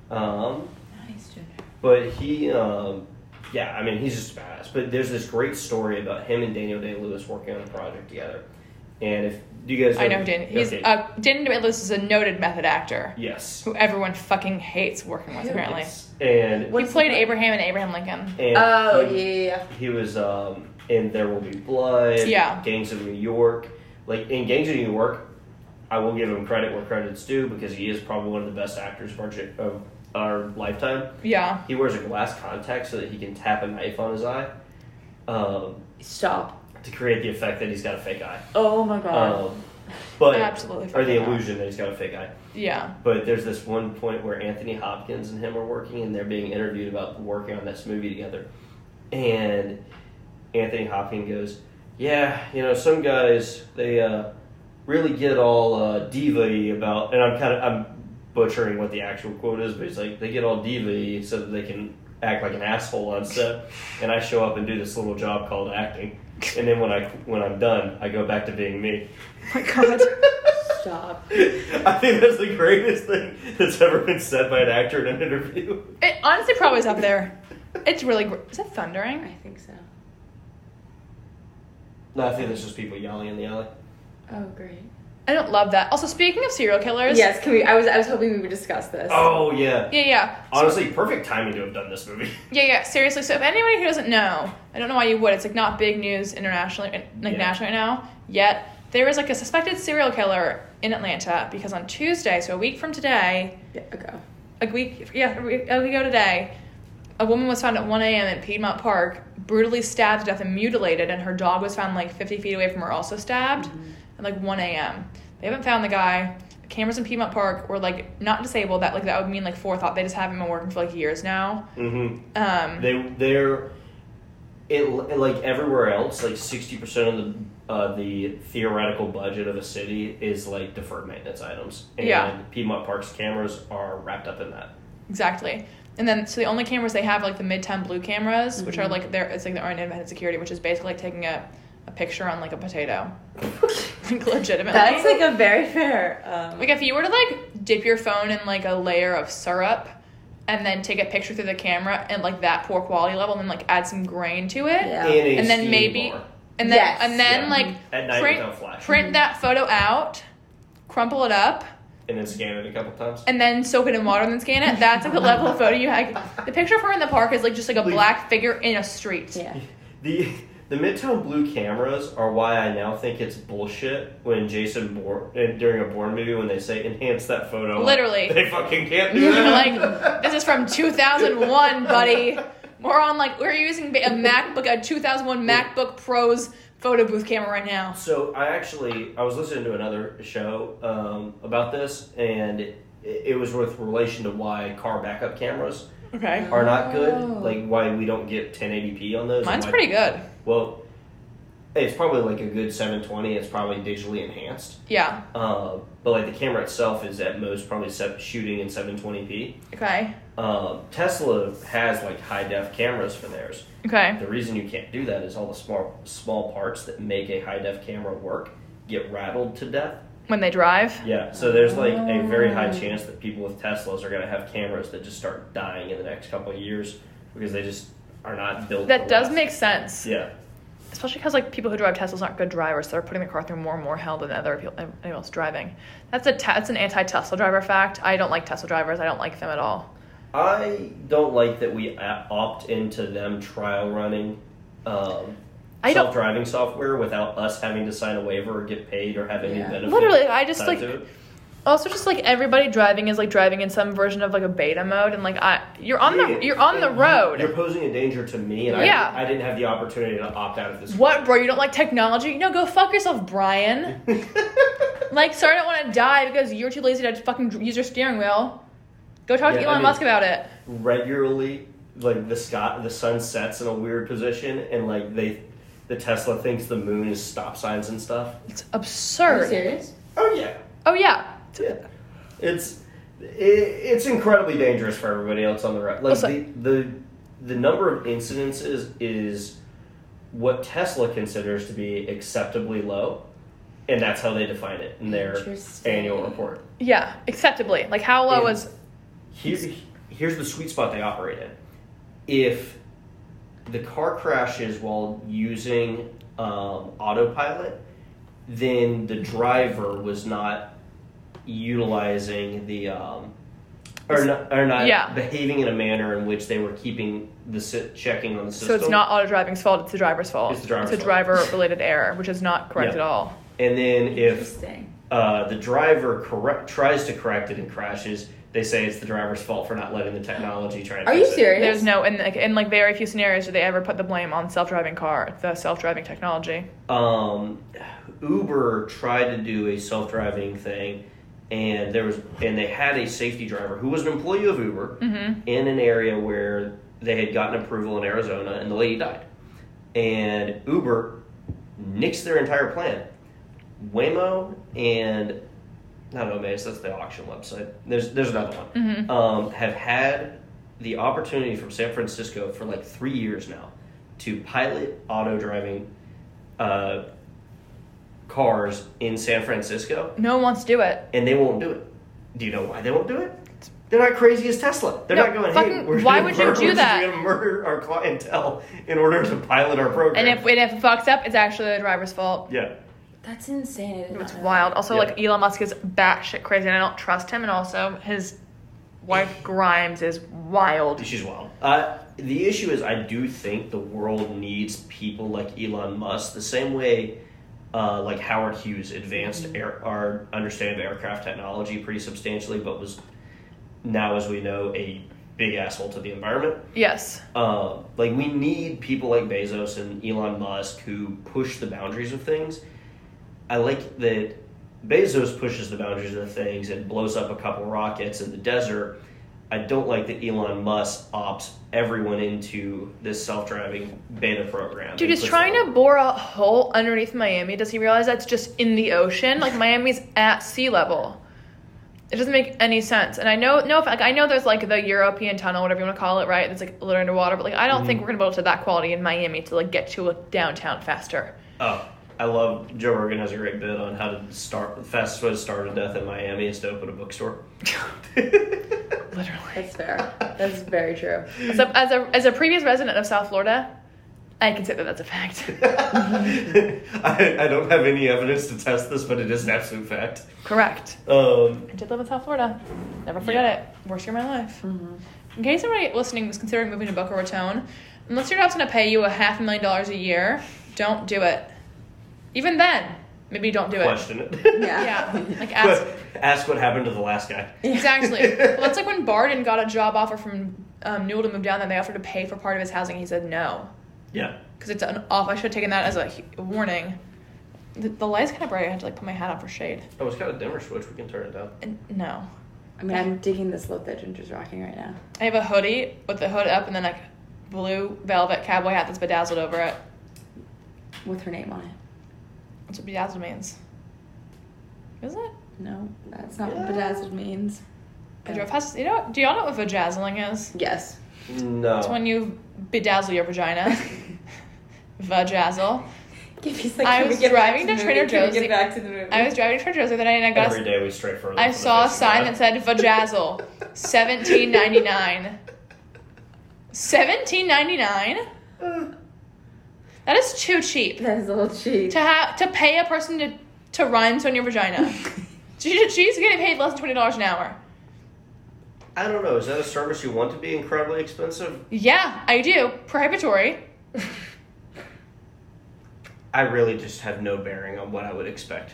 Speaker 1: Um,
Speaker 4: Nice, Junior.
Speaker 1: but he, um, yeah, I mean, he's just a badass. But there's this great story about him and Daniel Day Lewis working on a project together. And if do you guys,
Speaker 2: I know Dan. He's
Speaker 1: okay.
Speaker 2: uh, Dan Day-Lewis is a noted method actor
Speaker 1: yes,
Speaker 2: who everyone fucking hates working with. Apparently,
Speaker 1: Yes. and
Speaker 2: he played Abraham and Abraham Lincoln.
Speaker 1: and
Speaker 4: Oh,
Speaker 1: he,
Speaker 4: yeah.
Speaker 1: he was um, in There Will Be Blood,
Speaker 2: Yeah.
Speaker 1: Gangs of New York. Like in Gangs of New York, I will give him credit where credit's due because he is probably one of the best actors of our, ge- of our lifetime.
Speaker 2: Yeah.
Speaker 1: He wears a glass contact so that he can tap a knife on his eye um,
Speaker 4: Stop.
Speaker 1: to create the effect that he's got a fake eye.
Speaker 4: Oh my god.
Speaker 1: Um, but
Speaker 2: Absolutely
Speaker 1: or the
Speaker 2: fucking not.
Speaker 1: illusion that he's got a fake eye.
Speaker 2: Yeah.
Speaker 1: But there's this one point where Anthony Hopkins and him are working, and they're being interviewed about working on this movie together. And Anthony Hopkins goes, "Yeah, you know, some guys they uh, really get all uh, diva about." And I'm kind of I'm butchering what the actual quote is, but it's like they get all diva so that they can act like an asshole on set. And I show up and do this little job called acting. And then when I when I'm done, I go back to being me.
Speaker 2: Oh my God.
Speaker 4: Stop.
Speaker 1: I think that's the greatest thing that's ever been said by an actor in an interview.
Speaker 2: It honestly probably is up there. It's really. Gr- is that thundering?
Speaker 4: I think so.
Speaker 1: No, I think that's just people yelling in the alley.
Speaker 4: Oh, great.
Speaker 2: I don't love that. Also, speaking of serial killers.
Speaker 4: Yes, can we? I was I was hoping we would discuss this.
Speaker 1: Oh yeah.
Speaker 2: Yeah, yeah.
Speaker 1: Honestly, perfect timing to have done this movie.
Speaker 2: Yeah, yeah, seriously. So if anybody who doesn't know, I don't know why you would. It's like not big news internationally, like
Speaker 1: Yeah.
Speaker 2: nationally right now yet. There is like a suspected serial killer in Atlanta because on Tuesday, so a week from today,
Speaker 4: Yeah, go.
Speaker 2: a week, yeah, a week a week ago today, a woman was found at 1 a.m. in Piedmont Park, brutally stabbed to death and mutilated, and her dog was found like 50 feet away from her, also stabbed, at like 1 a.m. They haven't found the guy. The cameras in Piedmont Park were like not disabled. That like that would mean like forethought. They just haven't been working for like years now.
Speaker 1: Mm-hmm.
Speaker 2: Um,
Speaker 1: They they're it like everywhere else. Like sixty percent of the uh, the theoretical budget of a city is like deferred maintenance items, and
Speaker 2: Yeah.
Speaker 1: Piedmont Park's cameras are wrapped up in that.
Speaker 2: Exactly. And then, so the only cameras they have are, like the midtown blue cameras, which are like their it's like their own independent security, which is basically like taking a, a picture on like a potato, like legitimately.
Speaker 3: That's
Speaker 2: like,
Speaker 3: like a very fair. Um,
Speaker 2: if you were to like dip your phone in like a layer of syrup, and then take a picture through the camera and like that poor quality level, and then like add some grain to it,
Speaker 3: Yeah.
Speaker 1: In a
Speaker 2: And then
Speaker 1: steam
Speaker 2: maybe-
Speaker 1: bar.
Speaker 2: and then
Speaker 3: Yes.
Speaker 2: and then
Speaker 1: Yeah. at
Speaker 2: like
Speaker 1: night
Speaker 2: print
Speaker 1: without flash,
Speaker 2: print that photo out, crumple it up,
Speaker 1: and then scan it a couple times.
Speaker 2: and then soak it in water and then scan it. That's like the level of photo you had. The picture of her in the park is like just like a black figure in a street.
Speaker 3: yeah.
Speaker 1: The The Midtown Blue cameras are why I now think it's bullshit when Jason Bourne eh, during a Bourne movie when they say enhance that photo. I'm like,
Speaker 2: Literally.
Speaker 1: they fucking can't do that.
Speaker 2: like this is from 2001, buddy. We're on like we're using ba- a MacBook, a 2001 MacBook Pro's photo booth camera right now.
Speaker 1: So I actually I was listening to another show um, about this, and it, it was with relation to why car backup cameras
Speaker 2: Okay,
Speaker 1: are not good,
Speaker 4: Oh.
Speaker 1: like why we don't get 1080p on those. and
Speaker 2: mine's
Speaker 1: why-
Speaker 2: pretty good.
Speaker 1: Well, it's probably like a good 720. It's probably digitally enhanced,
Speaker 2: Yeah.
Speaker 1: uh, but like the camera itself is at most probably set, shooting in 720p.
Speaker 2: Okay.
Speaker 1: Uh, Tesla has like high def cameras for theirs.
Speaker 2: Okay.
Speaker 1: The reason you can't do that is all the small small parts that make a high def camera work get rattled to death.
Speaker 2: When they drive.
Speaker 1: Yeah, so there's like a very high
Speaker 2: Oh.
Speaker 1: chance that people with Teslas are going to have cameras that just start dying in the next couple of years because they just are not built.
Speaker 2: That
Speaker 1: to
Speaker 2: does
Speaker 1: last.
Speaker 2: make sense,
Speaker 1: Yeah,
Speaker 2: especially because like people who drive Teslas aren't good drivers. So they're putting the car through more and more hell than the other people, anyone else driving. That's a te- that's an anti-Tesla driver fact. I don't like Tesla drivers. I don't like them at all.
Speaker 1: I don't like that we a- opt into them trial running. Um,
Speaker 2: I don't
Speaker 1: self-driving software without us having to sign a waiver or get paid or have any
Speaker 4: Yeah.
Speaker 1: benefit.
Speaker 2: Literally, I just,
Speaker 1: tied
Speaker 2: like-
Speaker 1: to it.
Speaker 2: also just like everybody driving is like driving in some version of like a beta mode and like I you're on
Speaker 1: Yeah.
Speaker 2: the you're on the road.
Speaker 1: You're posing a danger to me, and
Speaker 2: Yeah.
Speaker 1: I, I didn't have the opportunity to opt out of this.
Speaker 2: What, bro? You don't like technology? No, go fuck yourself, Brian. like, sorry, I don't want to die because you're too lazy to fucking use your steering wheel. Go talk
Speaker 1: Yeah,
Speaker 2: to
Speaker 1: I
Speaker 2: Elon
Speaker 1: mean-
Speaker 2: Musk about it.
Speaker 1: regularly like the sky the sun sets in a weird position and like they the Tesla thinks the moon is stop signs and stuff.
Speaker 2: It's
Speaker 4: Are you
Speaker 2: absurd.
Speaker 4: serious?
Speaker 1: Oh yeah.
Speaker 2: Oh yeah.
Speaker 1: Yeah. It's it, it's incredibly dangerous for everybody else on the road. Like
Speaker 2: Also-
Speaker 1: the, the the number of incidences is what Tesla considers to be acceptably low and that's how they define it in their
Speaker 4: Interesting.
Speaker 1: annual report.
Speaker 2: Yeah, acceptably. Like, how low
Speaker 1: Yeah.
Speaker 2: is?
Speaker 1: here's here's the sweet spot they operate in. If the car crashes while using um, autopilot, then the driver was not utilizing the um, or not, or not
Speaker 2: Yeah.
Speaker 1: behaving in a manner in which they were keeping the si- checking on the system.
Speaker 2: So it's not auto driving's fault. It's the driver's fault.
Speaker 1: It's the driver's
Speaker 2: a
Speaker 1: fault.
Speaker 2: driver related error, which is not correct
Speaker 1: Yeah.
Speaker 2: at all.
Speaker 1: And then if
Speaker 4: Interesting.
Speaker 1: uh, the driver correct tries to correct it and crashes, they say it's the driver's fault for not letting the technology try. To
Speaker 4: Are you
Speaker 1: fix it.
Speaker 4: serious?
Speaker 2: There's no in like in like very few scenarios do they ever put the blame on self driving car, the self driving technology.
Speaker 1: um, Uber tried to do a self-driving thing, and there was and they had a safety driver who was an employee of Uber
Speaker 2: Mm-hmm.
Speaker 1: in an area where they had gotten approval in Arizona, and the lady died, and Uber nixed their entire plan. Waymo and not Omaze, that's the auction website. There's there's another one
Speaker 2: Mm-hmm.
Speaker 1: um, have had the opportunity from San Francisco for like three years now to pilot auto driving uh, cars in San Francisco,
Speaker 2: No one wants to do it.
Speaker 1: and they won't do it. Do you know why they won't do it? They're not crazy as Tesla. They're
Speaker 2: No,
Speaker 1: not going.
Speaker 2: fucking-
Speaker 1: hey, we're
Speaker 2: why
Speaker 1: gonna
Speaker 2: would you
Speaker 1: murder-
Speaker 2: do that?"
Speaker 1: We're going to murder our clientele in order to pilot our program.
Speaker 2: And if and if it fucks up, it's actually the driver's fault.
Speaker 1: yeah,
Speaker 4: That's insane. I did
Speaker 2: It's
Speaker 4: not know
Speaker 2: wild. Also,
Speaker 1: Yeah.
Speaker 2: like Elon Musk is batshit crazy, and I don't trust him. And also, his wife Grimes is wild.
Speaker 1: she's wild. Uh, the issue is, I do think the world needs people like Elon Musk, the same way uh, like Howard Hughes advanced
Speaker 2: Mm-hmm.
Speaker 1: air, our understanding of aircraft technology pretty substantially, but was now, as we know, a big asshole to the environment.
Speaker 2: Yes,
Speaker 1: Uh, like we need people like Bezos and Elon Musk who push the boundaries of things. I like that Bezos pushes the boundaries of things and blows up a couple rockets in the desert. I don't like that Elon Musk opts everyone into this self-driving beta program.
Speaker 2: dude,
Speaker 1: and
Speaker 2: he's
Speaker 1: puts
Speaker 2: trying
Speaker 1: them-
Speaker 2: to bore a hole underneath Miami. Does he realize that's just in the ocean? Like Miami's at sea level. It doesn't make any sense. And I know, no, like, I know there's like the European tunnel, whatever you want to call it, right? That's like a little underwater, but like I don't think we're gonna be able to that quality in Miami to like get to a downtown faster.
Speaker 1: Oh, I love Joe Rogan has a great bit on how to start the fastest way to starve to death in Miami is to open a bookstore.
Speaker 2: Literally.
Speaker 4: That's fair. That's very true.
Speaker 2: So as a as a previous resident of South Florida, I can say that that's a fact.
Speaker 1: I, I don't have any evidence to test this, but it is an absolute fact.
Speaker 2: Correct.
Speaker 1: Um,
Speaker 2: I did live in South Florida. Never forget it. Worst year of my life. In case anybody listening was considering moving to Boca Raton, unless your job's gonna pay you a half a million dollars a year, don't do it. Even then, maybe don't do it.
Speaker 1: Question it.
Speaker 3: Yeah.
Speaker 2: Yeah, like ask.
Speaker 1: ask what happened to the last guy.
Speaker 2: Exactly. well, that's like when Barden got a job offer from um, Newell to move down there. They offered to pay for part of his housing. He said no
Speaker 1: Yeah.
Speaker 2: because it's an off. I should have taken that as a he- warning. The, the light's kind of bright. I had to like put my hat on for shade.
Speaker 1: Oh, it's got a dimmer switch. We can turn it down.
Speaker 2: And no,
Speaker 4: I mean, I'm digging this look that Ginger's rocking right now.
Speaker 2: I have a hoodie with the hood up and then like blue velvet cowboy hat that's bedazzled over it.
Speaker 4: With her name on it.
Speaker 2: That's what bedazzled means. Is it?
Speaker 4: No, that's not
Speaker 1: Yeah.
Speaker 4: what bedazzled means.
Speaker 2: I drove past. You know? Do y'all know what vajazzling is?
Speaker 4: Yes.
Speaker 1: No.
Speaker 2: It's when you bedazzle your vagina. Vajazzle.
Speaker 4: He's
Speaker 2: I was driving to Trader Joe's.
Speaker 4: Get back to the movie.
Speaker 2: I was driving to Trader Joe's the other night and I got.
Speaker 1: Every
Speaker 2: A,
Speaker 1: day we stray further.
Speaker 2: I
Speaker 1: from the
Speaker 2: saw a
Speaker 1: face of
Speaker 2: sign
Speaker 1: God.
Speaker 2: that said Vajazzle, seventeen ninety nine. Seventeen ninety nine.
Speaker 1: Uh.
Speaker 2: That is too cheap
Speaker 4: That is a little cheap.
Speaker 2: to have to pay a person to to rinse on your vagina. She, she's getting paid less than twenty dollars an hour.
Speaker 1: I don't know. Is that a service you want to be incredibly expensive?
Speaker 2: Yeah, I do. Prohibitory.
Speaker 1: I really just have no bearing on what I would expect.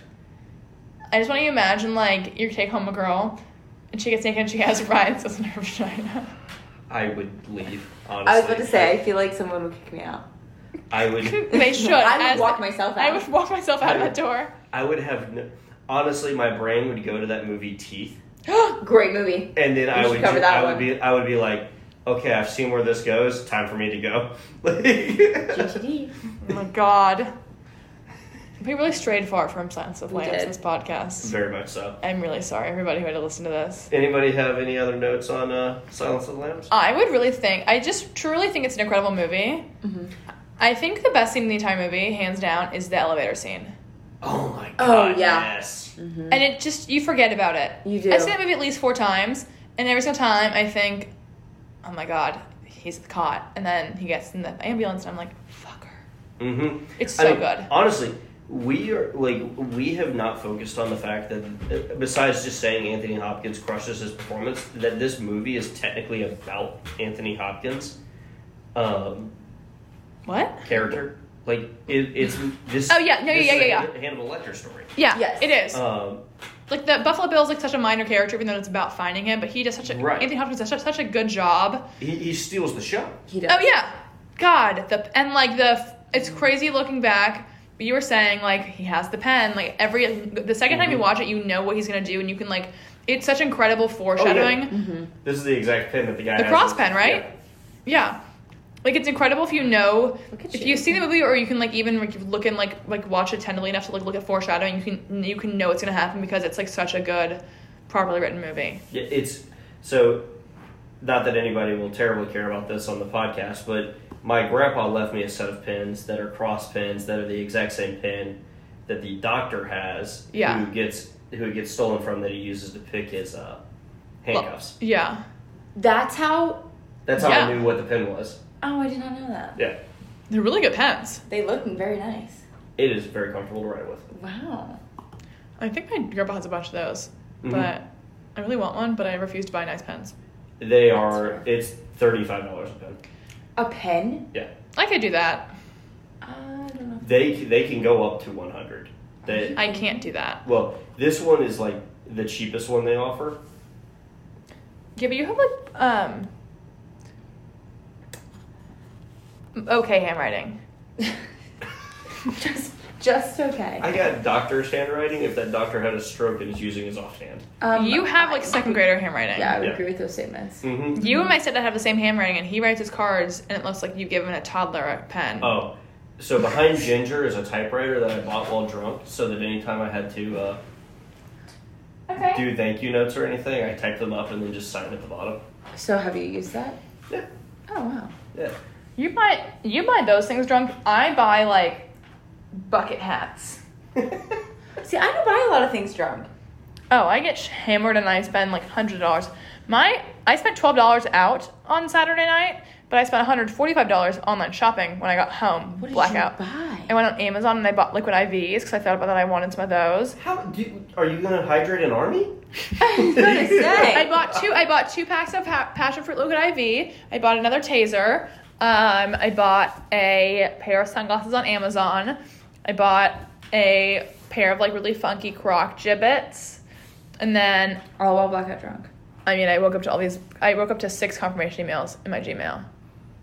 Speaker 2: I just want you to imagine like you take home a girl, and she gets naked and she has rhinestones in her vagina.
Speaker 1: I would leave. Honestly,
Speaker 4: I was about to say, I feel like someone would kick me out.
Speaker 1: I would.
Speaker 2: they should.
Speaker 4: I
Speaker 2: as-
Speaker 4: would walk myself out.
Speaker 2: I would walk myself out of that door.
Speaker 1: I would have. No, honestly, my brain would go to that movie Teeth,
Speaker 2: Oh
Speaker 4: Great movie.
Speaker 1: and then I
Speaker 4: should
Speaker 1: would.
Speaker 4: cover
Speaker 1: ju-
Speaker 4: that
Speaker 1: I would
Speaker 4: one.
Speaker 1: be. I would be like, okay, I've seen where this goes. Time for me to go.
Speaker 4: GTD.
Speaker 2: oh my god. We really strayed far from Silence of the
Speaker 4: We
Speaker 2: Lambs
Speaker 4: did.
Speaker 2: this podcast.
Speaker 1: Very much so.
Speaker 2: I'm really sorry, everybody who had to listen to this.
Speaker 1: Anybody have any other notes on uh, Silence of the
Speaker 4: Oh.
Speaker 1: Lambs?
Speaker 2: I would really think, I just truly think it's an incredible movie.
Speaker 4: Mhm.
Speaker 2: I think the best scene in the entire movie, hands down, is the elevator scene.
Speaker 1: Oh my
Speaker 4: Oh,
Speaker 1: god!
Speaker 4: yeah.
Speaker 1: Yes.
Speaker 2: And it just, you forget about it.
Speaker 4: Mm-hmm. You do.
Speaker 2: I've seen that movie at least four times, and every single time I think, oh my god, he's caught. And then he gets in the ambulance, and I'm like, fucker.
Speaker 1: Mm-hmm.
Speaker 2: It's
Speaker 1: I
Speaker 2: so
Speaker 1: mean,
Speaker 2: good.
Speaker 1: Honestly, we are like we have not focused on the fact that besides just saying Anthony Hopkins crushes his performance, that this movie is technically about Anthony Hopkins' um,
Speaker 2: What?
Speaker 1: character. Like it, it's this.
Speaker 2: Oh, yeah. No,
Speaker 1: this
Speaker 2: yeah,
Speaker 1: is
Speaker 2: yeah,
Speaker 1: a
Speaker 2: yeah.
Speaker 1: Han- Hannibal Lecter story.
Speaker 2: Yeah,
Speaker 4: Yes.
Speaker 2: it is.
Speaker 1: Um,
Speaker 2: like the Buffalo Bill is like such a minor character, even though it's about finding him. But he does such a
Speaker 1: Right.
Speaker 2: Anthony Hopkins does such, such a good job.
Speaker 1: he, he steals the show.
Speaker 4: He does.
Speaker 2: Oh yeah, God. The and like the f- it's crazy looking back. But you were saying like he has the pen. Like every the 2nd time you
Speaker 1: Mhm.
Speaker 2: watch it, you know what he's gonna do, and you can like it's such incredible foreshadowing.
Speaker 4: Mm-hmm.
Speaker 1: This is the exact pin that the guy.
Speaker 2: The
Speaker 1: has
Speaker 2: cross
Speaker 1: in-
Speaker 2: pen, right? Yeah. Like it's incredible if you know
Speaker 4: Look at
Speaker 2: if
Speaker 4: you.
Speaker 2: you've seen the movie or you can like even like, look and like like watch it tentatively enough to like look at foreshadowing you can you can know it's gonna happen because it's like such a good properly written movie.
Speaker 1: Yeah, it's so. Not that anybody will terribly care about this on the podcast, but my grandpa left me a set of pins that are cross pins that are the exact same pin that the doctor has,
Speaker 2: Yeah.
Speaker 1: who gets who it gets stolen from that he uses to pick his uh, handcuffs.
Speaker 2: Yeah.
Speaker 4: That's how.
Speaker 1: That's how I
Speaker 2: Yeah.
Speaker 1: knew what the pin was.
Speaker 4: Oh, I did not know that.
Speaker 1: Yeah,
Speaker 2: They're really good pens.
Speaker 4: They look very nice.
Speaker 1: it is very comfortable to write with.
Speaker 4: Wow.
Speaker 2: I think my grandpa has a bunch of those.
Speaker 1: Mhm.
Speaker 2: But I really want one, but I refuse to buy nice pens.
Speaker 1: They are. It's thirty five dollars a pin.
Speaker 4: A pen?
Speaker 2: I could do that.
Speaker 4: I don't know.
Speaker 1: They they can go up to one hundred. They
Speaker 2: I can't do that.
Speaker 1: well, this one is like the cheapest one they offer.
Speaker 2: Yeah, but you have like um okay handwriting.
Speaker 4: just, just okay.
Speaker 1: I got doctor's handwriting if that doctor had a stroke and is using his offhand.
Speaker 2: you have like
Speaker 4: I-
Speaker 2: second grader handwriting.
Speaker 4: Um, Yeah, I would
Speaker 1: Yeah.
Speaker 4: agree with those statements.
Speaker 1: Mm-hmm.
Speaker 2: You and my stepdad have the same handwriting, and he writes his cards, and it looks like you've given a toddler a pen.
Speaker 1: Oh, so behind Ginger is a typewriter that I bought while drunk, so that anytime I had to uh,
Speaker 4: Okay.
Speaker 1: do thank you notes or anything, I typed them up and then just signed at the bottom.
Speaker 4: So have you used that?
Speaker 1: Yeah,
Speaker 4: Oh wow.
Speaker 1: yeah.
Speaker 2: You buy you buy those things drunk. I buy like bucket hats.
Speaker 4: See, I don't buy a lot of things drunk.
Speaker 2: Oh, I get hammered, and I spend like hundred dollars. My I spent twelve dollars out on Saturday night, but I spent one hundred forty five dollars online shopping when I got home.
Speaker 4: What did
Speaker 2: blackout.
Speaker 4: you buy?
Speaker 2: I went on Amazon and I bought liquid IVs because I thought about that I wanted some of those.
Speaker 1: How do, are you gonna hydrate an army?
Speaker 4: I was gonna say.
Speaker 2: I bought two. I bought two packs of pa- passion fruit liquid IV. I bought another taser. Um, I bought a pair of sunglasses on Amazon. I bought a pair of like really funky Croc gibbets, and then
Speaker 3: All while Oh, blackout drunk.
Speaker 2: I mean I woke up to all these. I woke up to six confirmation emails in my Gmail.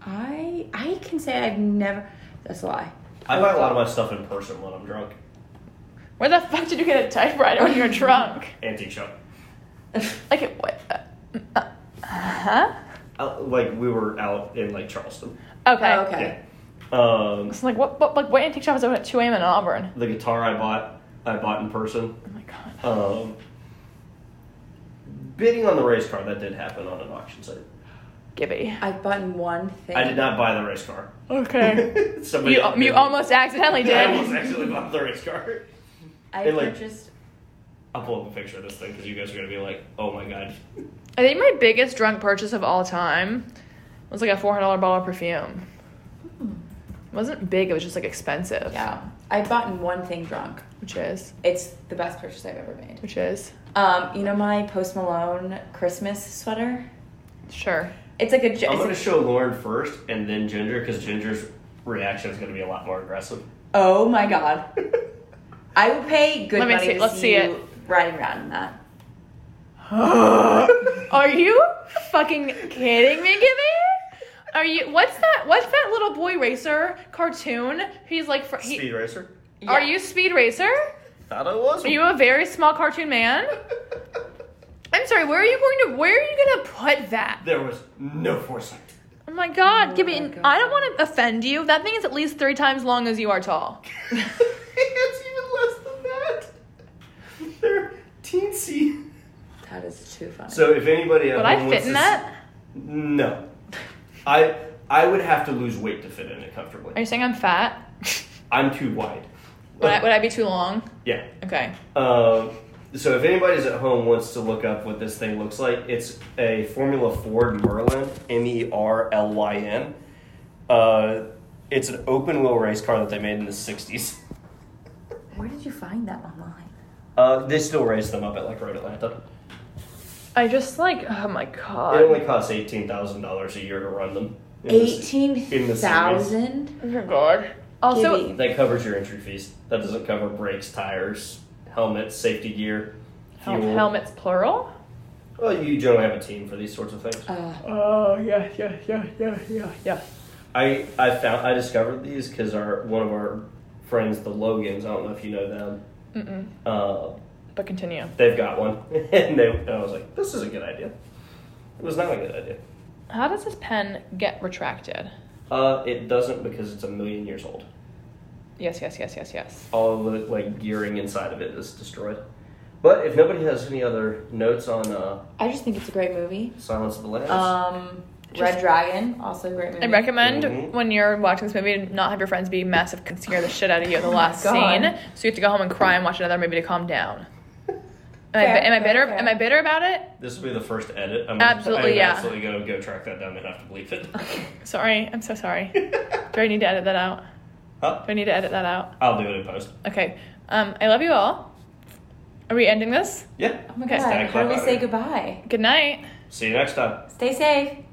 Speaker 3: I I can say I've never. That's a lie.
Speaker 1: I buy a lot of my stuff in person when I'm drunk.
Speaker 2: Where the fuck did you get a typewriter when you're drunk?
Speaker 1: Antique shop.
Speaker 2: Like it. What, uh, uh, huh?
Speaker 1: Uh, like we were out in like Charleston.
Speaker 2: Okay.
Speaker 3: Oh, okay.
Speaker 1: Yeah. Um,
Speaker 2: So like what, what like what antique shop is open at two a.m. in Auburn?
Speaker 1: the guitar I bought, I bought in person.
Speaker 2: Oh my god.
Speaker 1: Um, bidding on the race car that did happen on an auction site.
Speaker 2: Gibby.
Speaker 3: I've bought one thing.
Speaker 1: I did not buy the race car.
Speaker 2: Okay.
Speaker 1: Somebody
Speaker 2: you,
Speaker 1: outbid me.
Speaker 2: you almost accidentally
Speaker 1: I almost
Speaker 2: did.
Speaker 1: actually bought the race car.
Speaker 3: I
Speaker 1: And, like-
Speaker 3: purchased.
Speaker 1: I'll pull up a picture of this thing because you guys are gonna be like, "Oh my god!"
Speaker 2: I think my biggest drunk purchase of all time was like a four hundred dollar bottle of perfume. Hmm. It wasn't big. It was just like expensive.
Speaker 3: Yeah. I've bought one thing drunk.
Speaker 2: Which is
Speaker 3: It's the best purchase I've ever made.
Speaker 2: which is
Speaker 3: Um, you know my Post Malone Christmas sweater.
Speaker 2: sure.
Speaker 3: It's like a. j-
Speaker 1: I'm
Speaker 3: it's
Speaker 1: gonna
Speaker 3: like-
Speaker 1: show Lauren first and then Ginger because Ginger's reaction is gonna be a lot more aggressive.
Speaker 3: oh my god. I would pay good
Speaker 2: Let me
Speaker 3: money
Speaker 2: see-
Speaker 3: to
Speaker 2: let's
Speaker 3: see,
Speaker 2: see
Speaker 3: you riding around in that.
Speaker 2: Are you fucking kidding me, Gibby? Are you? What's that? What's that little boy racer cartoon? He's like. Fr- he,
Speaker 1: Speed racer.
Speaker 2: Are
Speaker 3: Yeah.
Speaker 2: you Speed Racer?
Speaker 1: Thought I was.
Speaker 2: Are you a very small cartoon man? I'm sorry. Where are you going to? Where are you gonna put that?
Speaker 1: there was no foresight.
Speaker 2: Oh my god,
Speaker 3: Oh
Speaker 2: Gibby,
Speaker 3: my
Speaker 2: and
Speaker 3: God.
Speaker 2: I don't want to offend you. That thing is at least three times long as you are tall.
Speaker 1: it's even less than that. They're teensy.
Speaker 3: That is too funny.
Speaker 1: So if anybody at
Speaker 2: Would
Speaker 1: home
Speaker 2: I
Speaker 1: wants
Speaker 2: fit in
Speaker 1: to s-
Speaker 2: that?
Speaker 1: no, I I would have to lose weight to fit in it comfortably.
Speaker 2: Are you saying I'm fat?
Speaker 1: I'm too wide.
Speaker 2: would, I, would I be too long?
Speaker 1: yeah.
Speaker 2: Okay.
Speaker 1: Um, so if anybody's at home wants to look up what this thing looks like, it's a Formula Ford Merlin, M E R L Y N. Uh, it's an open wheel race car that they made in the '60s.
Speaker 3: Where did you find that online?
Speaker 1: Uh, they still race them up at like Road Atlanta.
Speaker 2: I just like, oh my
Speaker 1: It only
Speaker 2: god.
Speaker 1: costs eighteen thousand dollars a year to run them. In the s-
Speaker 3: Eighteen thousand.
Speaker 2: Oh my god. Also,
Speaker 3: Gibby.
Speaker 1: That covers your entry fees. That doesn't cover brakes, tires, helmets, safety gear,
Speaker 2: hel-
Speaker 1: fuel.
Speaker 2: helmets plural?
Speaker 1: Well, you generally have a team for these sorts of things.
Speaker 3: Uh,
Speaker 2: Oh, yeah, yeah, yeah, yeah, yeah, yeah.
Speaker 1: I I found I discovered these because our one of our friends, the Logans. I don't know if you know them.
Speaker 2: Mm-mm.
Speaker 1: Uh,
Speaker 2: But continue.
Speaker 1: they've got one, and they and I was like, this is a good idea. It was not a good idea.
Speaker 2: How does this pen get retracted?
Speaker 1: Uh, it doesn't because it's a million years old.
Speaker 2: Yes, yes, yes, yes, yes.
Speaker 1: All the like gearing inside of it is destroyed. But if nobody has any other notes on uh,
Speaker 3: I just think it's a great movie.
Speaker 1: Silence of the Lambs,
Speaker 2: Uh,
Speaker 3: Um, Red
Speaker 2: Just-
Speaker 3: Dragon, also a great movie.
Speaker 2: I recommend
Speaker 1: Mhm.
Speaker 2: when you're watching this movie to not have your friends be massive and scare the shit out of you at the
Speaker 3: Oh my
Speaker 2: last
Speaker 3: God.
Speaker 2: scene. So you have to go home and cry and watch another movie to calm down. Am, I,
Speaker 3: Fair,
Speaker 2: am I
Speaker 3: fair,
Speaker 2: bitter?
Speaker 3: fair.
Speaker 2: Am I bitter about it?
Speaker 1: this will be the first edit. I'm
Speaker 2: Absolutely,
Speaker 1: I'm
Speaker 2: yeah.
Speaker 1: Absolutely, gonna go track that down and have to bleep it.
Speaker 2: Sorry, I'm so sorry. Do I need to edit that out?
Speaker 1: Huh?
Speaker 2: Do I need to edit that out?
Speaker 1: I'll do it in post.
Speaker 2: Okay. Um, I love you all. Are we ending this?
Speaker 1: Yeah.
Speaker 3: Oh my
Speaker 2: Okay.
Speaker 3: god,
Speaker 1: Static
Speaker 3: how do we
Speaker 1: Club
Speaker 3: say
Speaker 1: Audio.
Speaker 3: goodbye?
Speaker 2: Good night.
Speaker 1: See you next time.
Speaker 3: Stay safe.